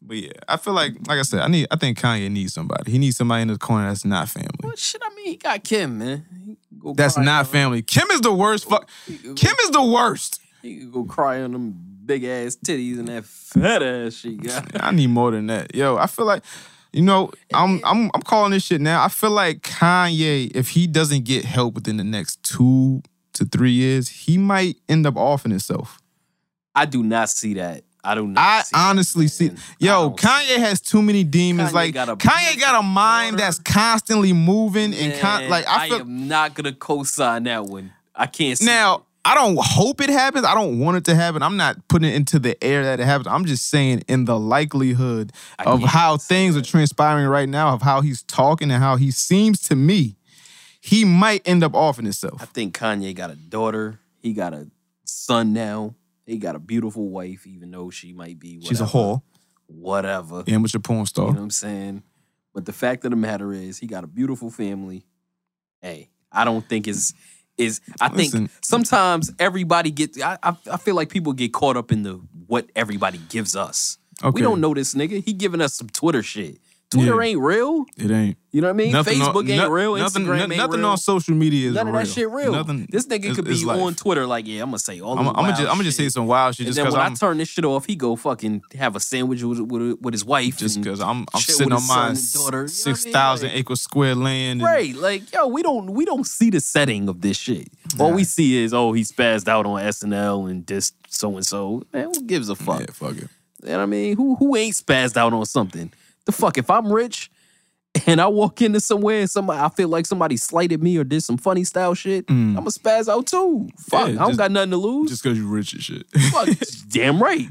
Speaker 6: but yeah, I feel like, like I said, I need, I think Kanye needs somebody. He needs somebody in his corner that's not family.
Speaker 7: What shit? I mean, he got Kim, man. He can go
Speaker 6: That's
Speaker 7: cry
Speaker 6: not family. Kim is the worst. Fuck. Kim is the worst.
Speaker 7: He could go cry on them big ass titties and that fat ass she got.
Speaker 6: I need more than that. Yo, I feel like, you know, I'm I'm I'm calling this shit now. I feel like Kanye, if he doesn't get help within the next two to three years, he might end up offing himself.
Speaker 7: I do not see that. I do not.
Speaker 6: I honestly see. Yo, Kanye has too many demons.
Speaker 7: Kanye
Speaker 6: like
Speaker 7: got a
Speaker 6: Kanye got a mind that's constantly moving and con-
Speaker 7: Man,
Speaker 6: like I feel
Speaker 7: am not gonna co-sign that one. I can't. See
Speaker 6: now I don't hope it happens. I don't want it to happen. I'm not putting it into the air that it happens. I'm just saying in the likelihood of how things are transpiring right now, of how he's talking and how he seems to me, he might end up offing himself.
Speaker 7: I think Kanye got a daughter. He got a son now. He got a beautiful wife, even though she might be. Whatever,
Speaker 6: She's a whore,
Speaker 7: Whatever.
Speaker 6: amateur porn star.
Speaker 7: You know what I'm saying? But the fact of the matter is, he got a beautiful family. Hey, I don't think it's is. I think
Speaker 6: Listen.
Speaker 7: sometimes everybody gets. I, I I feel like people get caught up in the what everybody gives us.
Speaker 6: Okay.
Speaker 7: We don't know this nigga. He giving us some Twitter shit. Twitter
Speaker 6: Yeah.
Speaker 7: ain't real.
Speaker 6: It ain't.
Speaker 7: You know what I mean?
Speaker 6: Nothing on-
Speaker 7: Facebook ain't
Speaker 6: no-
Speaker 7: real.
Speaker 6: Nothing,
Speaker 7: Instagram
Speaker 6: no-
Speaker 7: ain't
Speaker 6: nothing
Speaker 7: real.
Speaker 6: on social media is
Speaker 7: None of
Speaker 6: real.
Speaker 7: that shit real.
Speaker 6: Nothing.
Speaker 7: this nigga
Speaker 6: it's-
Speaker 7: could
Speaker 6: it's
Speaker 7: be
Speaker 6: life.
Speaker 7: on Twitter like, yeah, I'm gonna say all.
Speaker 6: I'm,
Speaker 7: this
Speaker 6: I'm gonna
Speaker 7: wild
Speaker 6: just, I'm gonna just say some wild shit
Speaker 7: and
Speaker 6: just
Speaker 7: then
Speaker 6: because
Speaker 7: when
Speaker 6: I'm
Speaker 7: i turn this shit off, he go fucking have a sandwich with, with, with his wife. Just because
Speaker 6: I'm, I'm sitting on my six thousand acre square land. and-
Speaker 7: Right, like yo, we don't we don't see the setting of this shit. All we see is oh, he spazzed out on SNL and dissed so and so. Man, who gives a fuck? Yeah,
Speaker 6: fuck it.
Speaker 7: You know what I mean? Who who ain't spazzed out on something? The fuck if I'm rich and I walk into somewhere and somebody I feel like somebody slighted me or did some funny style shit,
Speaker 6: Mm.
Speaker 7: I'ma spazz out too. Fuck,
Speaker 6: Yeah,
Speaker 7: I don't
Speaker 6: just-
Speaker 7: got nothing to lose.
Speaker 6: Just because you rich and shit.
Speaker 7: Fuck, damn right.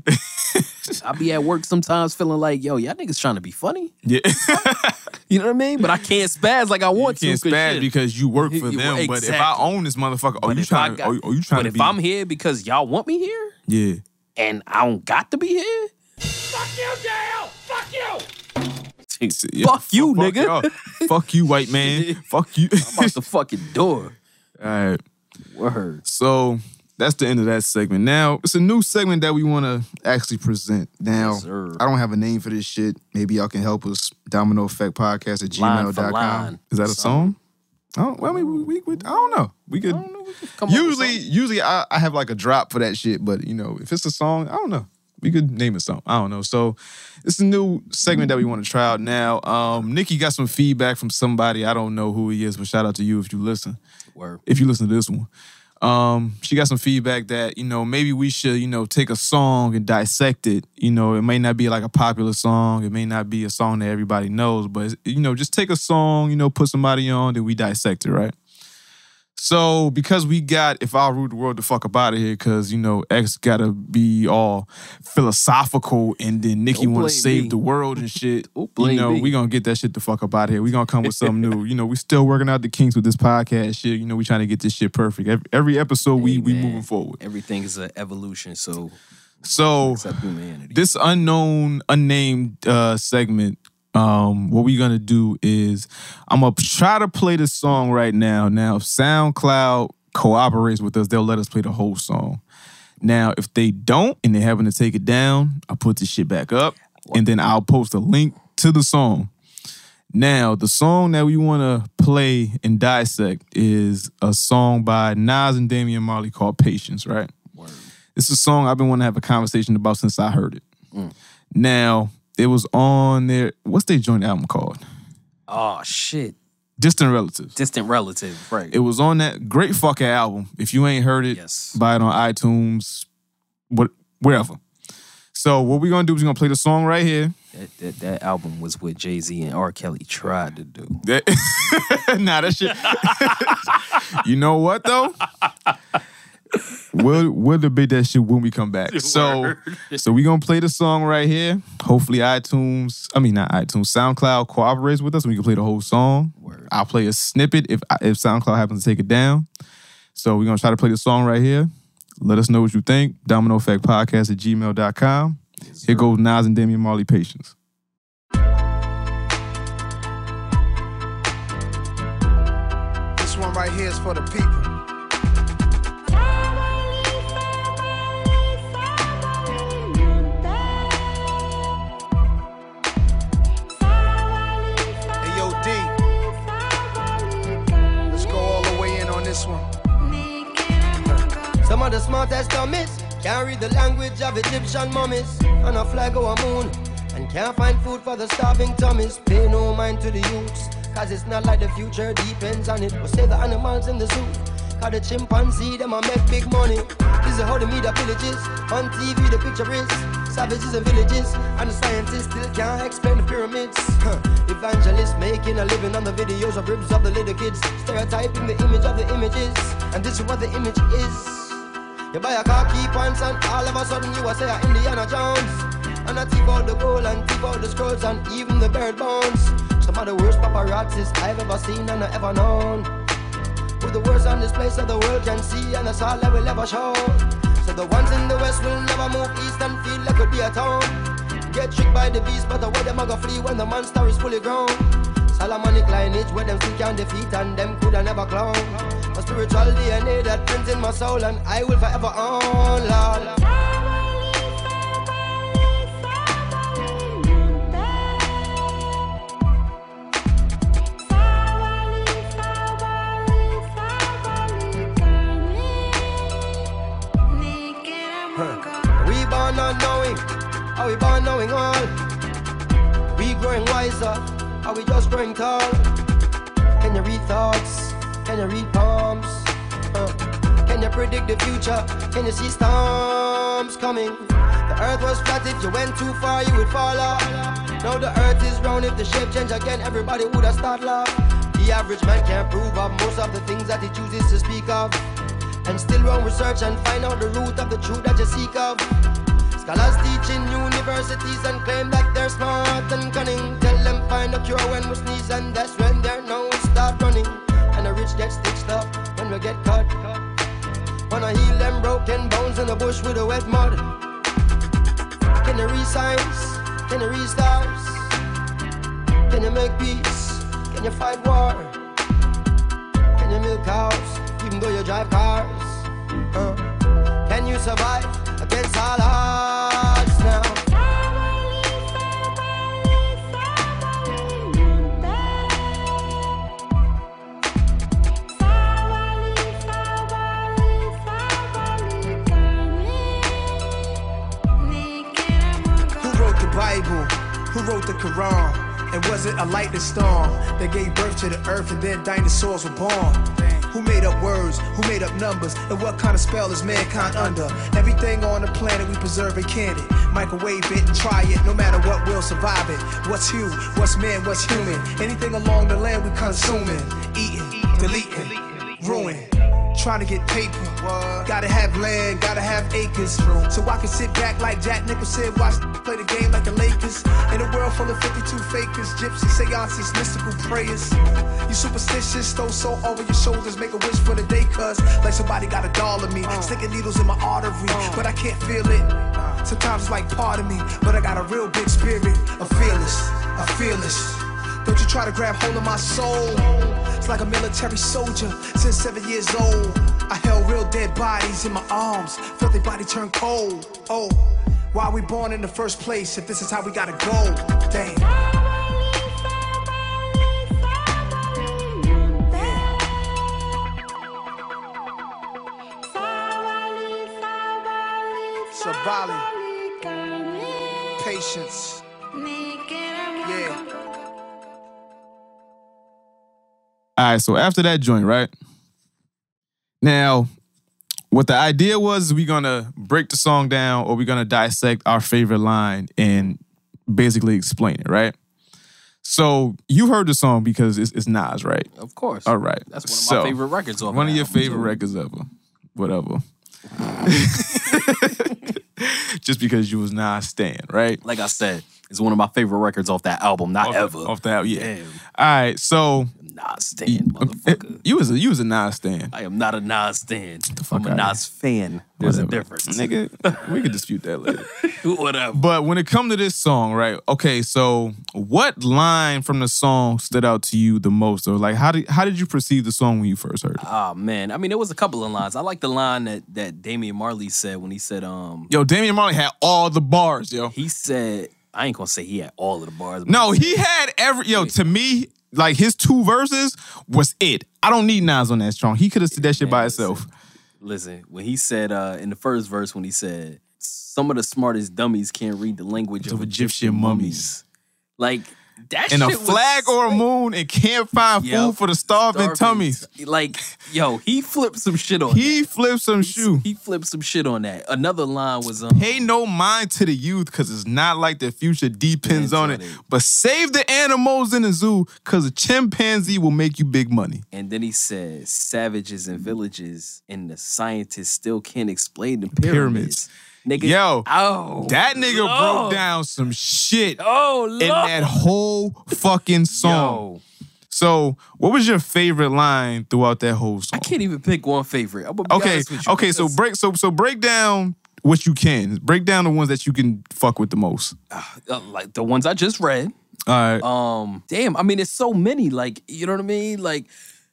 Speaker 7: I be at work sometimes feeling like, yo, y'all niggas trying to be funny.
Speaker 6: Yeah.
Speaker 7: you know what I mean? But I can't spaz like I want
Speaker 6: can't
Speaker 7: to. 'cause
Speaker 6: spaz
Speaker 7: shit.
Speaker 6: because you work for
Speaker 7: You-
Speaker 6: them. But if I
Speaker 7: exactly.
Speaker 6: own this motherfucker, are
Speaker 7: But
Speaker 6: you
Speaker 7: if I
Speaker 6: trying? to-
Speaker 7: got-
Speaker 6: Are you- are you trying
Speaker 7: but
Speaker 6: to
Speaker 7: if
Speaker 6: be?
Speaker 7: I'm here because y'all want me here
Speaker 6: yeah.
Speaker 7: and I don't got to be here,
Speaker 9: Fuck you, Dale! Fuck you!
Speaker 7: fuck you, nigga.
Speaker 6: fuck you, white man. fuck you. I'm
Speaker 7: about the fucking door.
Speaker 6: All right.
Speaker 7: Word.
Speaker 6: So that's the end of that segment. Now it's a new segment that we want to actually present. Now
Speaker 7: Yes, sir.
Speaker 6: I don't have a name for this shit. Maybe y'all can help us. Domino Effect Podcast at
Speaker 7: Line for
Speaker 6: gmail.com.
Speaker 7: line.
Speaker 6: Is that a song? Oh, well, I mean, we, we, I don't know. We could. usually, usually I, I have like a drop for that shit, but you know, if it's a song, I don't know. We could name it something. I don't know. So it's a new segment that we want to try out now. Um, Nikki got some feedback from somebody. I don't know who he is, but shout out to you if you listen.
Speaker 7: Word.
Speaker 6: If you listen to this one. Um, she got some feedback that, you know, maybe we should, you know, take a song and dissect it. You know, it may not be like a popular song, it may not be a song that everybody knows, but you know, just take a song, you know, put somebody on, then we dissect it, right? So because we got if I rule the world the fuck up out of here, cause you know, X gotta be all philosophical and then Nikki
Speaker 7: Don't
Speaker 6: wanna
Speaker 7: blame
Speaker 6: save
Speaker 7: me.
Speaker 6: the world and shit. you
Speaker 7: blame
Speaker 6: know,
Speaker 7: me.
Speaker 6: we gonna get that shit the fuck up out of here. We gonna come with something new. You know, we still working out the kinks with this podcast shit. You know, we trying to get this shit perfect. Every, every episode we we moving forward.
Speaker 7: Everything is an evolution, so
Speaker 6: So this unknown, unnamed uh, segment, um, what we're gonna do is I'm gonna try to play this song right now. Now, if SoundCloud cooperates with us, they'll let us play the whole song. Now, if they don't and they happen to take it down, I'll put this shit back up and then I'll post a link to the song. Now, the song that we want to play and dissect is a song by Nas and Damian Marley called Patience, right? It's a song I've been wanting to have a conversation about since I heard it. Now, it was on their, what's their joint album called?
Speaker 7: oh shit.
Speaker 6: Distant Relatives.
Speaker 7: Distant relative, right?
Speaker 6: It was on that great fucking album. If you ain't heard it, buy it on iTunes, what wherever. So what we're gonna do is we're gonna play the song right here.
Speaker 7: That, that, that album was what Jay Z and R. Kelly tried to do.
Speaker 6: That, nah, that shit. you know what though? we'll we'll debate that shit when we come back. So so we gonna play the song right here. Hopefully iTunes, I mean not iTunes, SoundCloud cooperates with us and we can play the whole song. I'll play a snippet if if SoundCloud happens to take it down. So we're gonna try to play the song right here. Let us know what you think. Domino Effect Podcast at gmail.com. Here goes Nas and Damian Marley Patience.
Speaker 20: This one right here is for the people. Hey, yo, D. Let's go all the way in on this one.
Speaker 21: Some of the smartest dummies can't read the language of Egyptian mummies on a flag or a moon and can't find food for the starving tummies. Pay no mind to the youths, cause it's not like the future depends on it. Or say the animals in the zoo, cause the chimpanzee them a make big money. This is how the media villages, on TV the picture is savages and villages, and the scientists still can't explain the pyramids. Huh. Evangelists making a living on the videos of ribs of the little kids, stereotyping the image of the images, and this is what the image is. You buy a khaki pants and all of a sudden you a say a Indiana Jones. And I tip out the gold and tip out the scrolls and even the bird bones. Some of the worst paparazzis I've ever seen and I ever known. With the worst on this place that the world can see and that's all that will ever show. So the ones in the west will never move east and feel like could be a town. Get tricked by the beast, but the way them a go flee when the monster is fully grown. Solomonic lineage where them still can defeat and them coulda never clown. My spiritual DNA that prints in my soul and I will forever own, Lord. We born not knowing, are we born knowing all? We growing wiser, are we just growing tall? Can you read thoughts? Can you read palms? Uh, can you predict the future? Can you see storms coming? The earth was flat, if you went too far, you would fall off. Now the earth is round, if the shape changed again, everybody would have started laugh. The average man can't prove of most of the things that he chooses to speak of. And still run research and find out the root of the truth that you seek of. Scholars teach in universities and claim that they're smart and cunning. Tell them find a cure when we sneeze, and that's when their nose start running. And the rich get stitched up when we get cut. Wanna heal them broken bones in the bush with a wet mud. Can you read signs? Can you read stars? Can you make peace? Can you fight war? Can you milk cows even though you drive cars? Uh, can you survive against all odds now?
Speaker 20: Who wrote the Bible? Who wrote the Quran? And was it a lightning storm that gave birth to the earth and then dinosaurs were born? Who made up words? Who made up numbers? And what kind of spell is mankind under? Everything on the planet we preserve and can it. Microwave it and try it, no matter what, we'll survive it. What's you? What's man? What's human? Anything along the land we consuming, eating, deleting, ruin. Trying to get paper. Gotta have land, gotta have acres. So I can sit back like Jack Nicholson, watch play the game like the Lakers. In a world full of 52 fakers, gypsy seances, mystical prayers. You superstitious, throw salt over your shoulders, make a wish for the day, cuz like somebody got a doll of me. Sticking needles in my artery, but I can't feel it. Sometimes it's like part of me, but I got a real big spirit, a fearless, a fearless. Don't you try to grab hold of my soul. It's like a military soldier since seven years old. I held real dead bodies in my arms, felt their body turn cold. Oh, why we born in the first place if this is how we gotta go? Damn. Sabali. Patience. Yeah.
Speaker 6: All right, so after that joint, right? Now, what the idea was we're gonna break the song down or we're gonna dissect our favorite line and basically explain it, right? So you heard the song because it's, it's Nas, right?
Speaker 7: Of course.
Speaker 6: All right.
Speaker 7: That's one of my
Speaker 6: So,
Speaker 7: favorite records off
Speaker 6: One
Speaker 7: that
Speaker 6: of your
Speaker 7: album,
Speaker 6: favorite
Speaker 7: too.
Speaker 6: records ever. Whatever. Just because you was Nas stan, right?
Speaker 7: Like I said, it's one of my favorite records off that album. Not
Speaker 6: Off the-
Speaker 7: ever
Speaker 6: off that. Yeah.
Speaker 7: Damn.
Speaker 6: All right. So
Speaker 7: Nas stand, motherfucker.
Speaker 6: You was a you was a Nas stan.
Speaker 7: I am not a Nas stan. I'm a
Speaker 6: outta
Speaker 7: Nas fan. There's a difference,
Speaker 6: nigga. We can dispute that later.
Speaker 7: Whatever.
Speaker 6: But when it come to this song, right? Okay, so what line from the song stood out to you the most? Or like, how did how did you perceive the song when you first heard it?
Speaker 7: Oh man, I mean, there was a couple of lines. I like the line that that Damian Marley said when he said, "Um,
Speaker 6: Yo, Damian Marley had all the bars, yo.
Speaker 7: He said, "I ain't gonna say he had all of the bars." but
Speaker 6: No, he had every yo. To me, like his two verses was it. I don't need Nas on that strong. He could have said that shit by itself.
Speaker 7: Listen, when he said uh in the first verse, when he said, "Some of the smartest dummies can't read the language of, Egyptian mummies," like that.
Speaker 6: And a
Speaker 7: shit was
Speaker 6: flag or a moon, and can't find
Speaker 7: Yep.
Speaker 6: food for the starving,
Speaker 7: Starving.
Speaker 6: tummies.
Speaker 7: Like, yo, he flipped some shit on.
Speaker 6: He flipped some shoe.
Speaker 7: He flipped some shit on that. Another line was um,
Speaker 6: Pay no mind to the youth because it's not like the future depends on it. But save the animals in the zoo because a chimpanzee will make you big money.
Speaker 7: And then he says, savages
Speaker 6: Mm-hmm.
Speaker 7: and villages, and the scientists still can't explain the
Speaker 6: Pyramids.
Speaker 7: pyramids. Nigga.
Speaker 6: Yo,
Speaker 7: oh,
Speaker 6: that nigga broke
Speaker 7: Lord.
Speaker 6: down some shit
Speaker 7: Oh,
Speaker 6: in
Speaker 7: Lord.
Speaker 6: that whole fucking song. So, what was your favorite line throughout that whole
Speaker 7: I
Speaker 6: song?
Speaker 7: can't even pick one favorite. I'm gonna be
Speaker 6: Okay,
Speaker 7: honest with you,
Speaker 6: okay. So
Speaker 7: because
Speaker 6: break, so so break down what you can. Break down the ones that you can fuck with the most.
Speaker 7: uh, like the ones I just read.
Speaker 6: All right.
Speaker 7: Um, damn. I mean, it's so many. Like, you know what I mean? Like,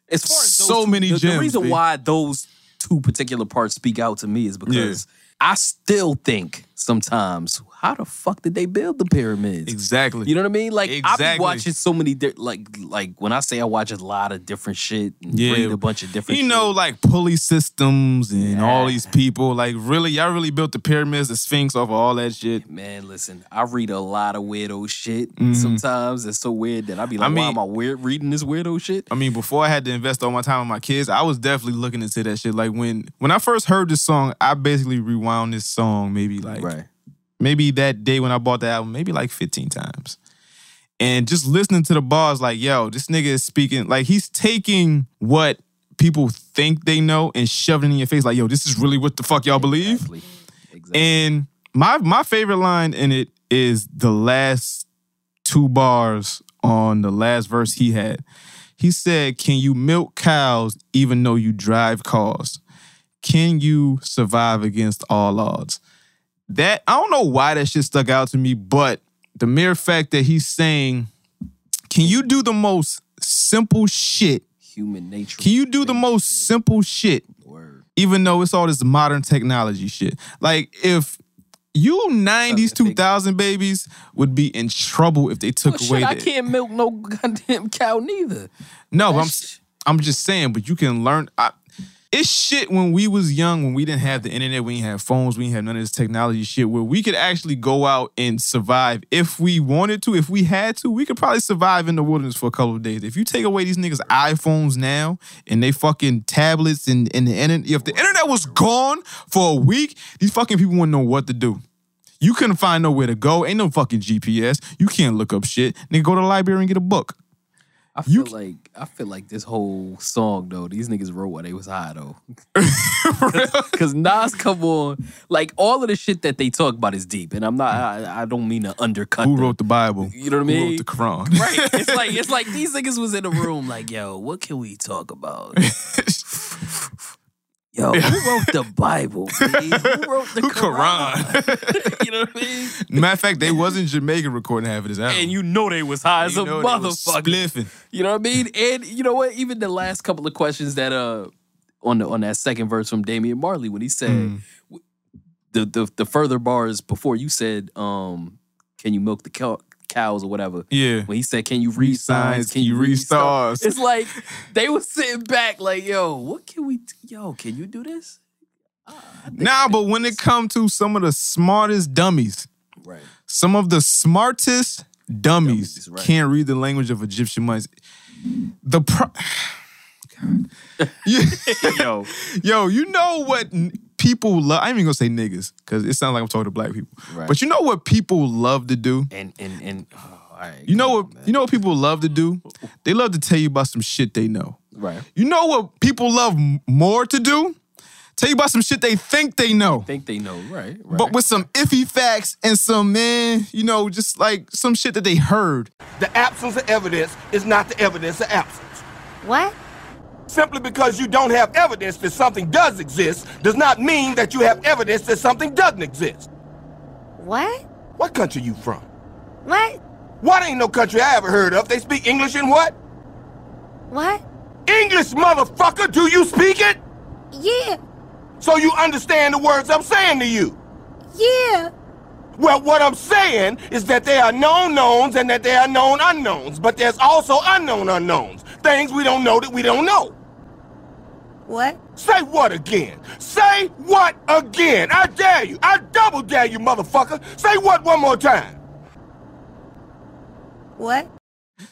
Speaker 7: as far as those
Speaker 6: So
Speaker 7: two-
Speaker 6: many
Speaker 7: the, the
Speaker 6: gems,
Speaker 7: reason
Speaker 6: B.
Speaker 7: why those two particular parts speak out to me is because I still think sometimes, how the fuck did they build the pyramids?
Speaker 6: Exactly.
Speaker 7: You know what I mean? Like, I be
Speaker 6: Exactly.
Speaker 7: watching so many di- like like when I say I watch a lot of different shit and
Speaker 6: Yeah.
Speaker 7: read a bunch of different.
Speaker 6: you know, like pulley systems and all these people. Like, really, y'all really built the pyramids, the Sphinx, off of all that shit.
Speaker 7: Man, listen, I read a lot of weirdo shit
Speaker 6: Mhm.
Speaker 7: sometimes. It's so weird that I be like,
Speaker 6: I mean-
Speaker 7: why am I weird reading this weirdo shit?
Speaker 6: I mean, before I had to invest all my time with my kids, I was definitely looking into that shit. Like when when I first heard this song, I basically rewound this song maybe like maybe that day when I bought the album, maybe like 15 times. And just listening to the bars, like, yo, this nigga is speaking, like he's taking what people think they know and shoving it in your face, like, yo, this is really what the fuck y'all believe. And my my favorite line in it is the last two bars on the last verse he had. He said, "Can you milk cows even though you drive cars? Can you survive against all odds?" That I don't know why that shit stuck out to me, but the mere fact that he's saying, "Can you do the most simple shit
Speaker 7: Human nature.
Speaker 6: can you do the most simple shit? Even though it's all this modern technology shit. Like if you 90s 2000 babies would be in trouble if they took
Speaker 7: Well, shit,
Speaker 6: away
Speaker 7: I
Speaker 6: that.
Speaker 7: can't milk no goddamn cow neither.
Speaker 6: No, but I'm I'm just saying, but you can learn I, it's shit when we was young, when we didn't have the internet, we didn't have phones, we didn't have none of this technology shit where we could actually go out and survive if we wanted to, if we had to, we could probably survive in the wilderness for a couple of days. If you take away these niggas' iPhones now and they fucking tablets and, and the internet, if the internet was gone for a week, these fucking people wouldn't know what to do. You couldn't find nowhere to go. Ain't no fucking GPS. You can't look up shit. Nigga, go to the library and get a book.
Speaker 7: I feel like I feel like this whole song though. These niggas wrote while they was high though. Because Nas come on, like all of the shit that they talk about is deep, and I'm not. I, I don't mean to undercut.
Speaker 6: Who
Speaker 7: them.
Speaker 6: wrote the Bible?
Speaker 7: You know what I
Speaker 6: Who
Speaker 7: mean?
Speaker 6: wrote the Quran?
Speaker 7: Right. It's like it's like these niggas was in a room like, yo, what can we talk about? Yo, who wrote the Bible? B? Who wrote the Quran?
Speaker 6: Matter of fact, they was in Jamaica recording half of this album.
Speaker 7: And you know they was high as
Speaker 6: You
Speaker 7: a
Speaker 6: know they was
Speaker 7: motherfucker.
Speaker 6: spliffing.
Speaker 7: You know what I mean? And you know what? Even the last couple of questions that uh on the on that second verse from Damian Marley when he said
Speaker 6: Mm.
Speaker 7: w- the, the the further bars before you said um can you milk the cow, cows or whatever?
Speaker 6: Yeah.
Speaker 7: When he said can you read signs? Can you
Speaker 6: read
Speaker 7: read stars?
Speaker 6: stars?
Speaker 7: It's like they was sitting back like yo, what can we? do? Yo, can you do this?
Speaker 6: Nah, but when it come to some of the smartest dummies,
Speaker 7: Right.
Speaker 6: some of the smartest dummies can't read the language of Egyptian mummies. The pro- God. yo, yo, you know what n- people love? I'm even gonna say niggas because it sounds like I'm talking to black people.
Speaker 7: Right.
Speaker 6: But you know what people love to do?
Speaker 7: And and and oh, all right.
Speaker 6: You know what? you know what people love to do? They love to tell you about some shit they know.
Speaker 7: Right.
Speaker 6: You know what people love m- more to do? Tell you about some shit they think they know.
Speaker 7: Think they know, right? right.
Speaker 6: But with some iffy facts and some man, you know, just like some shit that they heard.
Speaker 4: The absence of evidence is not the evidence of absence. What? Simply because you don't have evidence that something does exist does not mean that you have evidence that something doesn't exist. What? What country you from? What? What ain't no country I ever heard of? They speak English in what? What? English, motherfucker! Do you speak it? Yeah. So you understand the words I'm saying to you? Yeah. Well, what I'm saying is that there are known knowns and that there are known unknowns, but there's also unknown unknowns. Things we don't know that we don't know. What? Say what again? Say what again? I dare you. I double dare you, motherfucker. Say what one more time.
Speaker 6: What?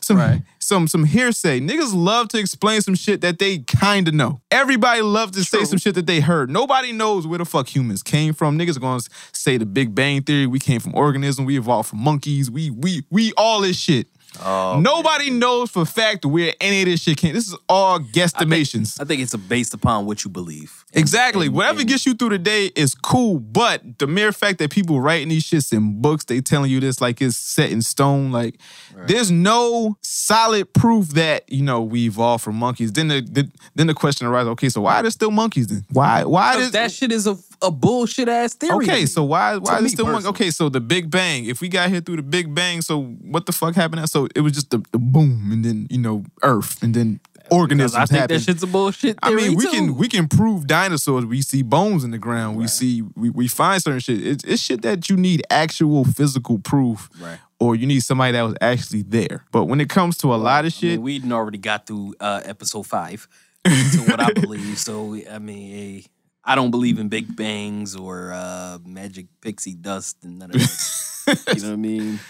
Speaker 6: Some some some hearsay. Niggas love to explain some shit that they kinda know. Everybody loves to say some shit that they heard. Nobody knows where the fuck humans came from. Niggas gonna say the Big Bang theory. We came from organism. We evolved from monkeys. We we we all this shit. Nobody knows for fact where any of this shit came. This is all guesstimations.
Speaker 7: I think it's based upon what you believe.
Speaker 6: Exactly. Whatever gets you through the day is cool, but the mere fact that people writing these shits in books, they telling you this like it's set in stone. Like, there's no solid proof that you know we evolved from monkeys. Then the, the then the question arises: Okay, so why are there still monkeys then? Why why
Speaker 7: Because
Speaker 6: does
Speaker 7: that shit is a, a bullshit ass theory?
Speaker 6: Okay, so why
Speaker 7: To
Speaker 6: why
Speaker 7: me
Speaker 6: is it still one?
Speaker 7: personally.
Speaker 6: Okay, so the Big Bang. If we got here through the Big Bang, so what the fuck happened? Now? So it was just the, the boom, and then you know Earth, and then organisms
Speaker 7: I think
Speaker 6: happened.
Speaker 7: that shit's a bullshit.
Speaker 6: I mean,
Speaker 7: theory,
Speaker 6: we
Speaker 7: too.
Speaker 6: can we can prove dinosaurs. We see bones in the ground. We see we, we find certain shit. It's, it's shit that you need actual physical proof,
Speaker 7: Right.
Speaker 6: or you need somebody that was actually there. But when it comes to a lot
Speaker 7: I
Speaker 6: of
Speaker 7: mean,
Speaker 6: shit,
Speaker 7: we done already got through uh, episode five to what I believe. So I mean, eh, I don't believe in big bangs or uh, magic pixie dust and none of that. you know what I mean?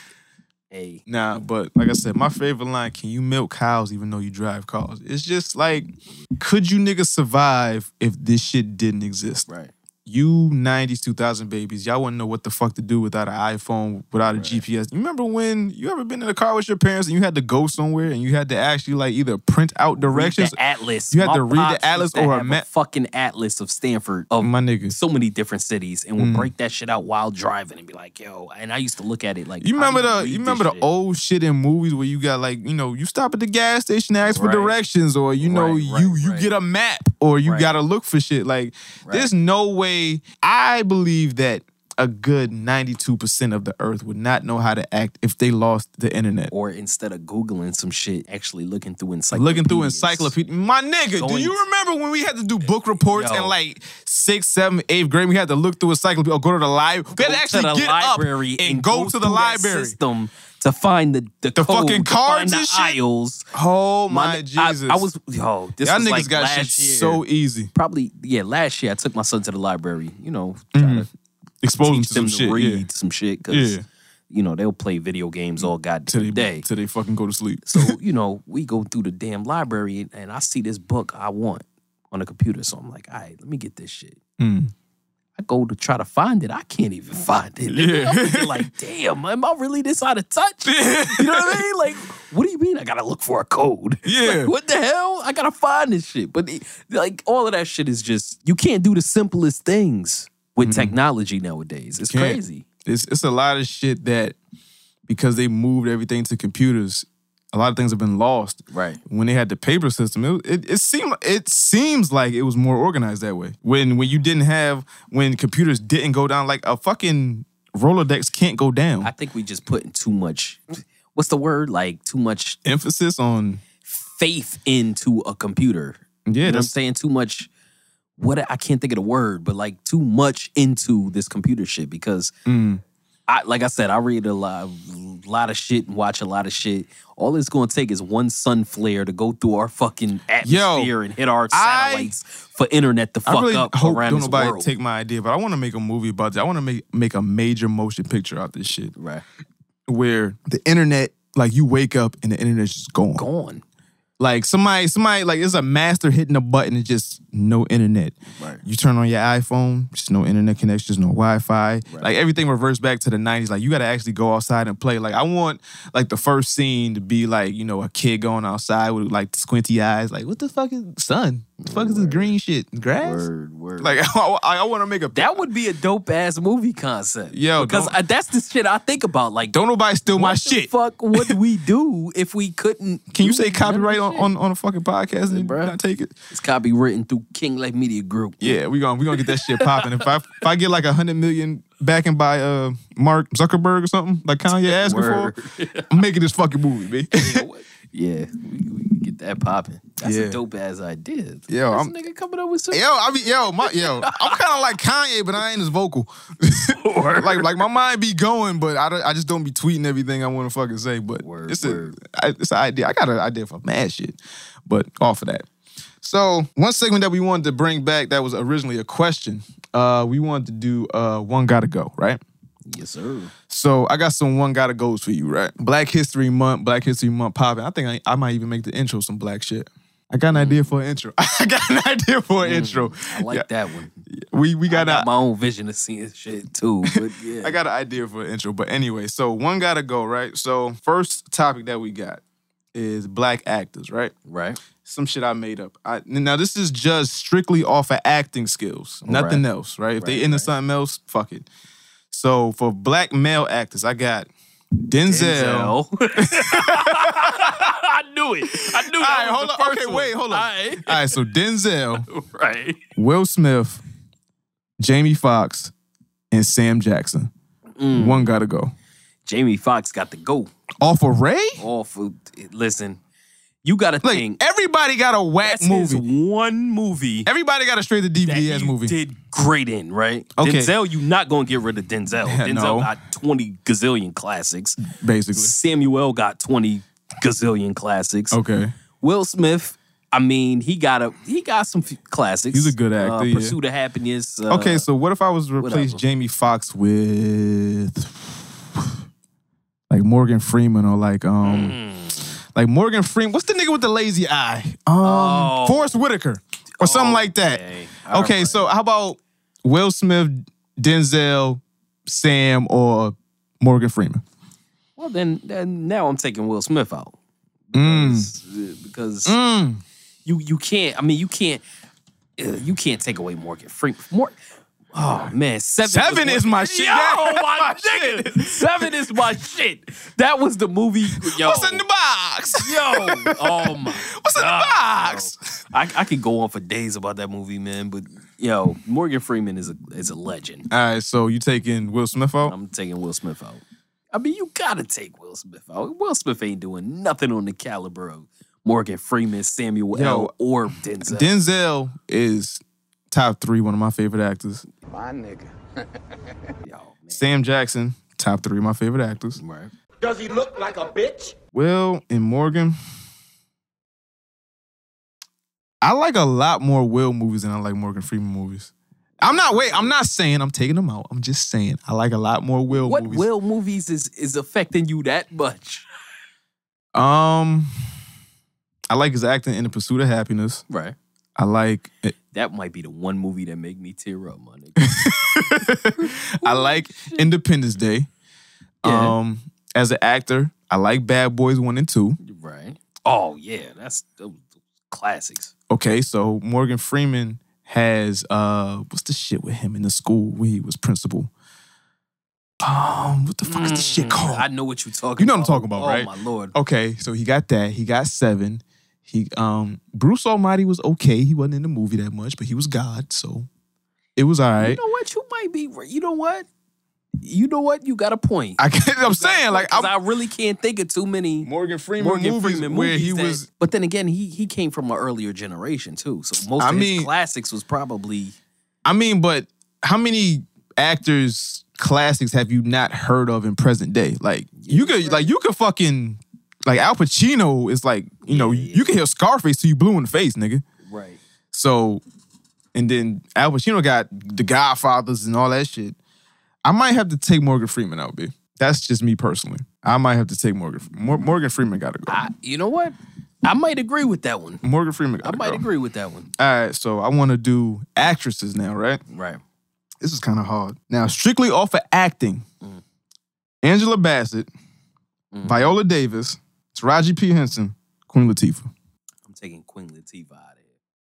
Speaker 7: Hey,
Speaker 6: Nah, but like I said, my favorite line: "Can you milk cows even though you drive cars?" It's just like, could you niggas survive if this shit didn't exist?
Speaker 7: Right.
Speaker 6: You '90s, 2000 babies, y'all wouldn't know what the fuck to do without an iPhone, without a GPS. You remember when you ever been in a car with your parents and you had to go somewhere and you had to actually like either print out directions,
Speaker 7: Read the atlas.
Speaker 6: you had
Speaker 7: My
Speaker 6: to read
Speaker 7: pops
Speaker 6: the atlas
Speaker 7: used to
Speaker 6: or a
Speaker 7: have
Speaker 6: map.
Speaker 7: fucking atlas of Stanford of
Speaker 6: my niggas.
Speaker 7: So many different cities, and would
Speaker 6: Mm.
Speaker 7: break that shit out while driving and be like, "Yo!" And I used to look at it like,
Speaker 6: You
Speaker 7: how do
Speaker 6: remember the
Speaker 7: read this
Speaker 6: you remember the
Speaker 7: shit?
Speaker 6: old shit in movies where you got like you know you stop at the gas station and ask for
Speaker 7: Right.
Speaker 6: directions or you know you you get a map or you
Speaker 7: Right.
Speaker 6: gotta look for shit like there's no way I believe that a good 92% of the earth would not know how to act if they lost the internet
Speaker 7: or instead of googling some shit, actually looking through encyclopedia.
Speaker 6: looking through encyclopedia my nigga do
Speaker 7: Going-
Speaker 6: you remember when we had to do book reports
Speaker 7: Yo.
Speaker 6: in like sixth seventh eighth grade we had to look through encyclopedia or go to the library we had to actually
Speaker 7: the
Speaker 6: get
Speaker 7: library
Speaker 6: up and go, to the
Speaker 7: through that
Speaker 6: library
Speaker 7: system to find the the,
Speaker 6: the
Speaker 7: code,
Speaker 6: fucking
Speaker 7: to find
Speaker 6: cards
Speaker 7: the
Speaker 6: and shit.
Speaker 7: aisles.
Speaker 6: Oh my,
Speaker 7: ni- I-
Speaker 6: Jesus!
Speaker 7: I, was yo. This
Speaker 6: Y'all
Speaker 7: was
Speaker 6: niggas
Speaker 7: like
Speaker 6: got
Speaker 7: last
Speaker 6: shit
Speaker 7: year.
Speaker 6: so easy.
Speaker 7: Probably yeah. Last year I took my son to the library. You know,
Speaker 6: Mhm. Expose them
Speaker 7: teach
Speaker 6: to
Speaker 7: them
Speaker 6: some
Speaker 7: to
Speaker 6: shit.
Speaker 7: read
Speaker 6: yeah.
Speaker 7: some shit because
Speaker 6: Yeah.
Speaker 7: you know they'll play video games all goddamn day
Speaker 6: till they fucking go to sleep.
Speaker 7: So you know we go through the damn library and, and I see this book I want on the computer. So I'm like, all right, let me get this shit.
Speaker 6: Mm.
Speaker 7: I go to try to find it. I can't even find it.
Speaker 6: Yeah.
Speaker 7: I'm thinking like, damn, am I really this out of touch? you know what I mean? Like, what do you mean I gotta look for a code?
Speaker 6: Yeah.
Speaker 7: Like, what the hell? I gotta find this shit. But it- like, all of that shit is just you can't do the simplest things with technology nowadays. It's
Speaker 6: Mm-hmm. Can't.
Speaker 7: crazy.
Speaker 6: It's it's a lot of shit that because they moved everything to computers, a lot of things have been lost.
Speaker 7: Right.
Speaker 6: When they had the paper system, it it, it seemed it seems like it was more organized that way. When when you didn't have when computers didn't go down like a fucking Rolodex can't go down.
Speaker 7: I think we just putting too much. What's the word? Like too much
Speaker 6: emphasis on
Speaker 7: faith into a computer. you
Speaker 6: Yeah,
Speaker 7: know what I'm
Speaker 6: that's-
Speaker 7: saying too much. What I can't think of the word, but like too much into this computer shit because
Speaker 6: Mm.
Speaker 7: I like I said, I read a lot, lot of shit and watch a lot of shit. All it's gonna take is one sun flare to go through our fucking atmosphere and hit our
Speaker 6: I-
Speaker 7: satellites for internet to
Speaker 6: I
Speaker 7: fuck
Speaker 6: really
Speaker 7: up
Speaker 6: hope
Speaker 7: around
Speaker 6: don't
Speaker 7: this
Speaker 6: nobody
Speaker 7: world.
Speaker 6: take my idea, but I want to make a movie about this. I want to make make a major motion picture out this shit.
Speaker 7: Right.
Speaker 6: Where the internet, like you wake up and the internet's just gone.
Speaker 7: Gone.
Speaker 6: Like somebody, somebody like it's a master hitting a button. It's just no internet. Right. You turn on your iPhone, just no internet connections, no Wi-Fi. Like everything reverts back to the '90s. Like you got to actually go outside and play. Like I want like the first scene to be like you know a kid going outside with like the squinty eyes. Like what the fuck is sun? What the fuck is this green shit? Grass?
Speaker 7: Word, word.
Speaker 6: Like I, want to make a.
Speaker 7: That would be a dope ass movie concept.
Speaker 6: Yo,
Speaker 7: because
Speaker 6: don't-
Speaker 7: I, that's the shit I think about. Like,
Speaker 6: don't nobody steal my shit.
Speaker 7: Fuck, what we do if we couldn't?
Speaker 6: Can you
Speaker 7: do
Speaker 6: say
Speaker 7: none of
Speaker 6: copyright
Speaker 7: this
Speaker 6: on,
Speaker 7: shit?
Speaker 6: on, on a fucking podcast and not take it?
Speaker 7: It's copywritten through King Life Media Group.
Speaker 6: Yeah, we gonna we gonna get that shit popping. If I if I get like a hundred million backing by uh Mark Zuckerberg or something like Kanye asked me for, I'm making this fucking movie, man.
Speaker 7: yeah, we, we can get that popping. That's
Speaker 6: Yeah.
Speaker 7: a dope ass idea.
Speaker 6: yo,
Speaker 7: This
Speaker 6: I'm
Speaker 7: nigga coming up with some.
Speaker 6: yo, I mean yo, my yo, I'm kind of like Kanye, but I ain't as vocal. like like my mind be going, but I don't, I just don't be tweeting everything I want to fucking say. But it's a I, it's an idea. I got an idea for mad shit, but off of that. So one segment that we wanted to bring back that was originally a question. Uh, we wanted to do uh, one gotta go, right?
Speaker 7: Yes, sir.
Speaker 6: So I got some one gotta goes for you, right? Black History Month, Black History Month popping. I think I, I might even make the intro some black shit. I got an idea for an intro. I got an idea for an intro.
Speaker 7: Mm. I like that one.
Speaker 6: We we got,
Speaker 7: I
Speaker 6: a-
Speaker 7: got my own vision of seeing shit too. But yeah.
Speaker 6: I got an idea for an intro. But anyway, so one gotta go, right? So first topic that we got is black actors, right?
Speaker 7: Right.
Speaker 6: Some shit I made up. I, now this is judged strictly off of acting skills, nothing
Speaker 7: Right.
Speaker 6: else, right? If they
Speaker 7: Right,
Speaker 6: into something else, fuck it. So for black male actors, I got Denzel.
Speaker 1: I knew it. I knew that
Speaker 6: All right,
Speaker 1: was
Speaker 6: hold
Speaker 1: the
Speaker 6: on.
Speaker 1: first
Speaker 6: Okay,
Speaker 1: one.
Speaker 6: wait, hold on.
Speaker 1: All right.
Speaker 6: All right, so Denzel,
Speaker 1: Right.
Speaker 6: Will Smith, Jamie Foxx, and Sam Jackson.
Speaker 7: Mm.
Speaker 6: One gotta go.
Speaker 7: Jamie Foxx got to go.
Speaker 6: Off of Ray?
Speaker 7: Off of listen, you got to think.
Speaker 6: Everybody got a whack
Speaker 7: That's his
Speaker 6: movie.
Speaker 7: one movie.
Speaker 6: Everybody got a straight to DVD ass movie.
Speaker 7: Did great in right.
Speaker 6: Okay.
Speaker 7: Denzel, you not gonna get rid of Denzel.
Speaker 6: Yeah,
Speaker 7: Denzel
Speaker 6: no.
Speaker 7: got twenty gazillion classics.
Speaker 6: Basically,
Speaker 7: Samuel got twenty gazillion classics.
Speaker 6: Okay.
Speaker 7: Will Smith. I mean, he got a he got some f- classics.
Speaker 6: He's a good
Speaker 7: Uh,
Speaker 6: actor, yeah.
Speaker 7: Pursuit of Happiness. Uh,
Speaker 6: okay, so what if I was to replace
Speaker 7: whatever.
Speaker 6: Jamie Foxx with like Morgan Freeman or like um like Morgan Freeman? What's the nigga with the lazy eye? Um, Forrest Whitaker or something like that. Okay, so how about Will Smith, Denzel, Sam, or Morgan Freeman?
Speaker 7: well, then, then now I'm taking Will Smith out.
Speaker 6: Mm.
Speaker 7: because you you can't. I mean, you can't. uh, You can't take away Morgan Freeman. Mor- oh man, seven.
Speaker 6: Seven
Speaker 7: was
Speaker 6: is
Speaker 7: one-
Speaker 6: my shit.
Speaker 7: Yo,
Speaker 6: That's
Speaker 7: my nigga, seven is my shit. That was the movie. Yo,
Speaker 6: What's in the box?
Speaker 7: Yo, oh my. What's in the box? I, I could go on for days about that movie, man. But yo, Morgan Freeman is a is a legend.
Speaker 6: All right, so you taking Will Smith out?
Speaker 7: I'm taking Will Smith out. I mean, you gotta take Will Smith out. Will Smith ain't doing nothing on the caliber of Morgan Freeman, Samuel
Speaker 6: Yo,
Speaker 7: L. or Denzel.
Speaker 6: Denzel is top three, one of my favorite actors.
Speaker 16: My nigga.
Speaker 6: Sam Jackson, top three, of my favorite actors. Right.
Speaker 16: Does he look like a bitch?
Speaker 6: Will and Morgan. I like a lot more Will movies than I like Morgan Freeman movies. I'm not wait. I'm not saying I'm taking them out. I'm just saying I like a lot more Will
Speaker 7: what
Speaker 6: movies.
Speaker 7: Will movies is is affecting you that much?
Speaker 6: Um, I like his acting in The Pursuit of Happiness.
Speaker 7: Right.
Speaker 6: I like
Speaker 7: That might be the one movie that make me tear up, my nigga.
Speaker 6: I like Independence Day.
Speaker 7: Yeah.
Speaker 6: Um, as an actor, I like Bad Boys One and Two.
Speaker 7: Right. Oh yeah, that's those classics.
Speaker 6: Okay, so Morgan Freeman has uh, what's the shit with him in the school when he was principal? Um, what the fuck is this
Speaker 7: Hmm.
Speaker 6: shit called?
Speaker 7: I know what you're talking.
Speaker 6: Oh. You know what I'm talking about,
Speaker 7: oh,
Speaker 6: right?
Speaker 7: my lord.
Speaker 6: Okay, so he got that. He got seven. He um, Bruce Almighty was okay. He wasn't in the movie that much, but he was God, so it was all
Speaker 7: You
Speaker 6: right.
Speaker 7: know what? You might be. You know what? You know what? You got a point.
Speaker 6: I can't, I'm saying like
Speaker 7: Because I really can't think of too many
Speaker 6: Morgan Freeman
Speaker 7: Morgan
Speaker 6: movies
Speaker 7: Freeman
Speaker 6: where he
Speaker 7: movies that-
Speaker 6: was-
Speaker 7: But then again, he he came from an earlier generation too, so most
Speaker 6: I
Speaker 7: of
Speaker 6: mean-
Speaker 7: his classics was probably
Speaker 6: I mean, but how many actors classics have you not heard of in present day? Like you could like you could fucking like Al Pacino is like, you know, you can hear Scarface till you blue in the face, nigga.
Speaker 7: right.
Speaker 6: So and then Al Pacino got the Godfathers and all that shit. I might have to take Morgan Freeman out, B. That's just me personally. I might have to take Morgan. Mor- Morgan Freeman got to go.
Speaker 7: You know what? I might agree with that one.
Speaker 6: Morgan Freeman.
Speaker 7: I might agree with that one.
Speaker 6: All right, so I want to do actresses now, right?
Speaker 7: Right.
Speaker 6: This is kind of hard. Now, strictly off of acting,
Speaker 7: Mm.
Speaker 6: Angela Bassett, Viola Davis, Taraji P. Henson, Queen Latifah.
Speaker 7: I'm taking Queen Latifah. out.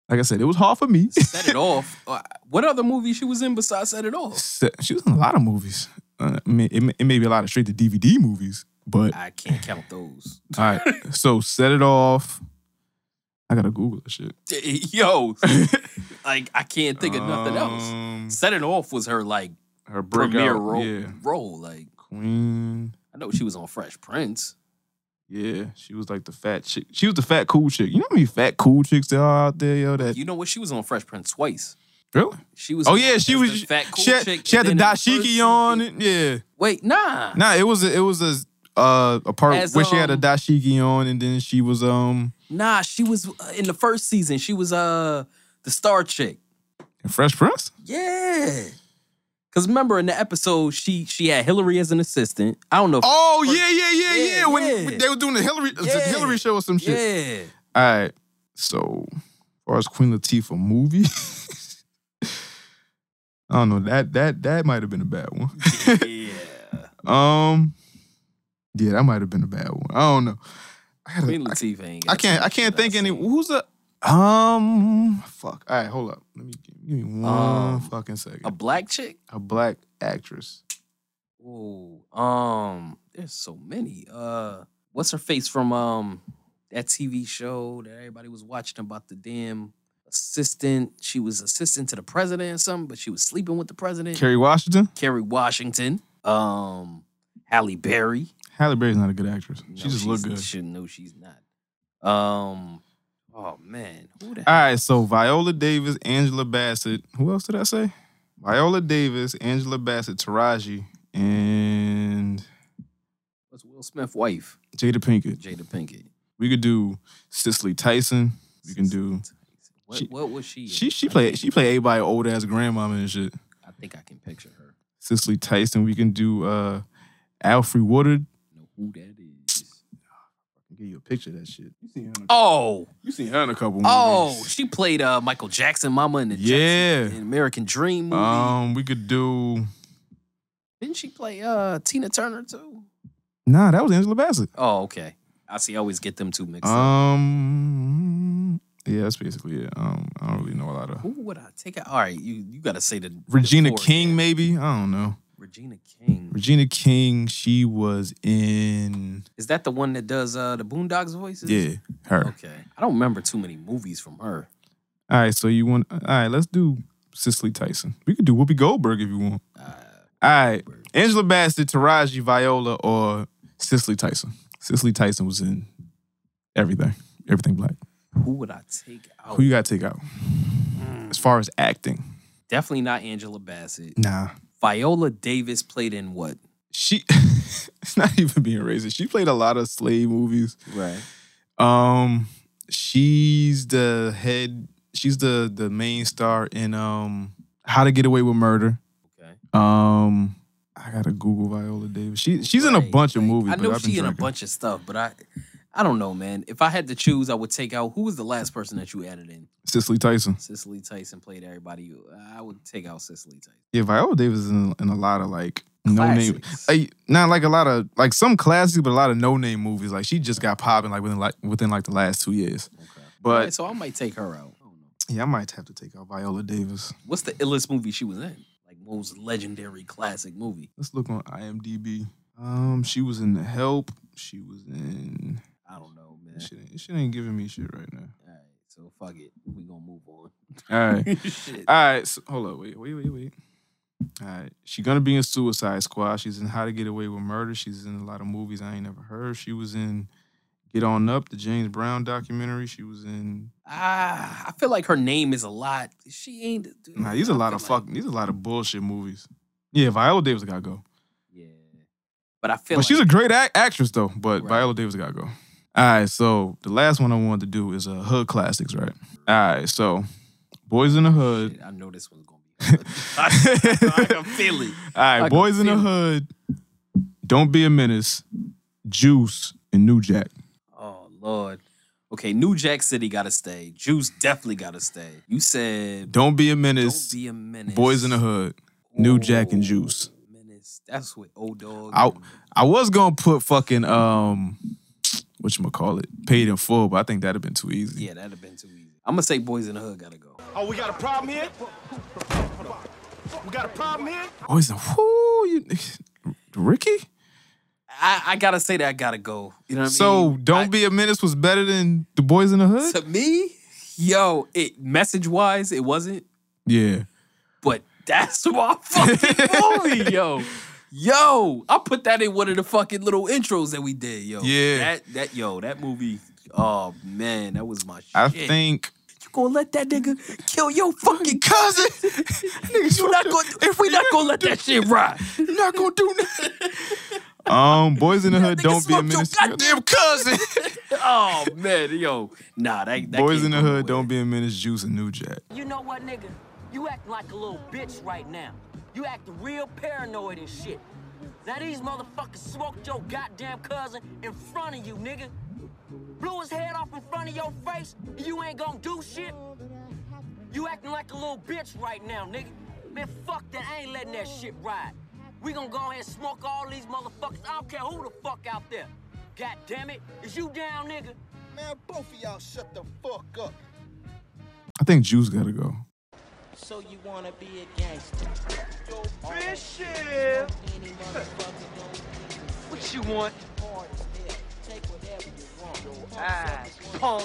Speaker 6: Like I said, it was hard for me.
Speaker 7: Set it off. Uh, What other movie she was in besides Set It Off?
Speaker 6: she was in a lot of movies. Uh, I mean, it, may- it may be a lot of straight to DVD movies, but
Speaker 7: I can't count those.
Speaker 6: all right. So set it off. I gotta Google that shit.
Speaker 7: Yo, like I can't think of nothing else. Set It Off was her like
Speaker 6: her
Speaker 7: premier
Speaker 6: breakout,
Speaker 7: role.
Speaker 6: Um, yeah.
Speaker 7: Role like
Speaker 6: Queen.
Speaker 7: I know she was on Fresh Prince.
Speaker 6: Yeah, she was like the fat chick. She was the fat cool chick. You know how many fat cool chicks there are out there, yo? That
Speaker 7: You know what? She was on Fresh Prince twice.
Speaker 6: really?
Speaker 7: She was.
Speaker 6: Oh yeah, she
Speaker 7: as
Speaker 6: was.
Speaker 7: the fat cool
Speaker 6: she had,
Speaker 7: chick.
Speaker 6: she had the
Speaker 7: and then in
Speaker 6: dashiki on. It. Yeah.
Speaker 7: Wait, nah.
Speaker 6: Nah, it was a, it was a uh a part
Speaker 7: As,
Speaker 6: where she had a
Speaker 7: um,
Speaker 6: dashiki on, and then she was um
Speaker 7: Nah, she was uh, in the first season. She was uh the star chick.
Speaker 6: Fresh Prince.
Speaker 7: Yeah. Cause remember in the episode she she had Hillary as an assistant. I don't know. if-
Speaker 6: Oh yeah, yeah, yeah, yeah.
Speaker 7: Yeah,
Speaker 6: When,
Speaker 7: yeah.
Speaker 6: when they were doing the Hillary, it was the
Speaker 7: Yeah.
Speaker 6: Hillary show or some shit.
Speaker 7: Yeah.
Speaker 6: All right. So, as far as Queen Latifah movie, I don't know that that that might have been a bad one.
Speaker 7: yeah.
Speaker 6: Um. Yeah, that might have been a bad one. I don't know. I, gotta,
Speaker 7: Queen Latifah ain't
Speaker 6: I can't. I can't think any. Who's the um? Fuck. All right, hold up. Let me give me one
Speaker 7: Um,
Speaker 6: fucking second.
Speaker 7: A black chick.
Speaker 6: A black actress.
Speaker 7: Ooh. Um. There's so many. Uh. What's her face from um that TV show that everybody was watching about the damn assistant? She was assistant to the president or something, but she was sleeping with the president.
Speaker 6: Kerry Washington.
Speaker 7: Kerry Washington. Um. Halle Berry.
Speaker 6: Halle Berry's not a good actress. she just looked good.
Speaker 7: Should know she's not. Um. Oh man. Who the
Speaker 6: All right, so Viola Davis, Angela Bassett. Who else did I say? Viola Davis, Angela Bassett, Taraji, and
Speaker 7: What's Will Smith wife?
Speaker 6: Jada Pinkett.
Speaker 7: Jada Pinkett.
Speaker 6: We could do Cicely Tyson. We can do.
Speaker 7: What, what was she? in?
Speaker 6: She she played she played everybody old ass grandmama and shit.
Speaker 7: I think I can picture her.
Speaker 6: Cicely Tyson. We can do uh Alfred Woodard.
Speaker 7: Who that is?
Speaker 6: I can give you a picture of that shit. You seen her? in a-
Speaker 7: Oh.
Speaker 6: You seen her in a couple.
Speaker 7: Oh,
Speaker 6: movies.
Speaker 7: she played uh, Michael Jackson mama in the
Speaker 6: yeah.
Speaker 7: Jackson, in American Dream movie.
Speaker 6: Um, we could do.
Speaker 7: Didn't she play uh, Tina Turner too?
Speaker 6: Nah, that was Angela Bassett.
Speaker 7: Oh, okay. I see. I always get them two mixed up.
Speaker 6: Um, yeah, that's basically it. Um, I don't really know a lot of
Speaker 7: Who would I take? out? All right, you you got to say the the
Speaker 6: Regina
Speaker 7: four.
Speaker 6: King, maybe. I don't know.
Speaker 7: Regina King
Speaker 6: Regina King, she was in
Speaker 7: is that the one that does uh, the Boondocks voices?
Speaker 6: yeah her.
Speaker 7: Okay. I don't remember too many movies from her.
Speaker 6: All right, so you want all right? Let's do Cicely Tyson. We could do Whoopi Goldberg if you want. all right, Angela Bassett, Taraji, Viola, or Cicely Tyson. Cicely Tyson was in everything, everything black.
Speaker 7: Who would I take out?
Speaker 6: Who you got to take out as far as acting?
Speaker 7: Definitely not Angela Bassett.
Speaker 6: Nah,
Speaker 7: Viola Davis played in what?
Speaker 6: she. it's not even being racist. She played a lot of slave movies.
Speaker 7: Right.
Speaker 6: Um, she's the head. She's the the main star in um How to Get Away with Murder. Okay. Um, I gotta Google Viola Davis. She she's in a bunch of movies.
Speaker 7: I
Speaker 6: but
Speaker 7: know
Speaker 6: I've been
Speaker 7: she in a
Speaker 6: tracking.
Speaker 7: bunch of stuff, but I I don't know, man. If I had to choose, I would take out who was the last person that you added in?
Speaker 6: Cicely Tyson.
Speaker 7: Cicely Tyson played everybody. You- I would take out Cicely Tyson.
Speaker 6: Yeah, Viola Davis is in, in a lot of like no name. Like, not like a lot of like some classics, but a lot of no name movies. Like she just got popping like within like within like the last two years. But
Speaker 7: Right, so I might take her out.
Speaker 6: yeah, I might have to take out Viola Davis.
Speaker 7: What's the illest movie she was in? Like most legendary classic movie.
Speaker 6: Let's look on IMDb. Um, she was in The Help. She was in.
Speaker 7: I don't know, man.
Speaker 6: She ain't, shit ain't giving me shit right now.
Speaker 7: All right, so fuck it. We gonna move on.
Speaker 6: All right,
Speaker 7: Shit.
Speaker 6: all right. So, hold up, wait, wait, wait, wait. All right, she gonna be in Suicide Squad. She's in How to Get Away with Murder. She's in a lot of movies I ain't never heard. She was in Get On Up, the James Brown documentary. She was in.
Speaker 7: Ah, I feel like her name is a lot. She ain't.
Speaker 6: Nah, these are a lot of fucking. These are a lot of bullshit movies. Yeah, Viola Davis gotta go.
Speaker 7: But I
Speaker 6: But
Speaker 7: feel. like,
Speaker 6: she's a great act- actress though. But Viola Davis gotta go. All right, so the last one I wanted to do is uh, Hood Classics, right? All right, so Boys in the Hood.
Speaker 7: I know this one's gonna
Speaker 6: be. I
Speaker 7: can feel it.
Speaker 6: All right,
Speaker 7: I can
Speaker 6: Boys in the
Speaker 7: feel it.
Speaker 6: Hood. Don't be a menace. Juice and New Jack.
Speaker 7: Oh Lord. Okay, New Jack City gotta stay. Juice definitely gotta stay. You said
Speaker 6: Don't be a menace.
Speaker 7: Don't be a menace.
Speaker 6: Boys in the Hood. New Jack and Juice.
Speaker 7: That's with old dog.
Speaker 6: I I was gonna put fucking um whatchamacallit, paid in full, but I think that'd have been too easy.
Speaker 7: Yeah, that'd have been too easy. I'm gonna say Boys in the Hood gotta go.
Speaker 4: Oh, we got a problem here? We got a problem here?
Speaker 6: Boys in whoo, you Ricky?
Speaker 7: I, I gotta say that I gotta go. You know what I
Speaker 6: so
Speaker 7: mean?
Speaker 6: Don't Be a Menace was better than The Boys in the Hood?
Speaker 7: To me, yo, it message wise, it wasn't,
Speaker 6: Yeah.
Speaker 7: but that's my fucking movie, yo. Yo, I put that in one of the fucking little intros that we did, yo.
Speaker 6: Yeah.
Speaker 7: That that yo, that movie. Oh man, that was my shit.
Speaker 6: I think
Speaker 7: you gonna let that nigga kill your fucking cousin. you not gonna if we not gonna let that shit ride. You're not gonna do nothing.
Speaker 6: um Boys in the Hood, Don't Be a
Speaker 7: Smoked your
Speaker 6: Menace.
Speaker 7: goddamn cousin. oh man, yo. Nah, that, that
Speaker 6: Boys
Speaker 7: can't
Speaker 6: in the
Speaker 7: go
Speaker 6: Hood, Don't Be a Menace, Juice and New Jack.
Speaker 1: You know what, nigga? You acting like a little bitch right now. You acting real paranoid and shit. Now these motherfuckers smoked your goddamn cousin in front of you, nigga. Blew his head off in front of your face. and You ain't gonna do shit. You acting like a little bitch right now, nigga. Man, fuck that. I ain't letting that shit ride. We gonna go ahead and smoke all these motherfuckers. I don't care who the fuck out there. God damn it. Is you down, nigga? Man, both of y'all shut the fuck up.
Speaker 6: I think Juice gotta go.
Speaker 1: So you wanna be a gangster? Yo,
Speaker 16: Bishop! What you want? Ah, punk.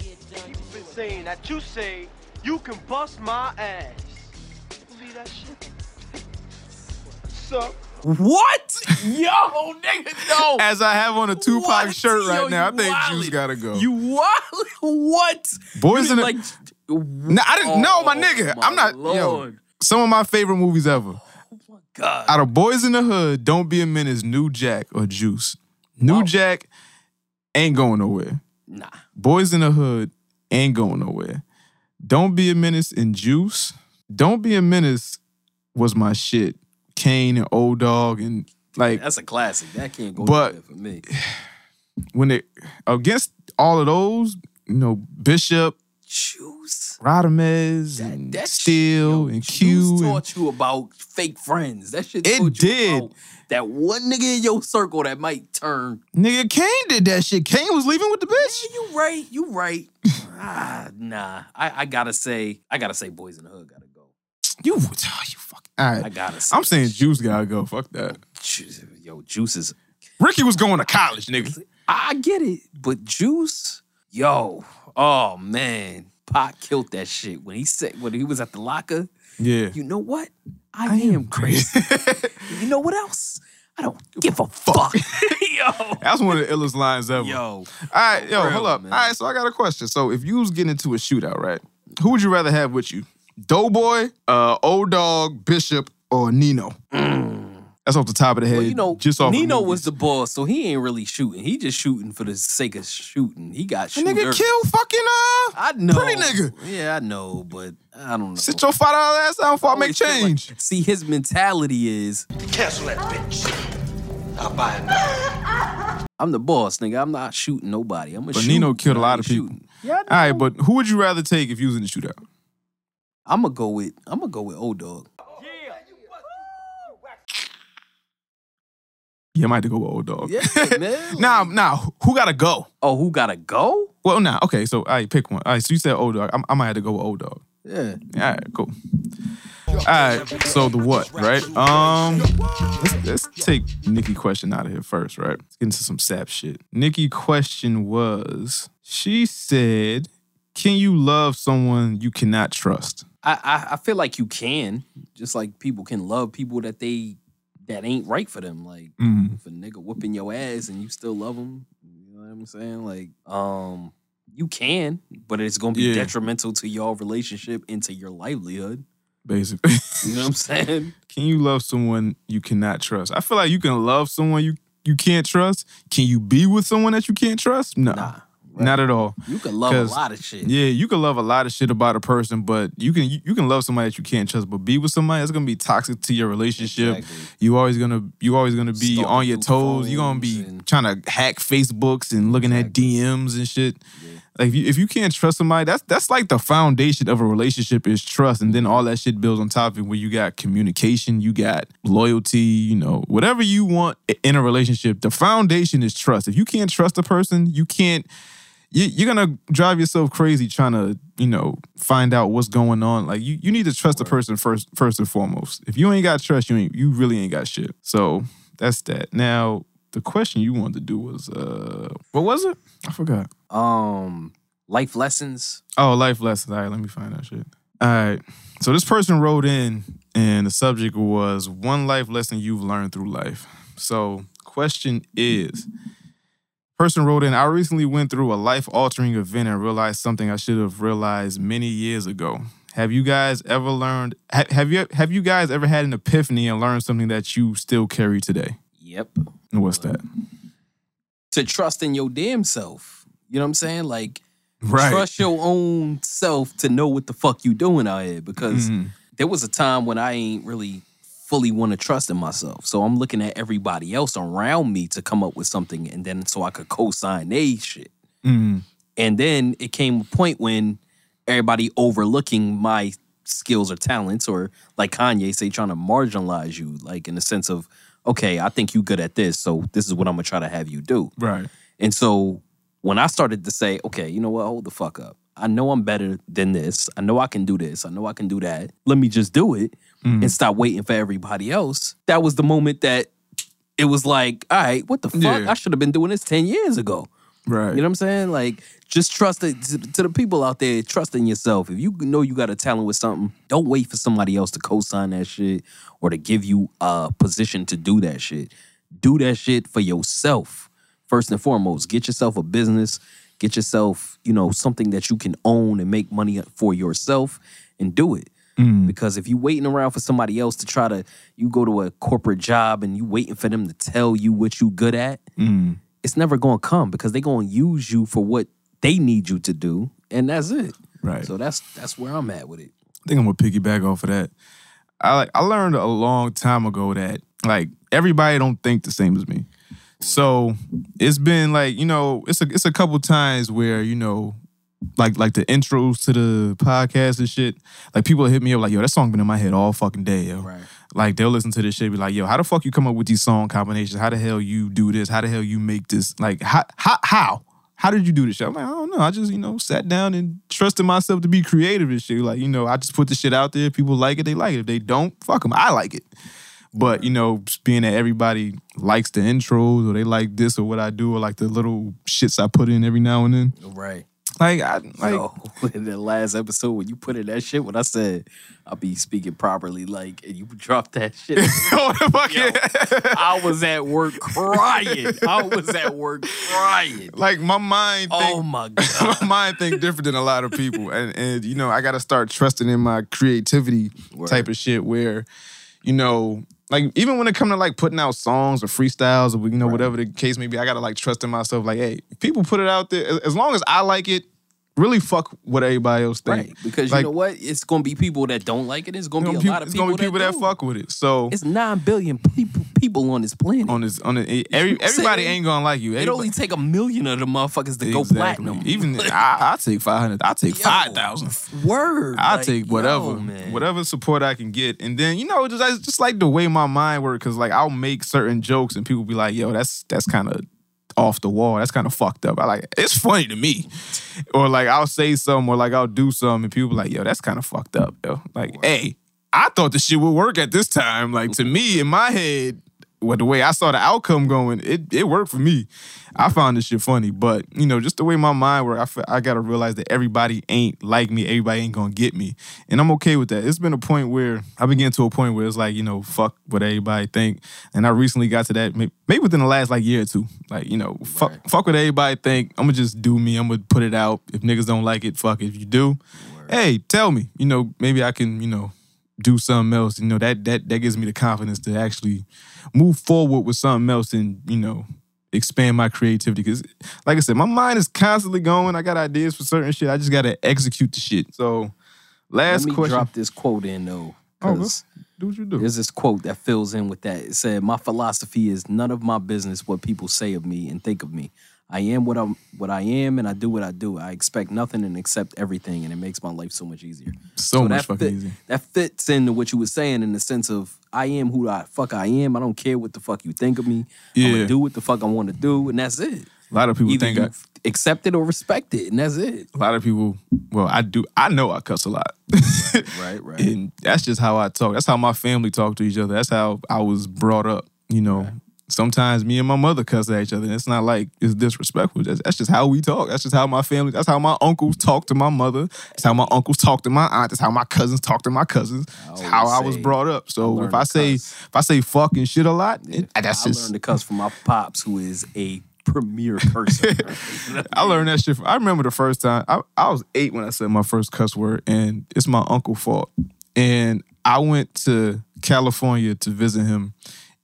Speaker 16: You've been saying that you say you can bust my ass. Believe that shit? So,
Speaker 7: What? Yo, nigga, no.
Speaker 6: As I have on a Tupac shirt right now, I think Juice gotta go.
Speaker 7: You what? What?
Speaker 6: Boys in the like, nah, I didn't know my
Speaker 7: Oh,
Speaker 6: nigga.
Speaker 7: my
Speaker 6: I'm not
Speaker 7: Lord. Oh
Speaker 6: yo. Some of my favorite movies ever.
Speaker 7: God.
Speaker 6: Out of Boys in the Hood, Don't Be a Menace, New Jack or Juice. New Jack ain't going nowhere.
Speaker 7: Nah.
Speaker 6: Boys in the Hood ain't going nowhere. Don't Be a Menace and Juice. Don't Be a Menace was my shit. Kane and Old Dog and like
Speaker 7: That's a classic. That can't go
Speaker 6: But-
Speaker 7: nowhere for me.
Speaker 6: when it against all of those, you know, Bishop,
Speaker 7: Juice,
Speaker 6: Rodamez, and Steele, and Q. and-
Speaker 7: Taught you about fake friends. That shit.
Speaker 6: It
Speaker 7: taught you
Speaker 6: did.
Speaker 7: about that one nigga in your circle that might turn.
Speaker 6: Nigga, Kane did that shit. Kane was leaving with the bitch.
Speaker 7: You right. You right. ah, nah. I, I gotta say. I gotta say. Boys in the hood gotta go.
Speaker 6: You. You fuck. All right.
Speaker 7: I gotta say.
Speaker 6: I'm saying Juice gotta go. Fuck that.
Speaker 7: Yo, Juice is.
Speaker 6: Ricky was going to college, nigga.
Speaker 7: I get it, but Juice, yo, oh man, Pac killed that shit when he said when he was at the locker.
Speaker 6: Yeah.
Speaker 7: You know what? I, am crazy. you know what else? I don't give a fuck. yo.
Speaker 6: That's one of the illest lines ever.
Speaker 7: Yo. All
Speaker 6: right, yo,
Speaker 7: Real,
Speaker 6: hold up.
Speaker 7: man.
Speaker 6: All right, so I got a question. So if you was getting into a shootout, right? Who would you rather have with you? Doughboy, uh, Old Dog, Bishop, or Nino? That's off the top of the head.
Speaker 7: Mm. Well, you know,
Speaker 6: just off of
Speaker 7: Nino was the boss, so he ain't really shooting. He just shooting for the sake of shooting. He got
Speaker 6: the
Speaker 7: shooter.
Speaker 6: nigga kill fucking uh
Speaker 7: I know.
Speaker 6: pretty nigga.
Speaker 7: Yeah, I know, but I don't know.
Speaker 6: Sit your five dollar ass down before I make
Speaker 7: always feel like-
Speaker 6: change.
Speaker 7: see, his mentality is
Speaker 16: cancel that bitch. I'll buy it now.
Speaker 7: I'm the boss, nigga. I'm not shooting nobody. I'm a
Speaker 6: But
Speaker 7: shoot.
Speaker 6: Nino killed a lot of people.
Speaker 7: Yeah,
Speaker 6: All right, but who would you rather take if you was in the shootout?
Speaker 7: I'm gonna go with I'm gonna go with old dog.
Speaker 6: Yeah, I might have to go with old dog.
Speaker 7: Yeah, man.
Speaker 6: Nah, nah. Who gotta go?
Speaker 7: Oh, who gotta go?
Speaker 6: Well, nah. Okay, so I pick one. All right, so you said old dog. I, I might have to go with old dog.
Speaker 7: Yeah.
Speaker 6: All right, cool. All right, so the what, right? Um, let's, let's take Nikki question out of here first, right? Let's get into some sap shit. Nikki question was, she said, "Can you love someone you cannot trust?"
Speaker 7: I, I I feel like you can, just like people can love people that they that ain't right for them. Like
Speaker 6: Mhm.
Speaker 7: if a nigga whooping your ass and you still love him, you know what I'm saying? Like um, you can, but it's gonna be
Speaker 6: Yeah.
Speaker 7: detrimental to your relationship and to your livelihood.
Speaker 6: Basically,
Speaker 7: You know what I'm saying?
Speaker 6: Can you love someone you cannot trust? I feel like you can love someone you you can't trust. Can you be with someone that you can't trust? No. Not at all.
Speaker 7: You can love a
Speaker 6: 'Cause,
Speaker 7: lot of shit.
Speaker 6: Yeah, you can love a lot of shit about a person, but you can you, you can love somebody that you can't trust. But be with somebody that's gonna be toxic to your relationship. You always gonna you always gonna be on your toes. You are gonna be trying to hack Facebooks and looking at DMs and shit. Like if you if you can't trust somebody, that's that's like the foundation of a relationship is trust, and then all that shit builds on top of it. Where you got communication, you got loyalty, you know, whatever you want i- in a relationship. The foundation is trust. If you can't trust a person, you can't you, you're gonna drive yourself crazy trying to you know find out what's going on like you, you need to trust a person first first and foremost if you ain't got trust you ain't you really ain't got shit so that's that now the question you wanted to do was uh what was it i forgot
Speaker 7: um life lessons
Speaker 6: oh life lessons all right let me find that shit all right so this person wrote in and the subject was one life lesson you've learned through life so question is Person wrote in, I recently went through a life altering event and realized something I should have realized many years ago. Have you guys ever learned ha- have you have you guys ever had an epiphany and learned something that you still carry today?
Speaker 7: Yep.
Speaker 6: And what's that?
Speaker 7: to trust in your damn self. You know what I'm saying? Like
Speaker 6: Right.
Speaker 7: trust your own self to know what the fuck you doing out here. Because
Speaker 6: Mm-hmm.
Speaker 7: there was a time when I ain't really fully want to trust in myself. So I'm looking at everybody else around me to come up with something and then so I could co-sign they shit.
Speaker 6: Mm.
Speaker 7: And then it came a point when everybody overlooking my skills or talents, or like Kanye say, trying to marginalize you, like in the sense of, okay, I think you good at this, so this is what I'm gonna try to have you do.
Speaker 6: Right.
Speaker 7: And so when I started to say, okay, you know what, hold the fuck up. I know I'm better than this. I know I can do this. I know I can do that. Let me just do it
Speaker 6: Mhm.
Speaker 7: and stop waiting for everybody else. That was the moment that it was like, all right, what the fuck?
Speaker 6: Yeah.
Speaker 7: I should have been doing this 10 years ago.
Speaker 6: Right.
Speaker 7: You know what I'm saying? Like, just trust it to, to the people out there. Trust in yourself. If you know you got a talent with something, don't wait for somebody else to co-sign that shit or to give you a position to do that shit. Do that shit for yourself first and foremost. Get yourself a business. Get yourself, you know, something that you can own and make money for yourself, and do it.
Speaker 6: Mm.
Speaker 7: Because if you waiting around for somebody else to try to, you go to a corporate job and you waiting for them to tell you what you good at
Speaker 6: Mm.
Speaker 7: it's never going to come because they're going to use you for what they need you to do, and that's it.
Speaker 6: Right.
Speaker 7: So that's that's where I'm at with it.
Speaker 6: I think I'm gonna piggyback off of that. I like I learned a long time ago that like everybody don't think the same as me. So it's been like, you know, it's a it's a couple times where, you know, like like the intros to the podcast and shit, like people hit me up like, yo, that song been in my head all fucking day, yo. Right. Like they'll listen to this shit, be like, yo, how the fuck you come up with these song combinations? How the hell you do this? How the hell you make this? Like, how how how? How did you do this shit? I'm like, I don't know. I just, you know, sat down and trusted myself to be creative and shit. Like, you know, I just put the shit out there. If people like it, they like it. If they don't, fuck them. I like it. But you know, just being that everybody likes the intros or they like this or what I do or like the little shits I put in every now and then.
Speaker 7: Right.
Speaker 6: Like I like
Speaker 7: Yo, in the last episode when you put in that shit, when I said I'll be speaking properly, like, and you dropped that shit. Yo, I was at work crying. I was at work crying.
Speaker 6: Like my mind.
Speaker 7: Think, oh my god.
Speaker 6: my mind think different than a lot of people, and and you know I got to start trusting in my creativity type of shit. Where, you know, like even when it come to like putting out songs or freestyles or you know whatever the case may be, I got to like trust in myself. Like, hey, if people put it out there. as- As long as I like it, really fuck what everybody else think.
Speaker 7: Because
Speaker 6: Like,
Speaker 7: you know what? It's gonna be people that don't like it. It's gonna
Speaker 6: gonna
Speaker 7: be a
Speaker 6: peop-
Speaker 7: lot of
Speaker 6: it's
Speaker 7: people,
Speaker 6: gonna be people that
Speaker 7: do.
Speaker 6: fuck with it. So
Speaker 7: it's nine billion people people on this planet.
Speaker 6: On this, on the, every,
Speaker 7: I'm saying?
Speaker 6: everybody ain't gonna like you.
Speaker 7: It only
Speaker 6: Everybody-
Speaker 7: take a million of the motherfuckers to go
Speaker 6: Exactly.
Speaker 7: platinum.
Speaker 6: Even I, I take five hundred. I take
Speaker 7: Yo,
Speaker 6: five thousand.
Speaker 7: Word.
Speaker 6: I
Speaker 7: like,
Speaker 6: take
Speaker 7: yo,
Speaker 6: whatever,
Speaker 7: man.
Speaker 6: whatever support I can get, and then you know, just that's just like the way my mind works, because like I'll make certain jokes and people be like, "Yo, that's that's kind of off the wall. That's kind of fucked up." I like it's funny to me, or like I'll say something, or like I'll do something, and people be like, "Yo, that's kind of fucked up, yo." Like, hey, I thought the shit would work at this time. Like to me, in my head, well, the way I saw the outcome going, it it worked for me. I found this shit funny, but you know, just the way my mind worked, I fe- I gotta realize that everybody ain't like me. Everybody ain't gonna get me, and I'm okay with that. It's been a point where I've been getting to a point where it's like you know, fuck what everybody think, and I recently got to that may- maybe within the last like year or two. Like you know, fuck fuck what everybody think. I'm gonna just do me. I'm gonna put it out. If niggas don't like it, fuck. it. If you do, hey, tell me. You know, maybe I can you know do something else. You know that that that gives me the confidence to actually move forward with something else and you know expand my creativity because, like I said, my mind is constantly going. I got ideas for certain shit. I just got to execute the shit. So, last
Speaker 7: Let me
Speaker 6: question.
Speaker 7: drop this quote in though.
Speaker 6: Oh, go-
Speaker 7: 'cause
Speaker 6: do what you do.
Speaker 7: There's this quote that fills in with that. It said, "My philosophy is none of my business what people say of me and think of me. I am what I'm, what I am, and I do what I do. I expect nothing and accept everything, and it makes my life so much easier.
Speaker 6: So much
Speaker 7: that
Speaker 6: fucking easier.
Speaker 7: That fits into what you were saying in the sense of I am who the fuck I am. I don't care what the fuck you think of me. I'm
Speaker 6: Yeah.
Speaker 7: gonna do what the fuck I want to do, and that's it.
Speaker 6: A lot of people
Speaker 7: Either
Speaker 6: think
Speaker 7: you
Speaker 6: I
Speaker 7: accept it or respect it, and that's it.
Speaker 6: a lot of people. Well, I do. I know I cuss a lot.
Speaker 7: Right, right.
Speaker 6: and that's just how I talk. That's how my family talk to each other. That's how I was brought up. You know, sometimes me and my mother cuss at each other, and it's not like it's disrespectful. That's, that's just how we talk. That's just how my family. That's how my uncles talk to my mother. That's how my uncles talk to my aunt. That's how my cousins talk to my cousins. That's how I was
Speaker 7: say,
Speaker 6: brought up. So
Speaker 7: learn
Speaker 6: if
Speaker 7: to
Speaker 6: I say if I say fucking shit a lot, it- that's
Speaker 7: I
Speaker 6: just
Speaker 7: learned to cuss from my pops, who is a premier person.
Speaker 6: I learned that shit. From, I remember the first time I, I was eight when I said my first cuss word, and it's my uncle's fault. And I went to California to visit him,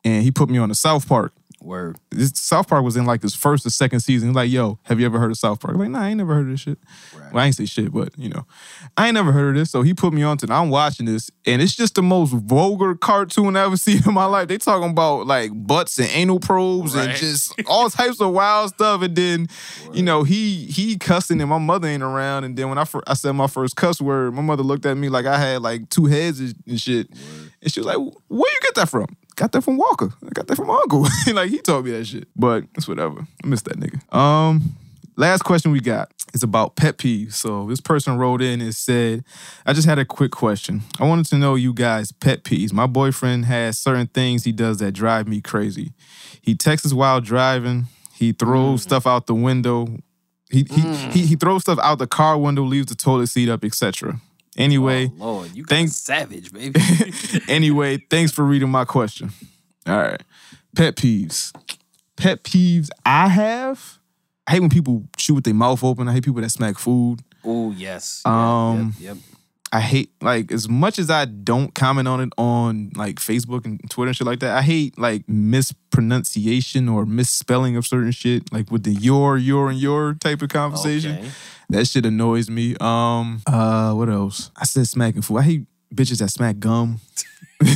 Speaker 6: and he put me on the South Park.
Speaker 7: Word.
Speaker 6: This South Park was in like his first or second season. He's like, "Yo, have you ever heard of South Park?" I'm like, "Nah, I ain't never heard of this shit." Well, I ain't say shit, but you know, I ain't never heard of this. So he put me on to. it. I'm watching this, and it's just the most vulgar cartoon I ever seen in my life. They talking about like butts and anal probes and
Speaker 10: Right.
Speaker 6: just all types of wild stuff. And then, you know, he he cussing, and my mother ain't around. And then when I fir- I said my first cuss word, my mother looked at me like I had like two heads and, and shit, and she was like, "Where you get that from?" Got that from Walker. I got that from my uncle. like he taught me that shit. But it's whatever. I miss that nigga. Um, last question we got is about pet peeves. So this person wrote in and said, I just had a quick question. I wanted to know you guys' pet peeves. My boyfriend has certain things he does that drive me crazy. He texts while driving, he throws stuff out the window. He, he, he he throws stuff out the car window, leaves the toilet seat up, etc. Anyway,
Speaker 7: Lord, you got
Speaker 6: thanks
Speaker 7: savage, baby.
Speaker 6: anyway, thanks for reading my question. All right. Pet peeves. Pet peeves I have. I hate when people chew with their mouth open. I hate people that smack food.
Speaker 7: Oh yes.
Speaker 6: Um,
Speaker 7: yep. yep.
Speaker 6: I hate like as much as I don't comment on it on like Facebook and Twitter and shit like that. I hate like mispronunciation or misspelling of certain shit, like with the your, your, and your type of conversation. That shit annoys me. Um, uh, what else? I said smacking food. I hate bitches that smack gum.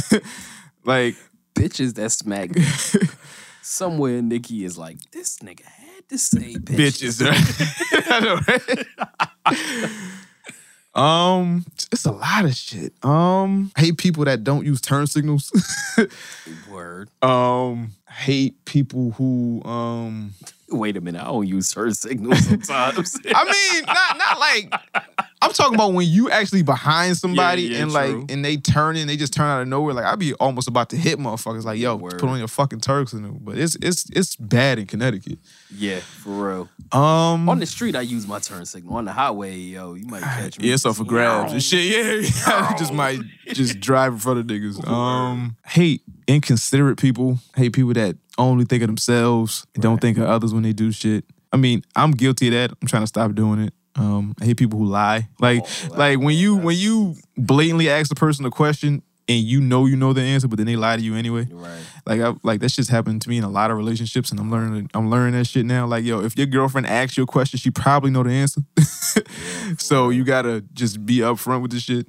Speaker 6: like
Speaker 7: bitches that smack. Somewhere Nikki is like, this nigga had to say bitches.
Speaker 6: bitches. right? I know, right? um, it's a lot of shit. Um, I hate people that don't use turn signals.
Speaker 7: Word.
Speaker 6: Um, I hate people who um.
Speaker 7: Wait a minute, I don't use turn signals sometimes.
Speaker 6: I mean, not not like I'm talking about when you actually behind somebody
Speaker 7: yeah,
Speaker 6: and
Speaker 7: true.
Speaker 6: like and they turn and they just turn out of nowhere. Like I'd be almost about to hit motherfuckers. Like yo, put on your fucking turn signal. But it's it's it's bad in Connecticut.
Speaker 7: yeah, for real.
Speaker 6: Um,
Speaker 7: On the street, I use my turn signal. On the highway, yo, you might catch me.
Speaker 6: Yeah, it's up for grabs and shit. Yeah, yeah. you just might just drive in front of niggas. Um, hate inconsiderate people. Hate people that only think of themselves and don't think of others when they do shit. I mean, I'm guilty of that. I'm trying to stop doing it. Um, I hate people who lie. Like, like when you when you blatantly ask the person a question and you know you know the answer, but then they lie to you anyway. Right. Like, I, like that shit's happened to me in a lot of relationships, and I'm learning I'm learning that shit now. Like, yo, if your girlfriend asks you a question, she probably know the answer. so you gotta just be upfront with the shit.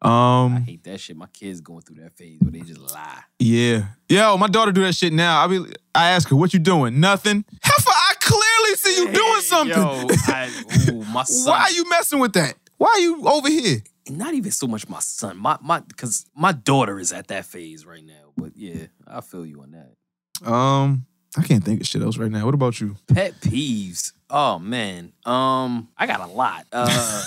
Speaker 7: I
Speaker 6: Um,
Speaker 7: hate that shit. My kids going through that phase where they just lie.
Speaker 6: yeah, yo, my daughter do that shit now. I be, I ask her, "What you doing? Nothing." Heifer, I clearly see you doing something.
Speaker 7: Yo, I, ooh, my son.
Speaker 6: Why are you messing with that? Why are you over here?
Speaker 7: Not even so much my son. My my because my daughter is at that phase right now. But yeah, I feel you on that.
Speaker 6: Um, I can't think of shit else right now. What about you?
Speaker 7: Pet peeves. Oh man. Um, I got a lot. Uh,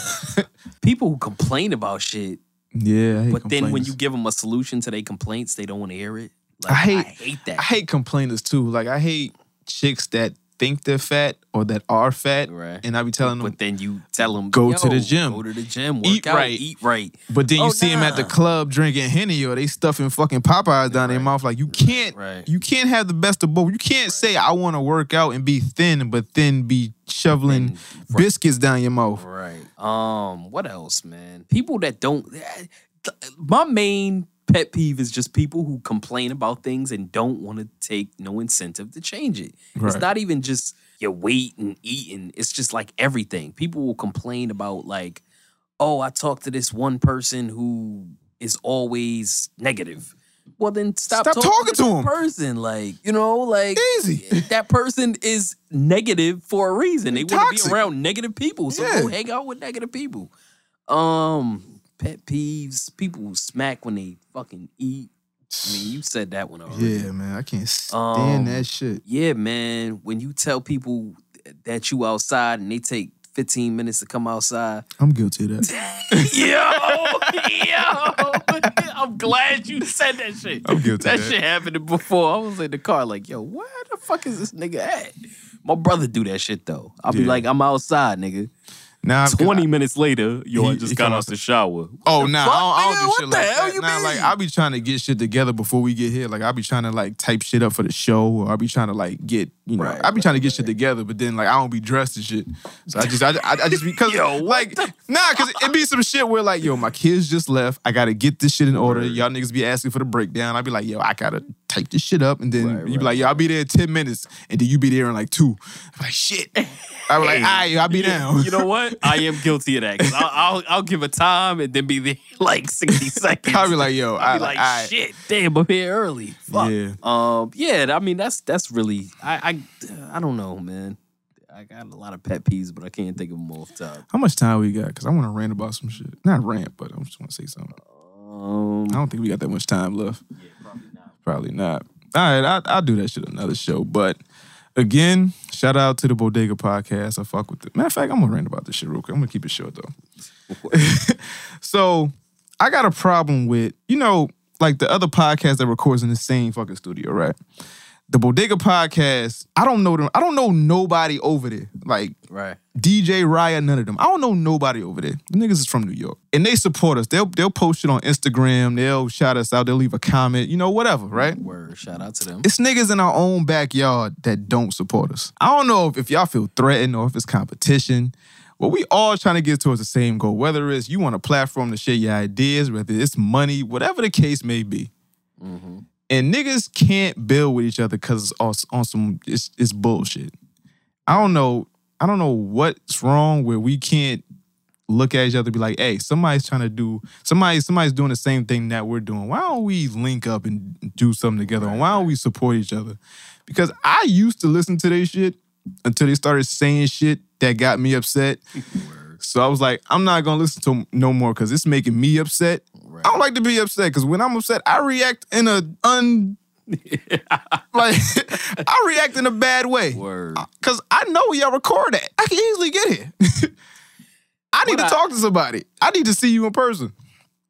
Speaker 7: people who complain about shit,
Speaker 6: Yeah, I hate
Speaker 7: but then when
Speaker 6: complainers.
Speaker 7: you give them a solution to their complaints, they don't want to hear it.
Speaker 6: I hate, I
Speaker 7: hate that.
Speaker 6: I hate complainers too. Like I hate chicks that think they're fat or that are fat, right? And I be telling them,
Speaker 7: but then you tell them
Speaker 6: go to
Speaker 7: "Yo,
Speaker 6: the gym,
Speaker 7: Go to the gym. Work
Speaker 6: eat
Speaker 7: out.
Speaker 6: right,
Speaker 7: Eat right.
Speaker 6: But then you
Speaker 7: Oh,
Speaker 6: see them at the
Speaker 7: nah.
Speaker 6: club drinking henny or they stuffing fucking Popeyes down their mouth. Like you can't, you can't have the best of both. You can't say I want to work out and be thin, but then be shoveling biscuits down your mouth.
Speaker 7: Right. Um, what else, man? People that don't eh, my main pet peeve is just people who complain about things and don't want to take no incentive to change it. It's
Speaker 6: Right.
Speaker 7: not even just your weight and eating. It's just like everything. People will complain about like, oh, I talked to this one person who is always negative. Well, then stop,
Speaker 6: Stop talking to
Speaker 7: that
Speaker 6: him.
Speaker 7: Person, like you know, like easy. That person is negative for a reason. They want to be
Speaker 6: Toxic.
Speaker 7: around negative people, so go hang out with negative people. Um, pet peeves. People who smack when they fucking eat. I mean, you said that one already.
Speaker 6: Yeah, man. I can't stand
Speaker 7: Um,
Speaker 6: that shit.
Speaker 7: Yeah, man. When you tell people that you outside and they take 15 minutes to come outside.
Speaker 6: I'm guilty of that.
Speaker 7: yo, yo. I'm glad you said that shit.
Speaker 6: I'm guilty
Speaker 7: That
Speaker 6: of that.
Speaker 7: shit happened before. I was in the car like, yo, where the fuck is this nigga at? My brother do that shit though. I'll be
Speaker 6: Yeah.
Speaker 7: like, I'm outside, nigga.
Speaker 6: Now
Speaker 7: 20 minutes later, yo, I
Speaker 6: He-
Speaker 7: just
Speaker 6: he
Speaker 7: got
Speaker 6: come
Speaker 7: out the shower.
Speaker 6: Oh nah,
Speaker 7: fuck,
Speaker 6: I don't, I don't
Speaker 7: nigga?
Speaker 6: do
Speaker 7: What
Speaker 6: shit
Speaker 7: the
Speaker 6: like
Speaker 7: hell
Speaker 6: that.
Speaker 7: you
Speaker 6: nah, like
Speaker 7: mean?
Speaker 6: I be trying to get shit together before we get here. Like I be trying to like type shit up for the show, or I be trying to like get you know, I be trying to get shit together. But then like I don't be dressed and shit, so I just I, I, I just because like nah, because it be some shit where like yo, my kids just left. I gotta get this shit in order. Y'all niggas be asking for the breakdown. I be like yo, I gotta type this shit up, and then you be like yo, I'll be there in ten minutes, and then you be there in like two. I'm like shit. I was like,
Speaker 7: Hey,
Speaker 6: all right, I'll be
Speaker 7: you-
Speaker 6: down.
Speaker 7: You know what? I am guilty of that. 'cause I'll, I'll I'll give a time and then be there like sixty seconds.
Speaker 6: I'll be like, yo,
Speaker 7: I'll
Speaker 6: I-
Speaker 7: be like,
Speaker 6: I-
Speaker 7: shit, damn, I'm here early. Fuck.
Speaker 6: Yeah.
Speaker 7: Um. Yeah. I mean, that's that's really. I I I don't know, man. I got a lot of pet peeves, but I can't think of them off the top.
Speaker 6: How much time we got? Because I want to rant about some shit. Not rant, but I just want to say something. I don't think we got that much time left. Yeah, probably not. All right, I, I'll do that shit another show. But again, shout out to the Bodega Podcast. I fuck with it. Matter of fact, I'm gonna rant about this shit real quick. I'm gonna keep it short though. so I got a problem with you know like the other podcast that records in the same fucking studio, right? The Bodega Podcast. I don't know them. I don't know nobody over there. Like
Speaker 7: Right.
Speaker 6: DJ Raya, none of them. I don't know nobody over there. The niggas is from New York. And they support us. They'll they'll post it on Instagram. They'll shout us out. They'll leave a comment. You know, whatever, right?
Speaker 7: Word. Shout out to them.
Speaker 6: It's niggas in our own backyard that don't support us. I don't know if, if y'all feel threatened or if it's competition. But we all trying to get towards the same goal, whether it's you want a platform to share your ideas, whether it's money, whatever the case may be. And niggas can't build with each other because it's on some it's, it's bullshit. I don't know. I don't know what's wrong where we can't look at each other and be like, hey, somebody's trying to do somebody somebody's doing the same thing that we're doing. Why don't we link up and do something together? and why don't we support each other? Because I used to listen to their shit until they started saying shit that got me upset. So I was like, I'm not gonna listen to 'em no more because it's making me upset. I don't like to be upset because when I'm upset, I react in a un like I react in a bad way.
Speaker 7: Word.
Speaker 6: Cause I know y'all record that. I can easily get here. I need to talk to somebody. I need to see you in person.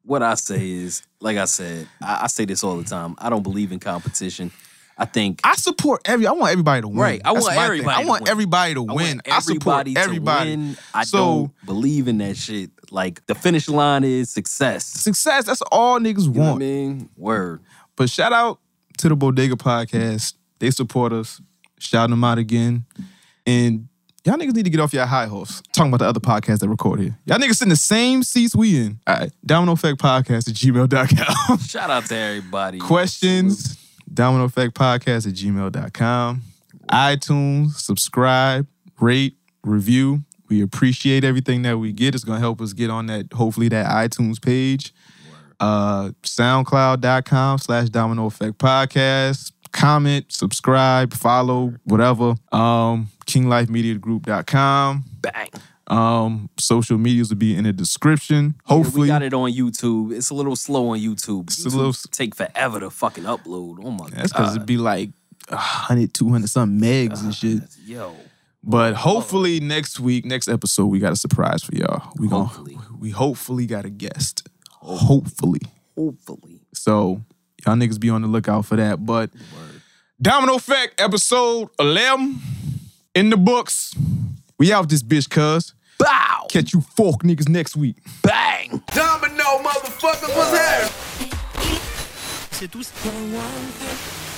Speaker 7: what I say is, like I said, I, I say this all the time. I don't believe in competition. I think
Speaker 6: I support every. I want everybody to win.
Speaker 7: Right. I
Speaker 6: That's
Speaker 7: want
Speaker 6: my thing.
Speaker 7: everybody.
Speaker 6: I want
Speaker 7: to win.
Speaker 6: everybody to
Speaker 7: I
Speaker 6: win.
Speaker 7: want
Speaker 6: I support
Speaker 7: everybody to
Speaker 6: everybody.
Speaker 7: win. I
Speaker 6: so
Speaker 7: don't believe in that shit. Like the finish line is success.
Speaker 6: success. That's all niggas want.
Speaker 7: I mean, word.
Speaker 6: But shout out to the Bodega Podcast. They support us. Shouting them out again. And y'all niggas need to get off your high horse. Talking about the other podcasts that record here. Y'all niggas in the same seats we in. All right. Domino Effect Podcast at gmail.com.
Speaker 7: Shout out to everybody.
Speaker 6: Questions, domino effect podcast at gmail.com. iTunes, subscribe, rate, review. We appreciate everything that we get. It's gonna help us get on that, hopefully, that iTunes page. Uh soundcloud.com slash domino effect podcast. Comment, subscribe, follow, whatever. Um, kinglifemediagroup.com.
Speaker 7: Bang.
Speaker 6: Um, social medias will be in the description. Hopefully.
Speaker 7: we got it on YouTube. It's a little slow on YouTube. It's
Speaker 6: a little-
Speaker 7: take forever to fucking upload. Oh my
Speaker 6: That's because
Speaker 7: god.
Speaker 6: it'd be like 100, 200 something megs and shit.
Speaker 7: Yo.
Speaker 6: But hopefully next week, next episode, we got a surprise for y'all. We gon' we hopefully got a guest. Hopefully.
Speaker 7: Hopefully.
Speaker 6: So y'all niggas be on the lookout for that. But Domino Effect episode 11 in the books. We out this bitch, cuz.
Speaker 7: Bow.
Speaker 6: Catch you fork niggas next week.
Speaker 7: Bang.
Speaker 4: Domino, motherfuckers, what's happening?
Speaker 2: C'est tout ce qu'on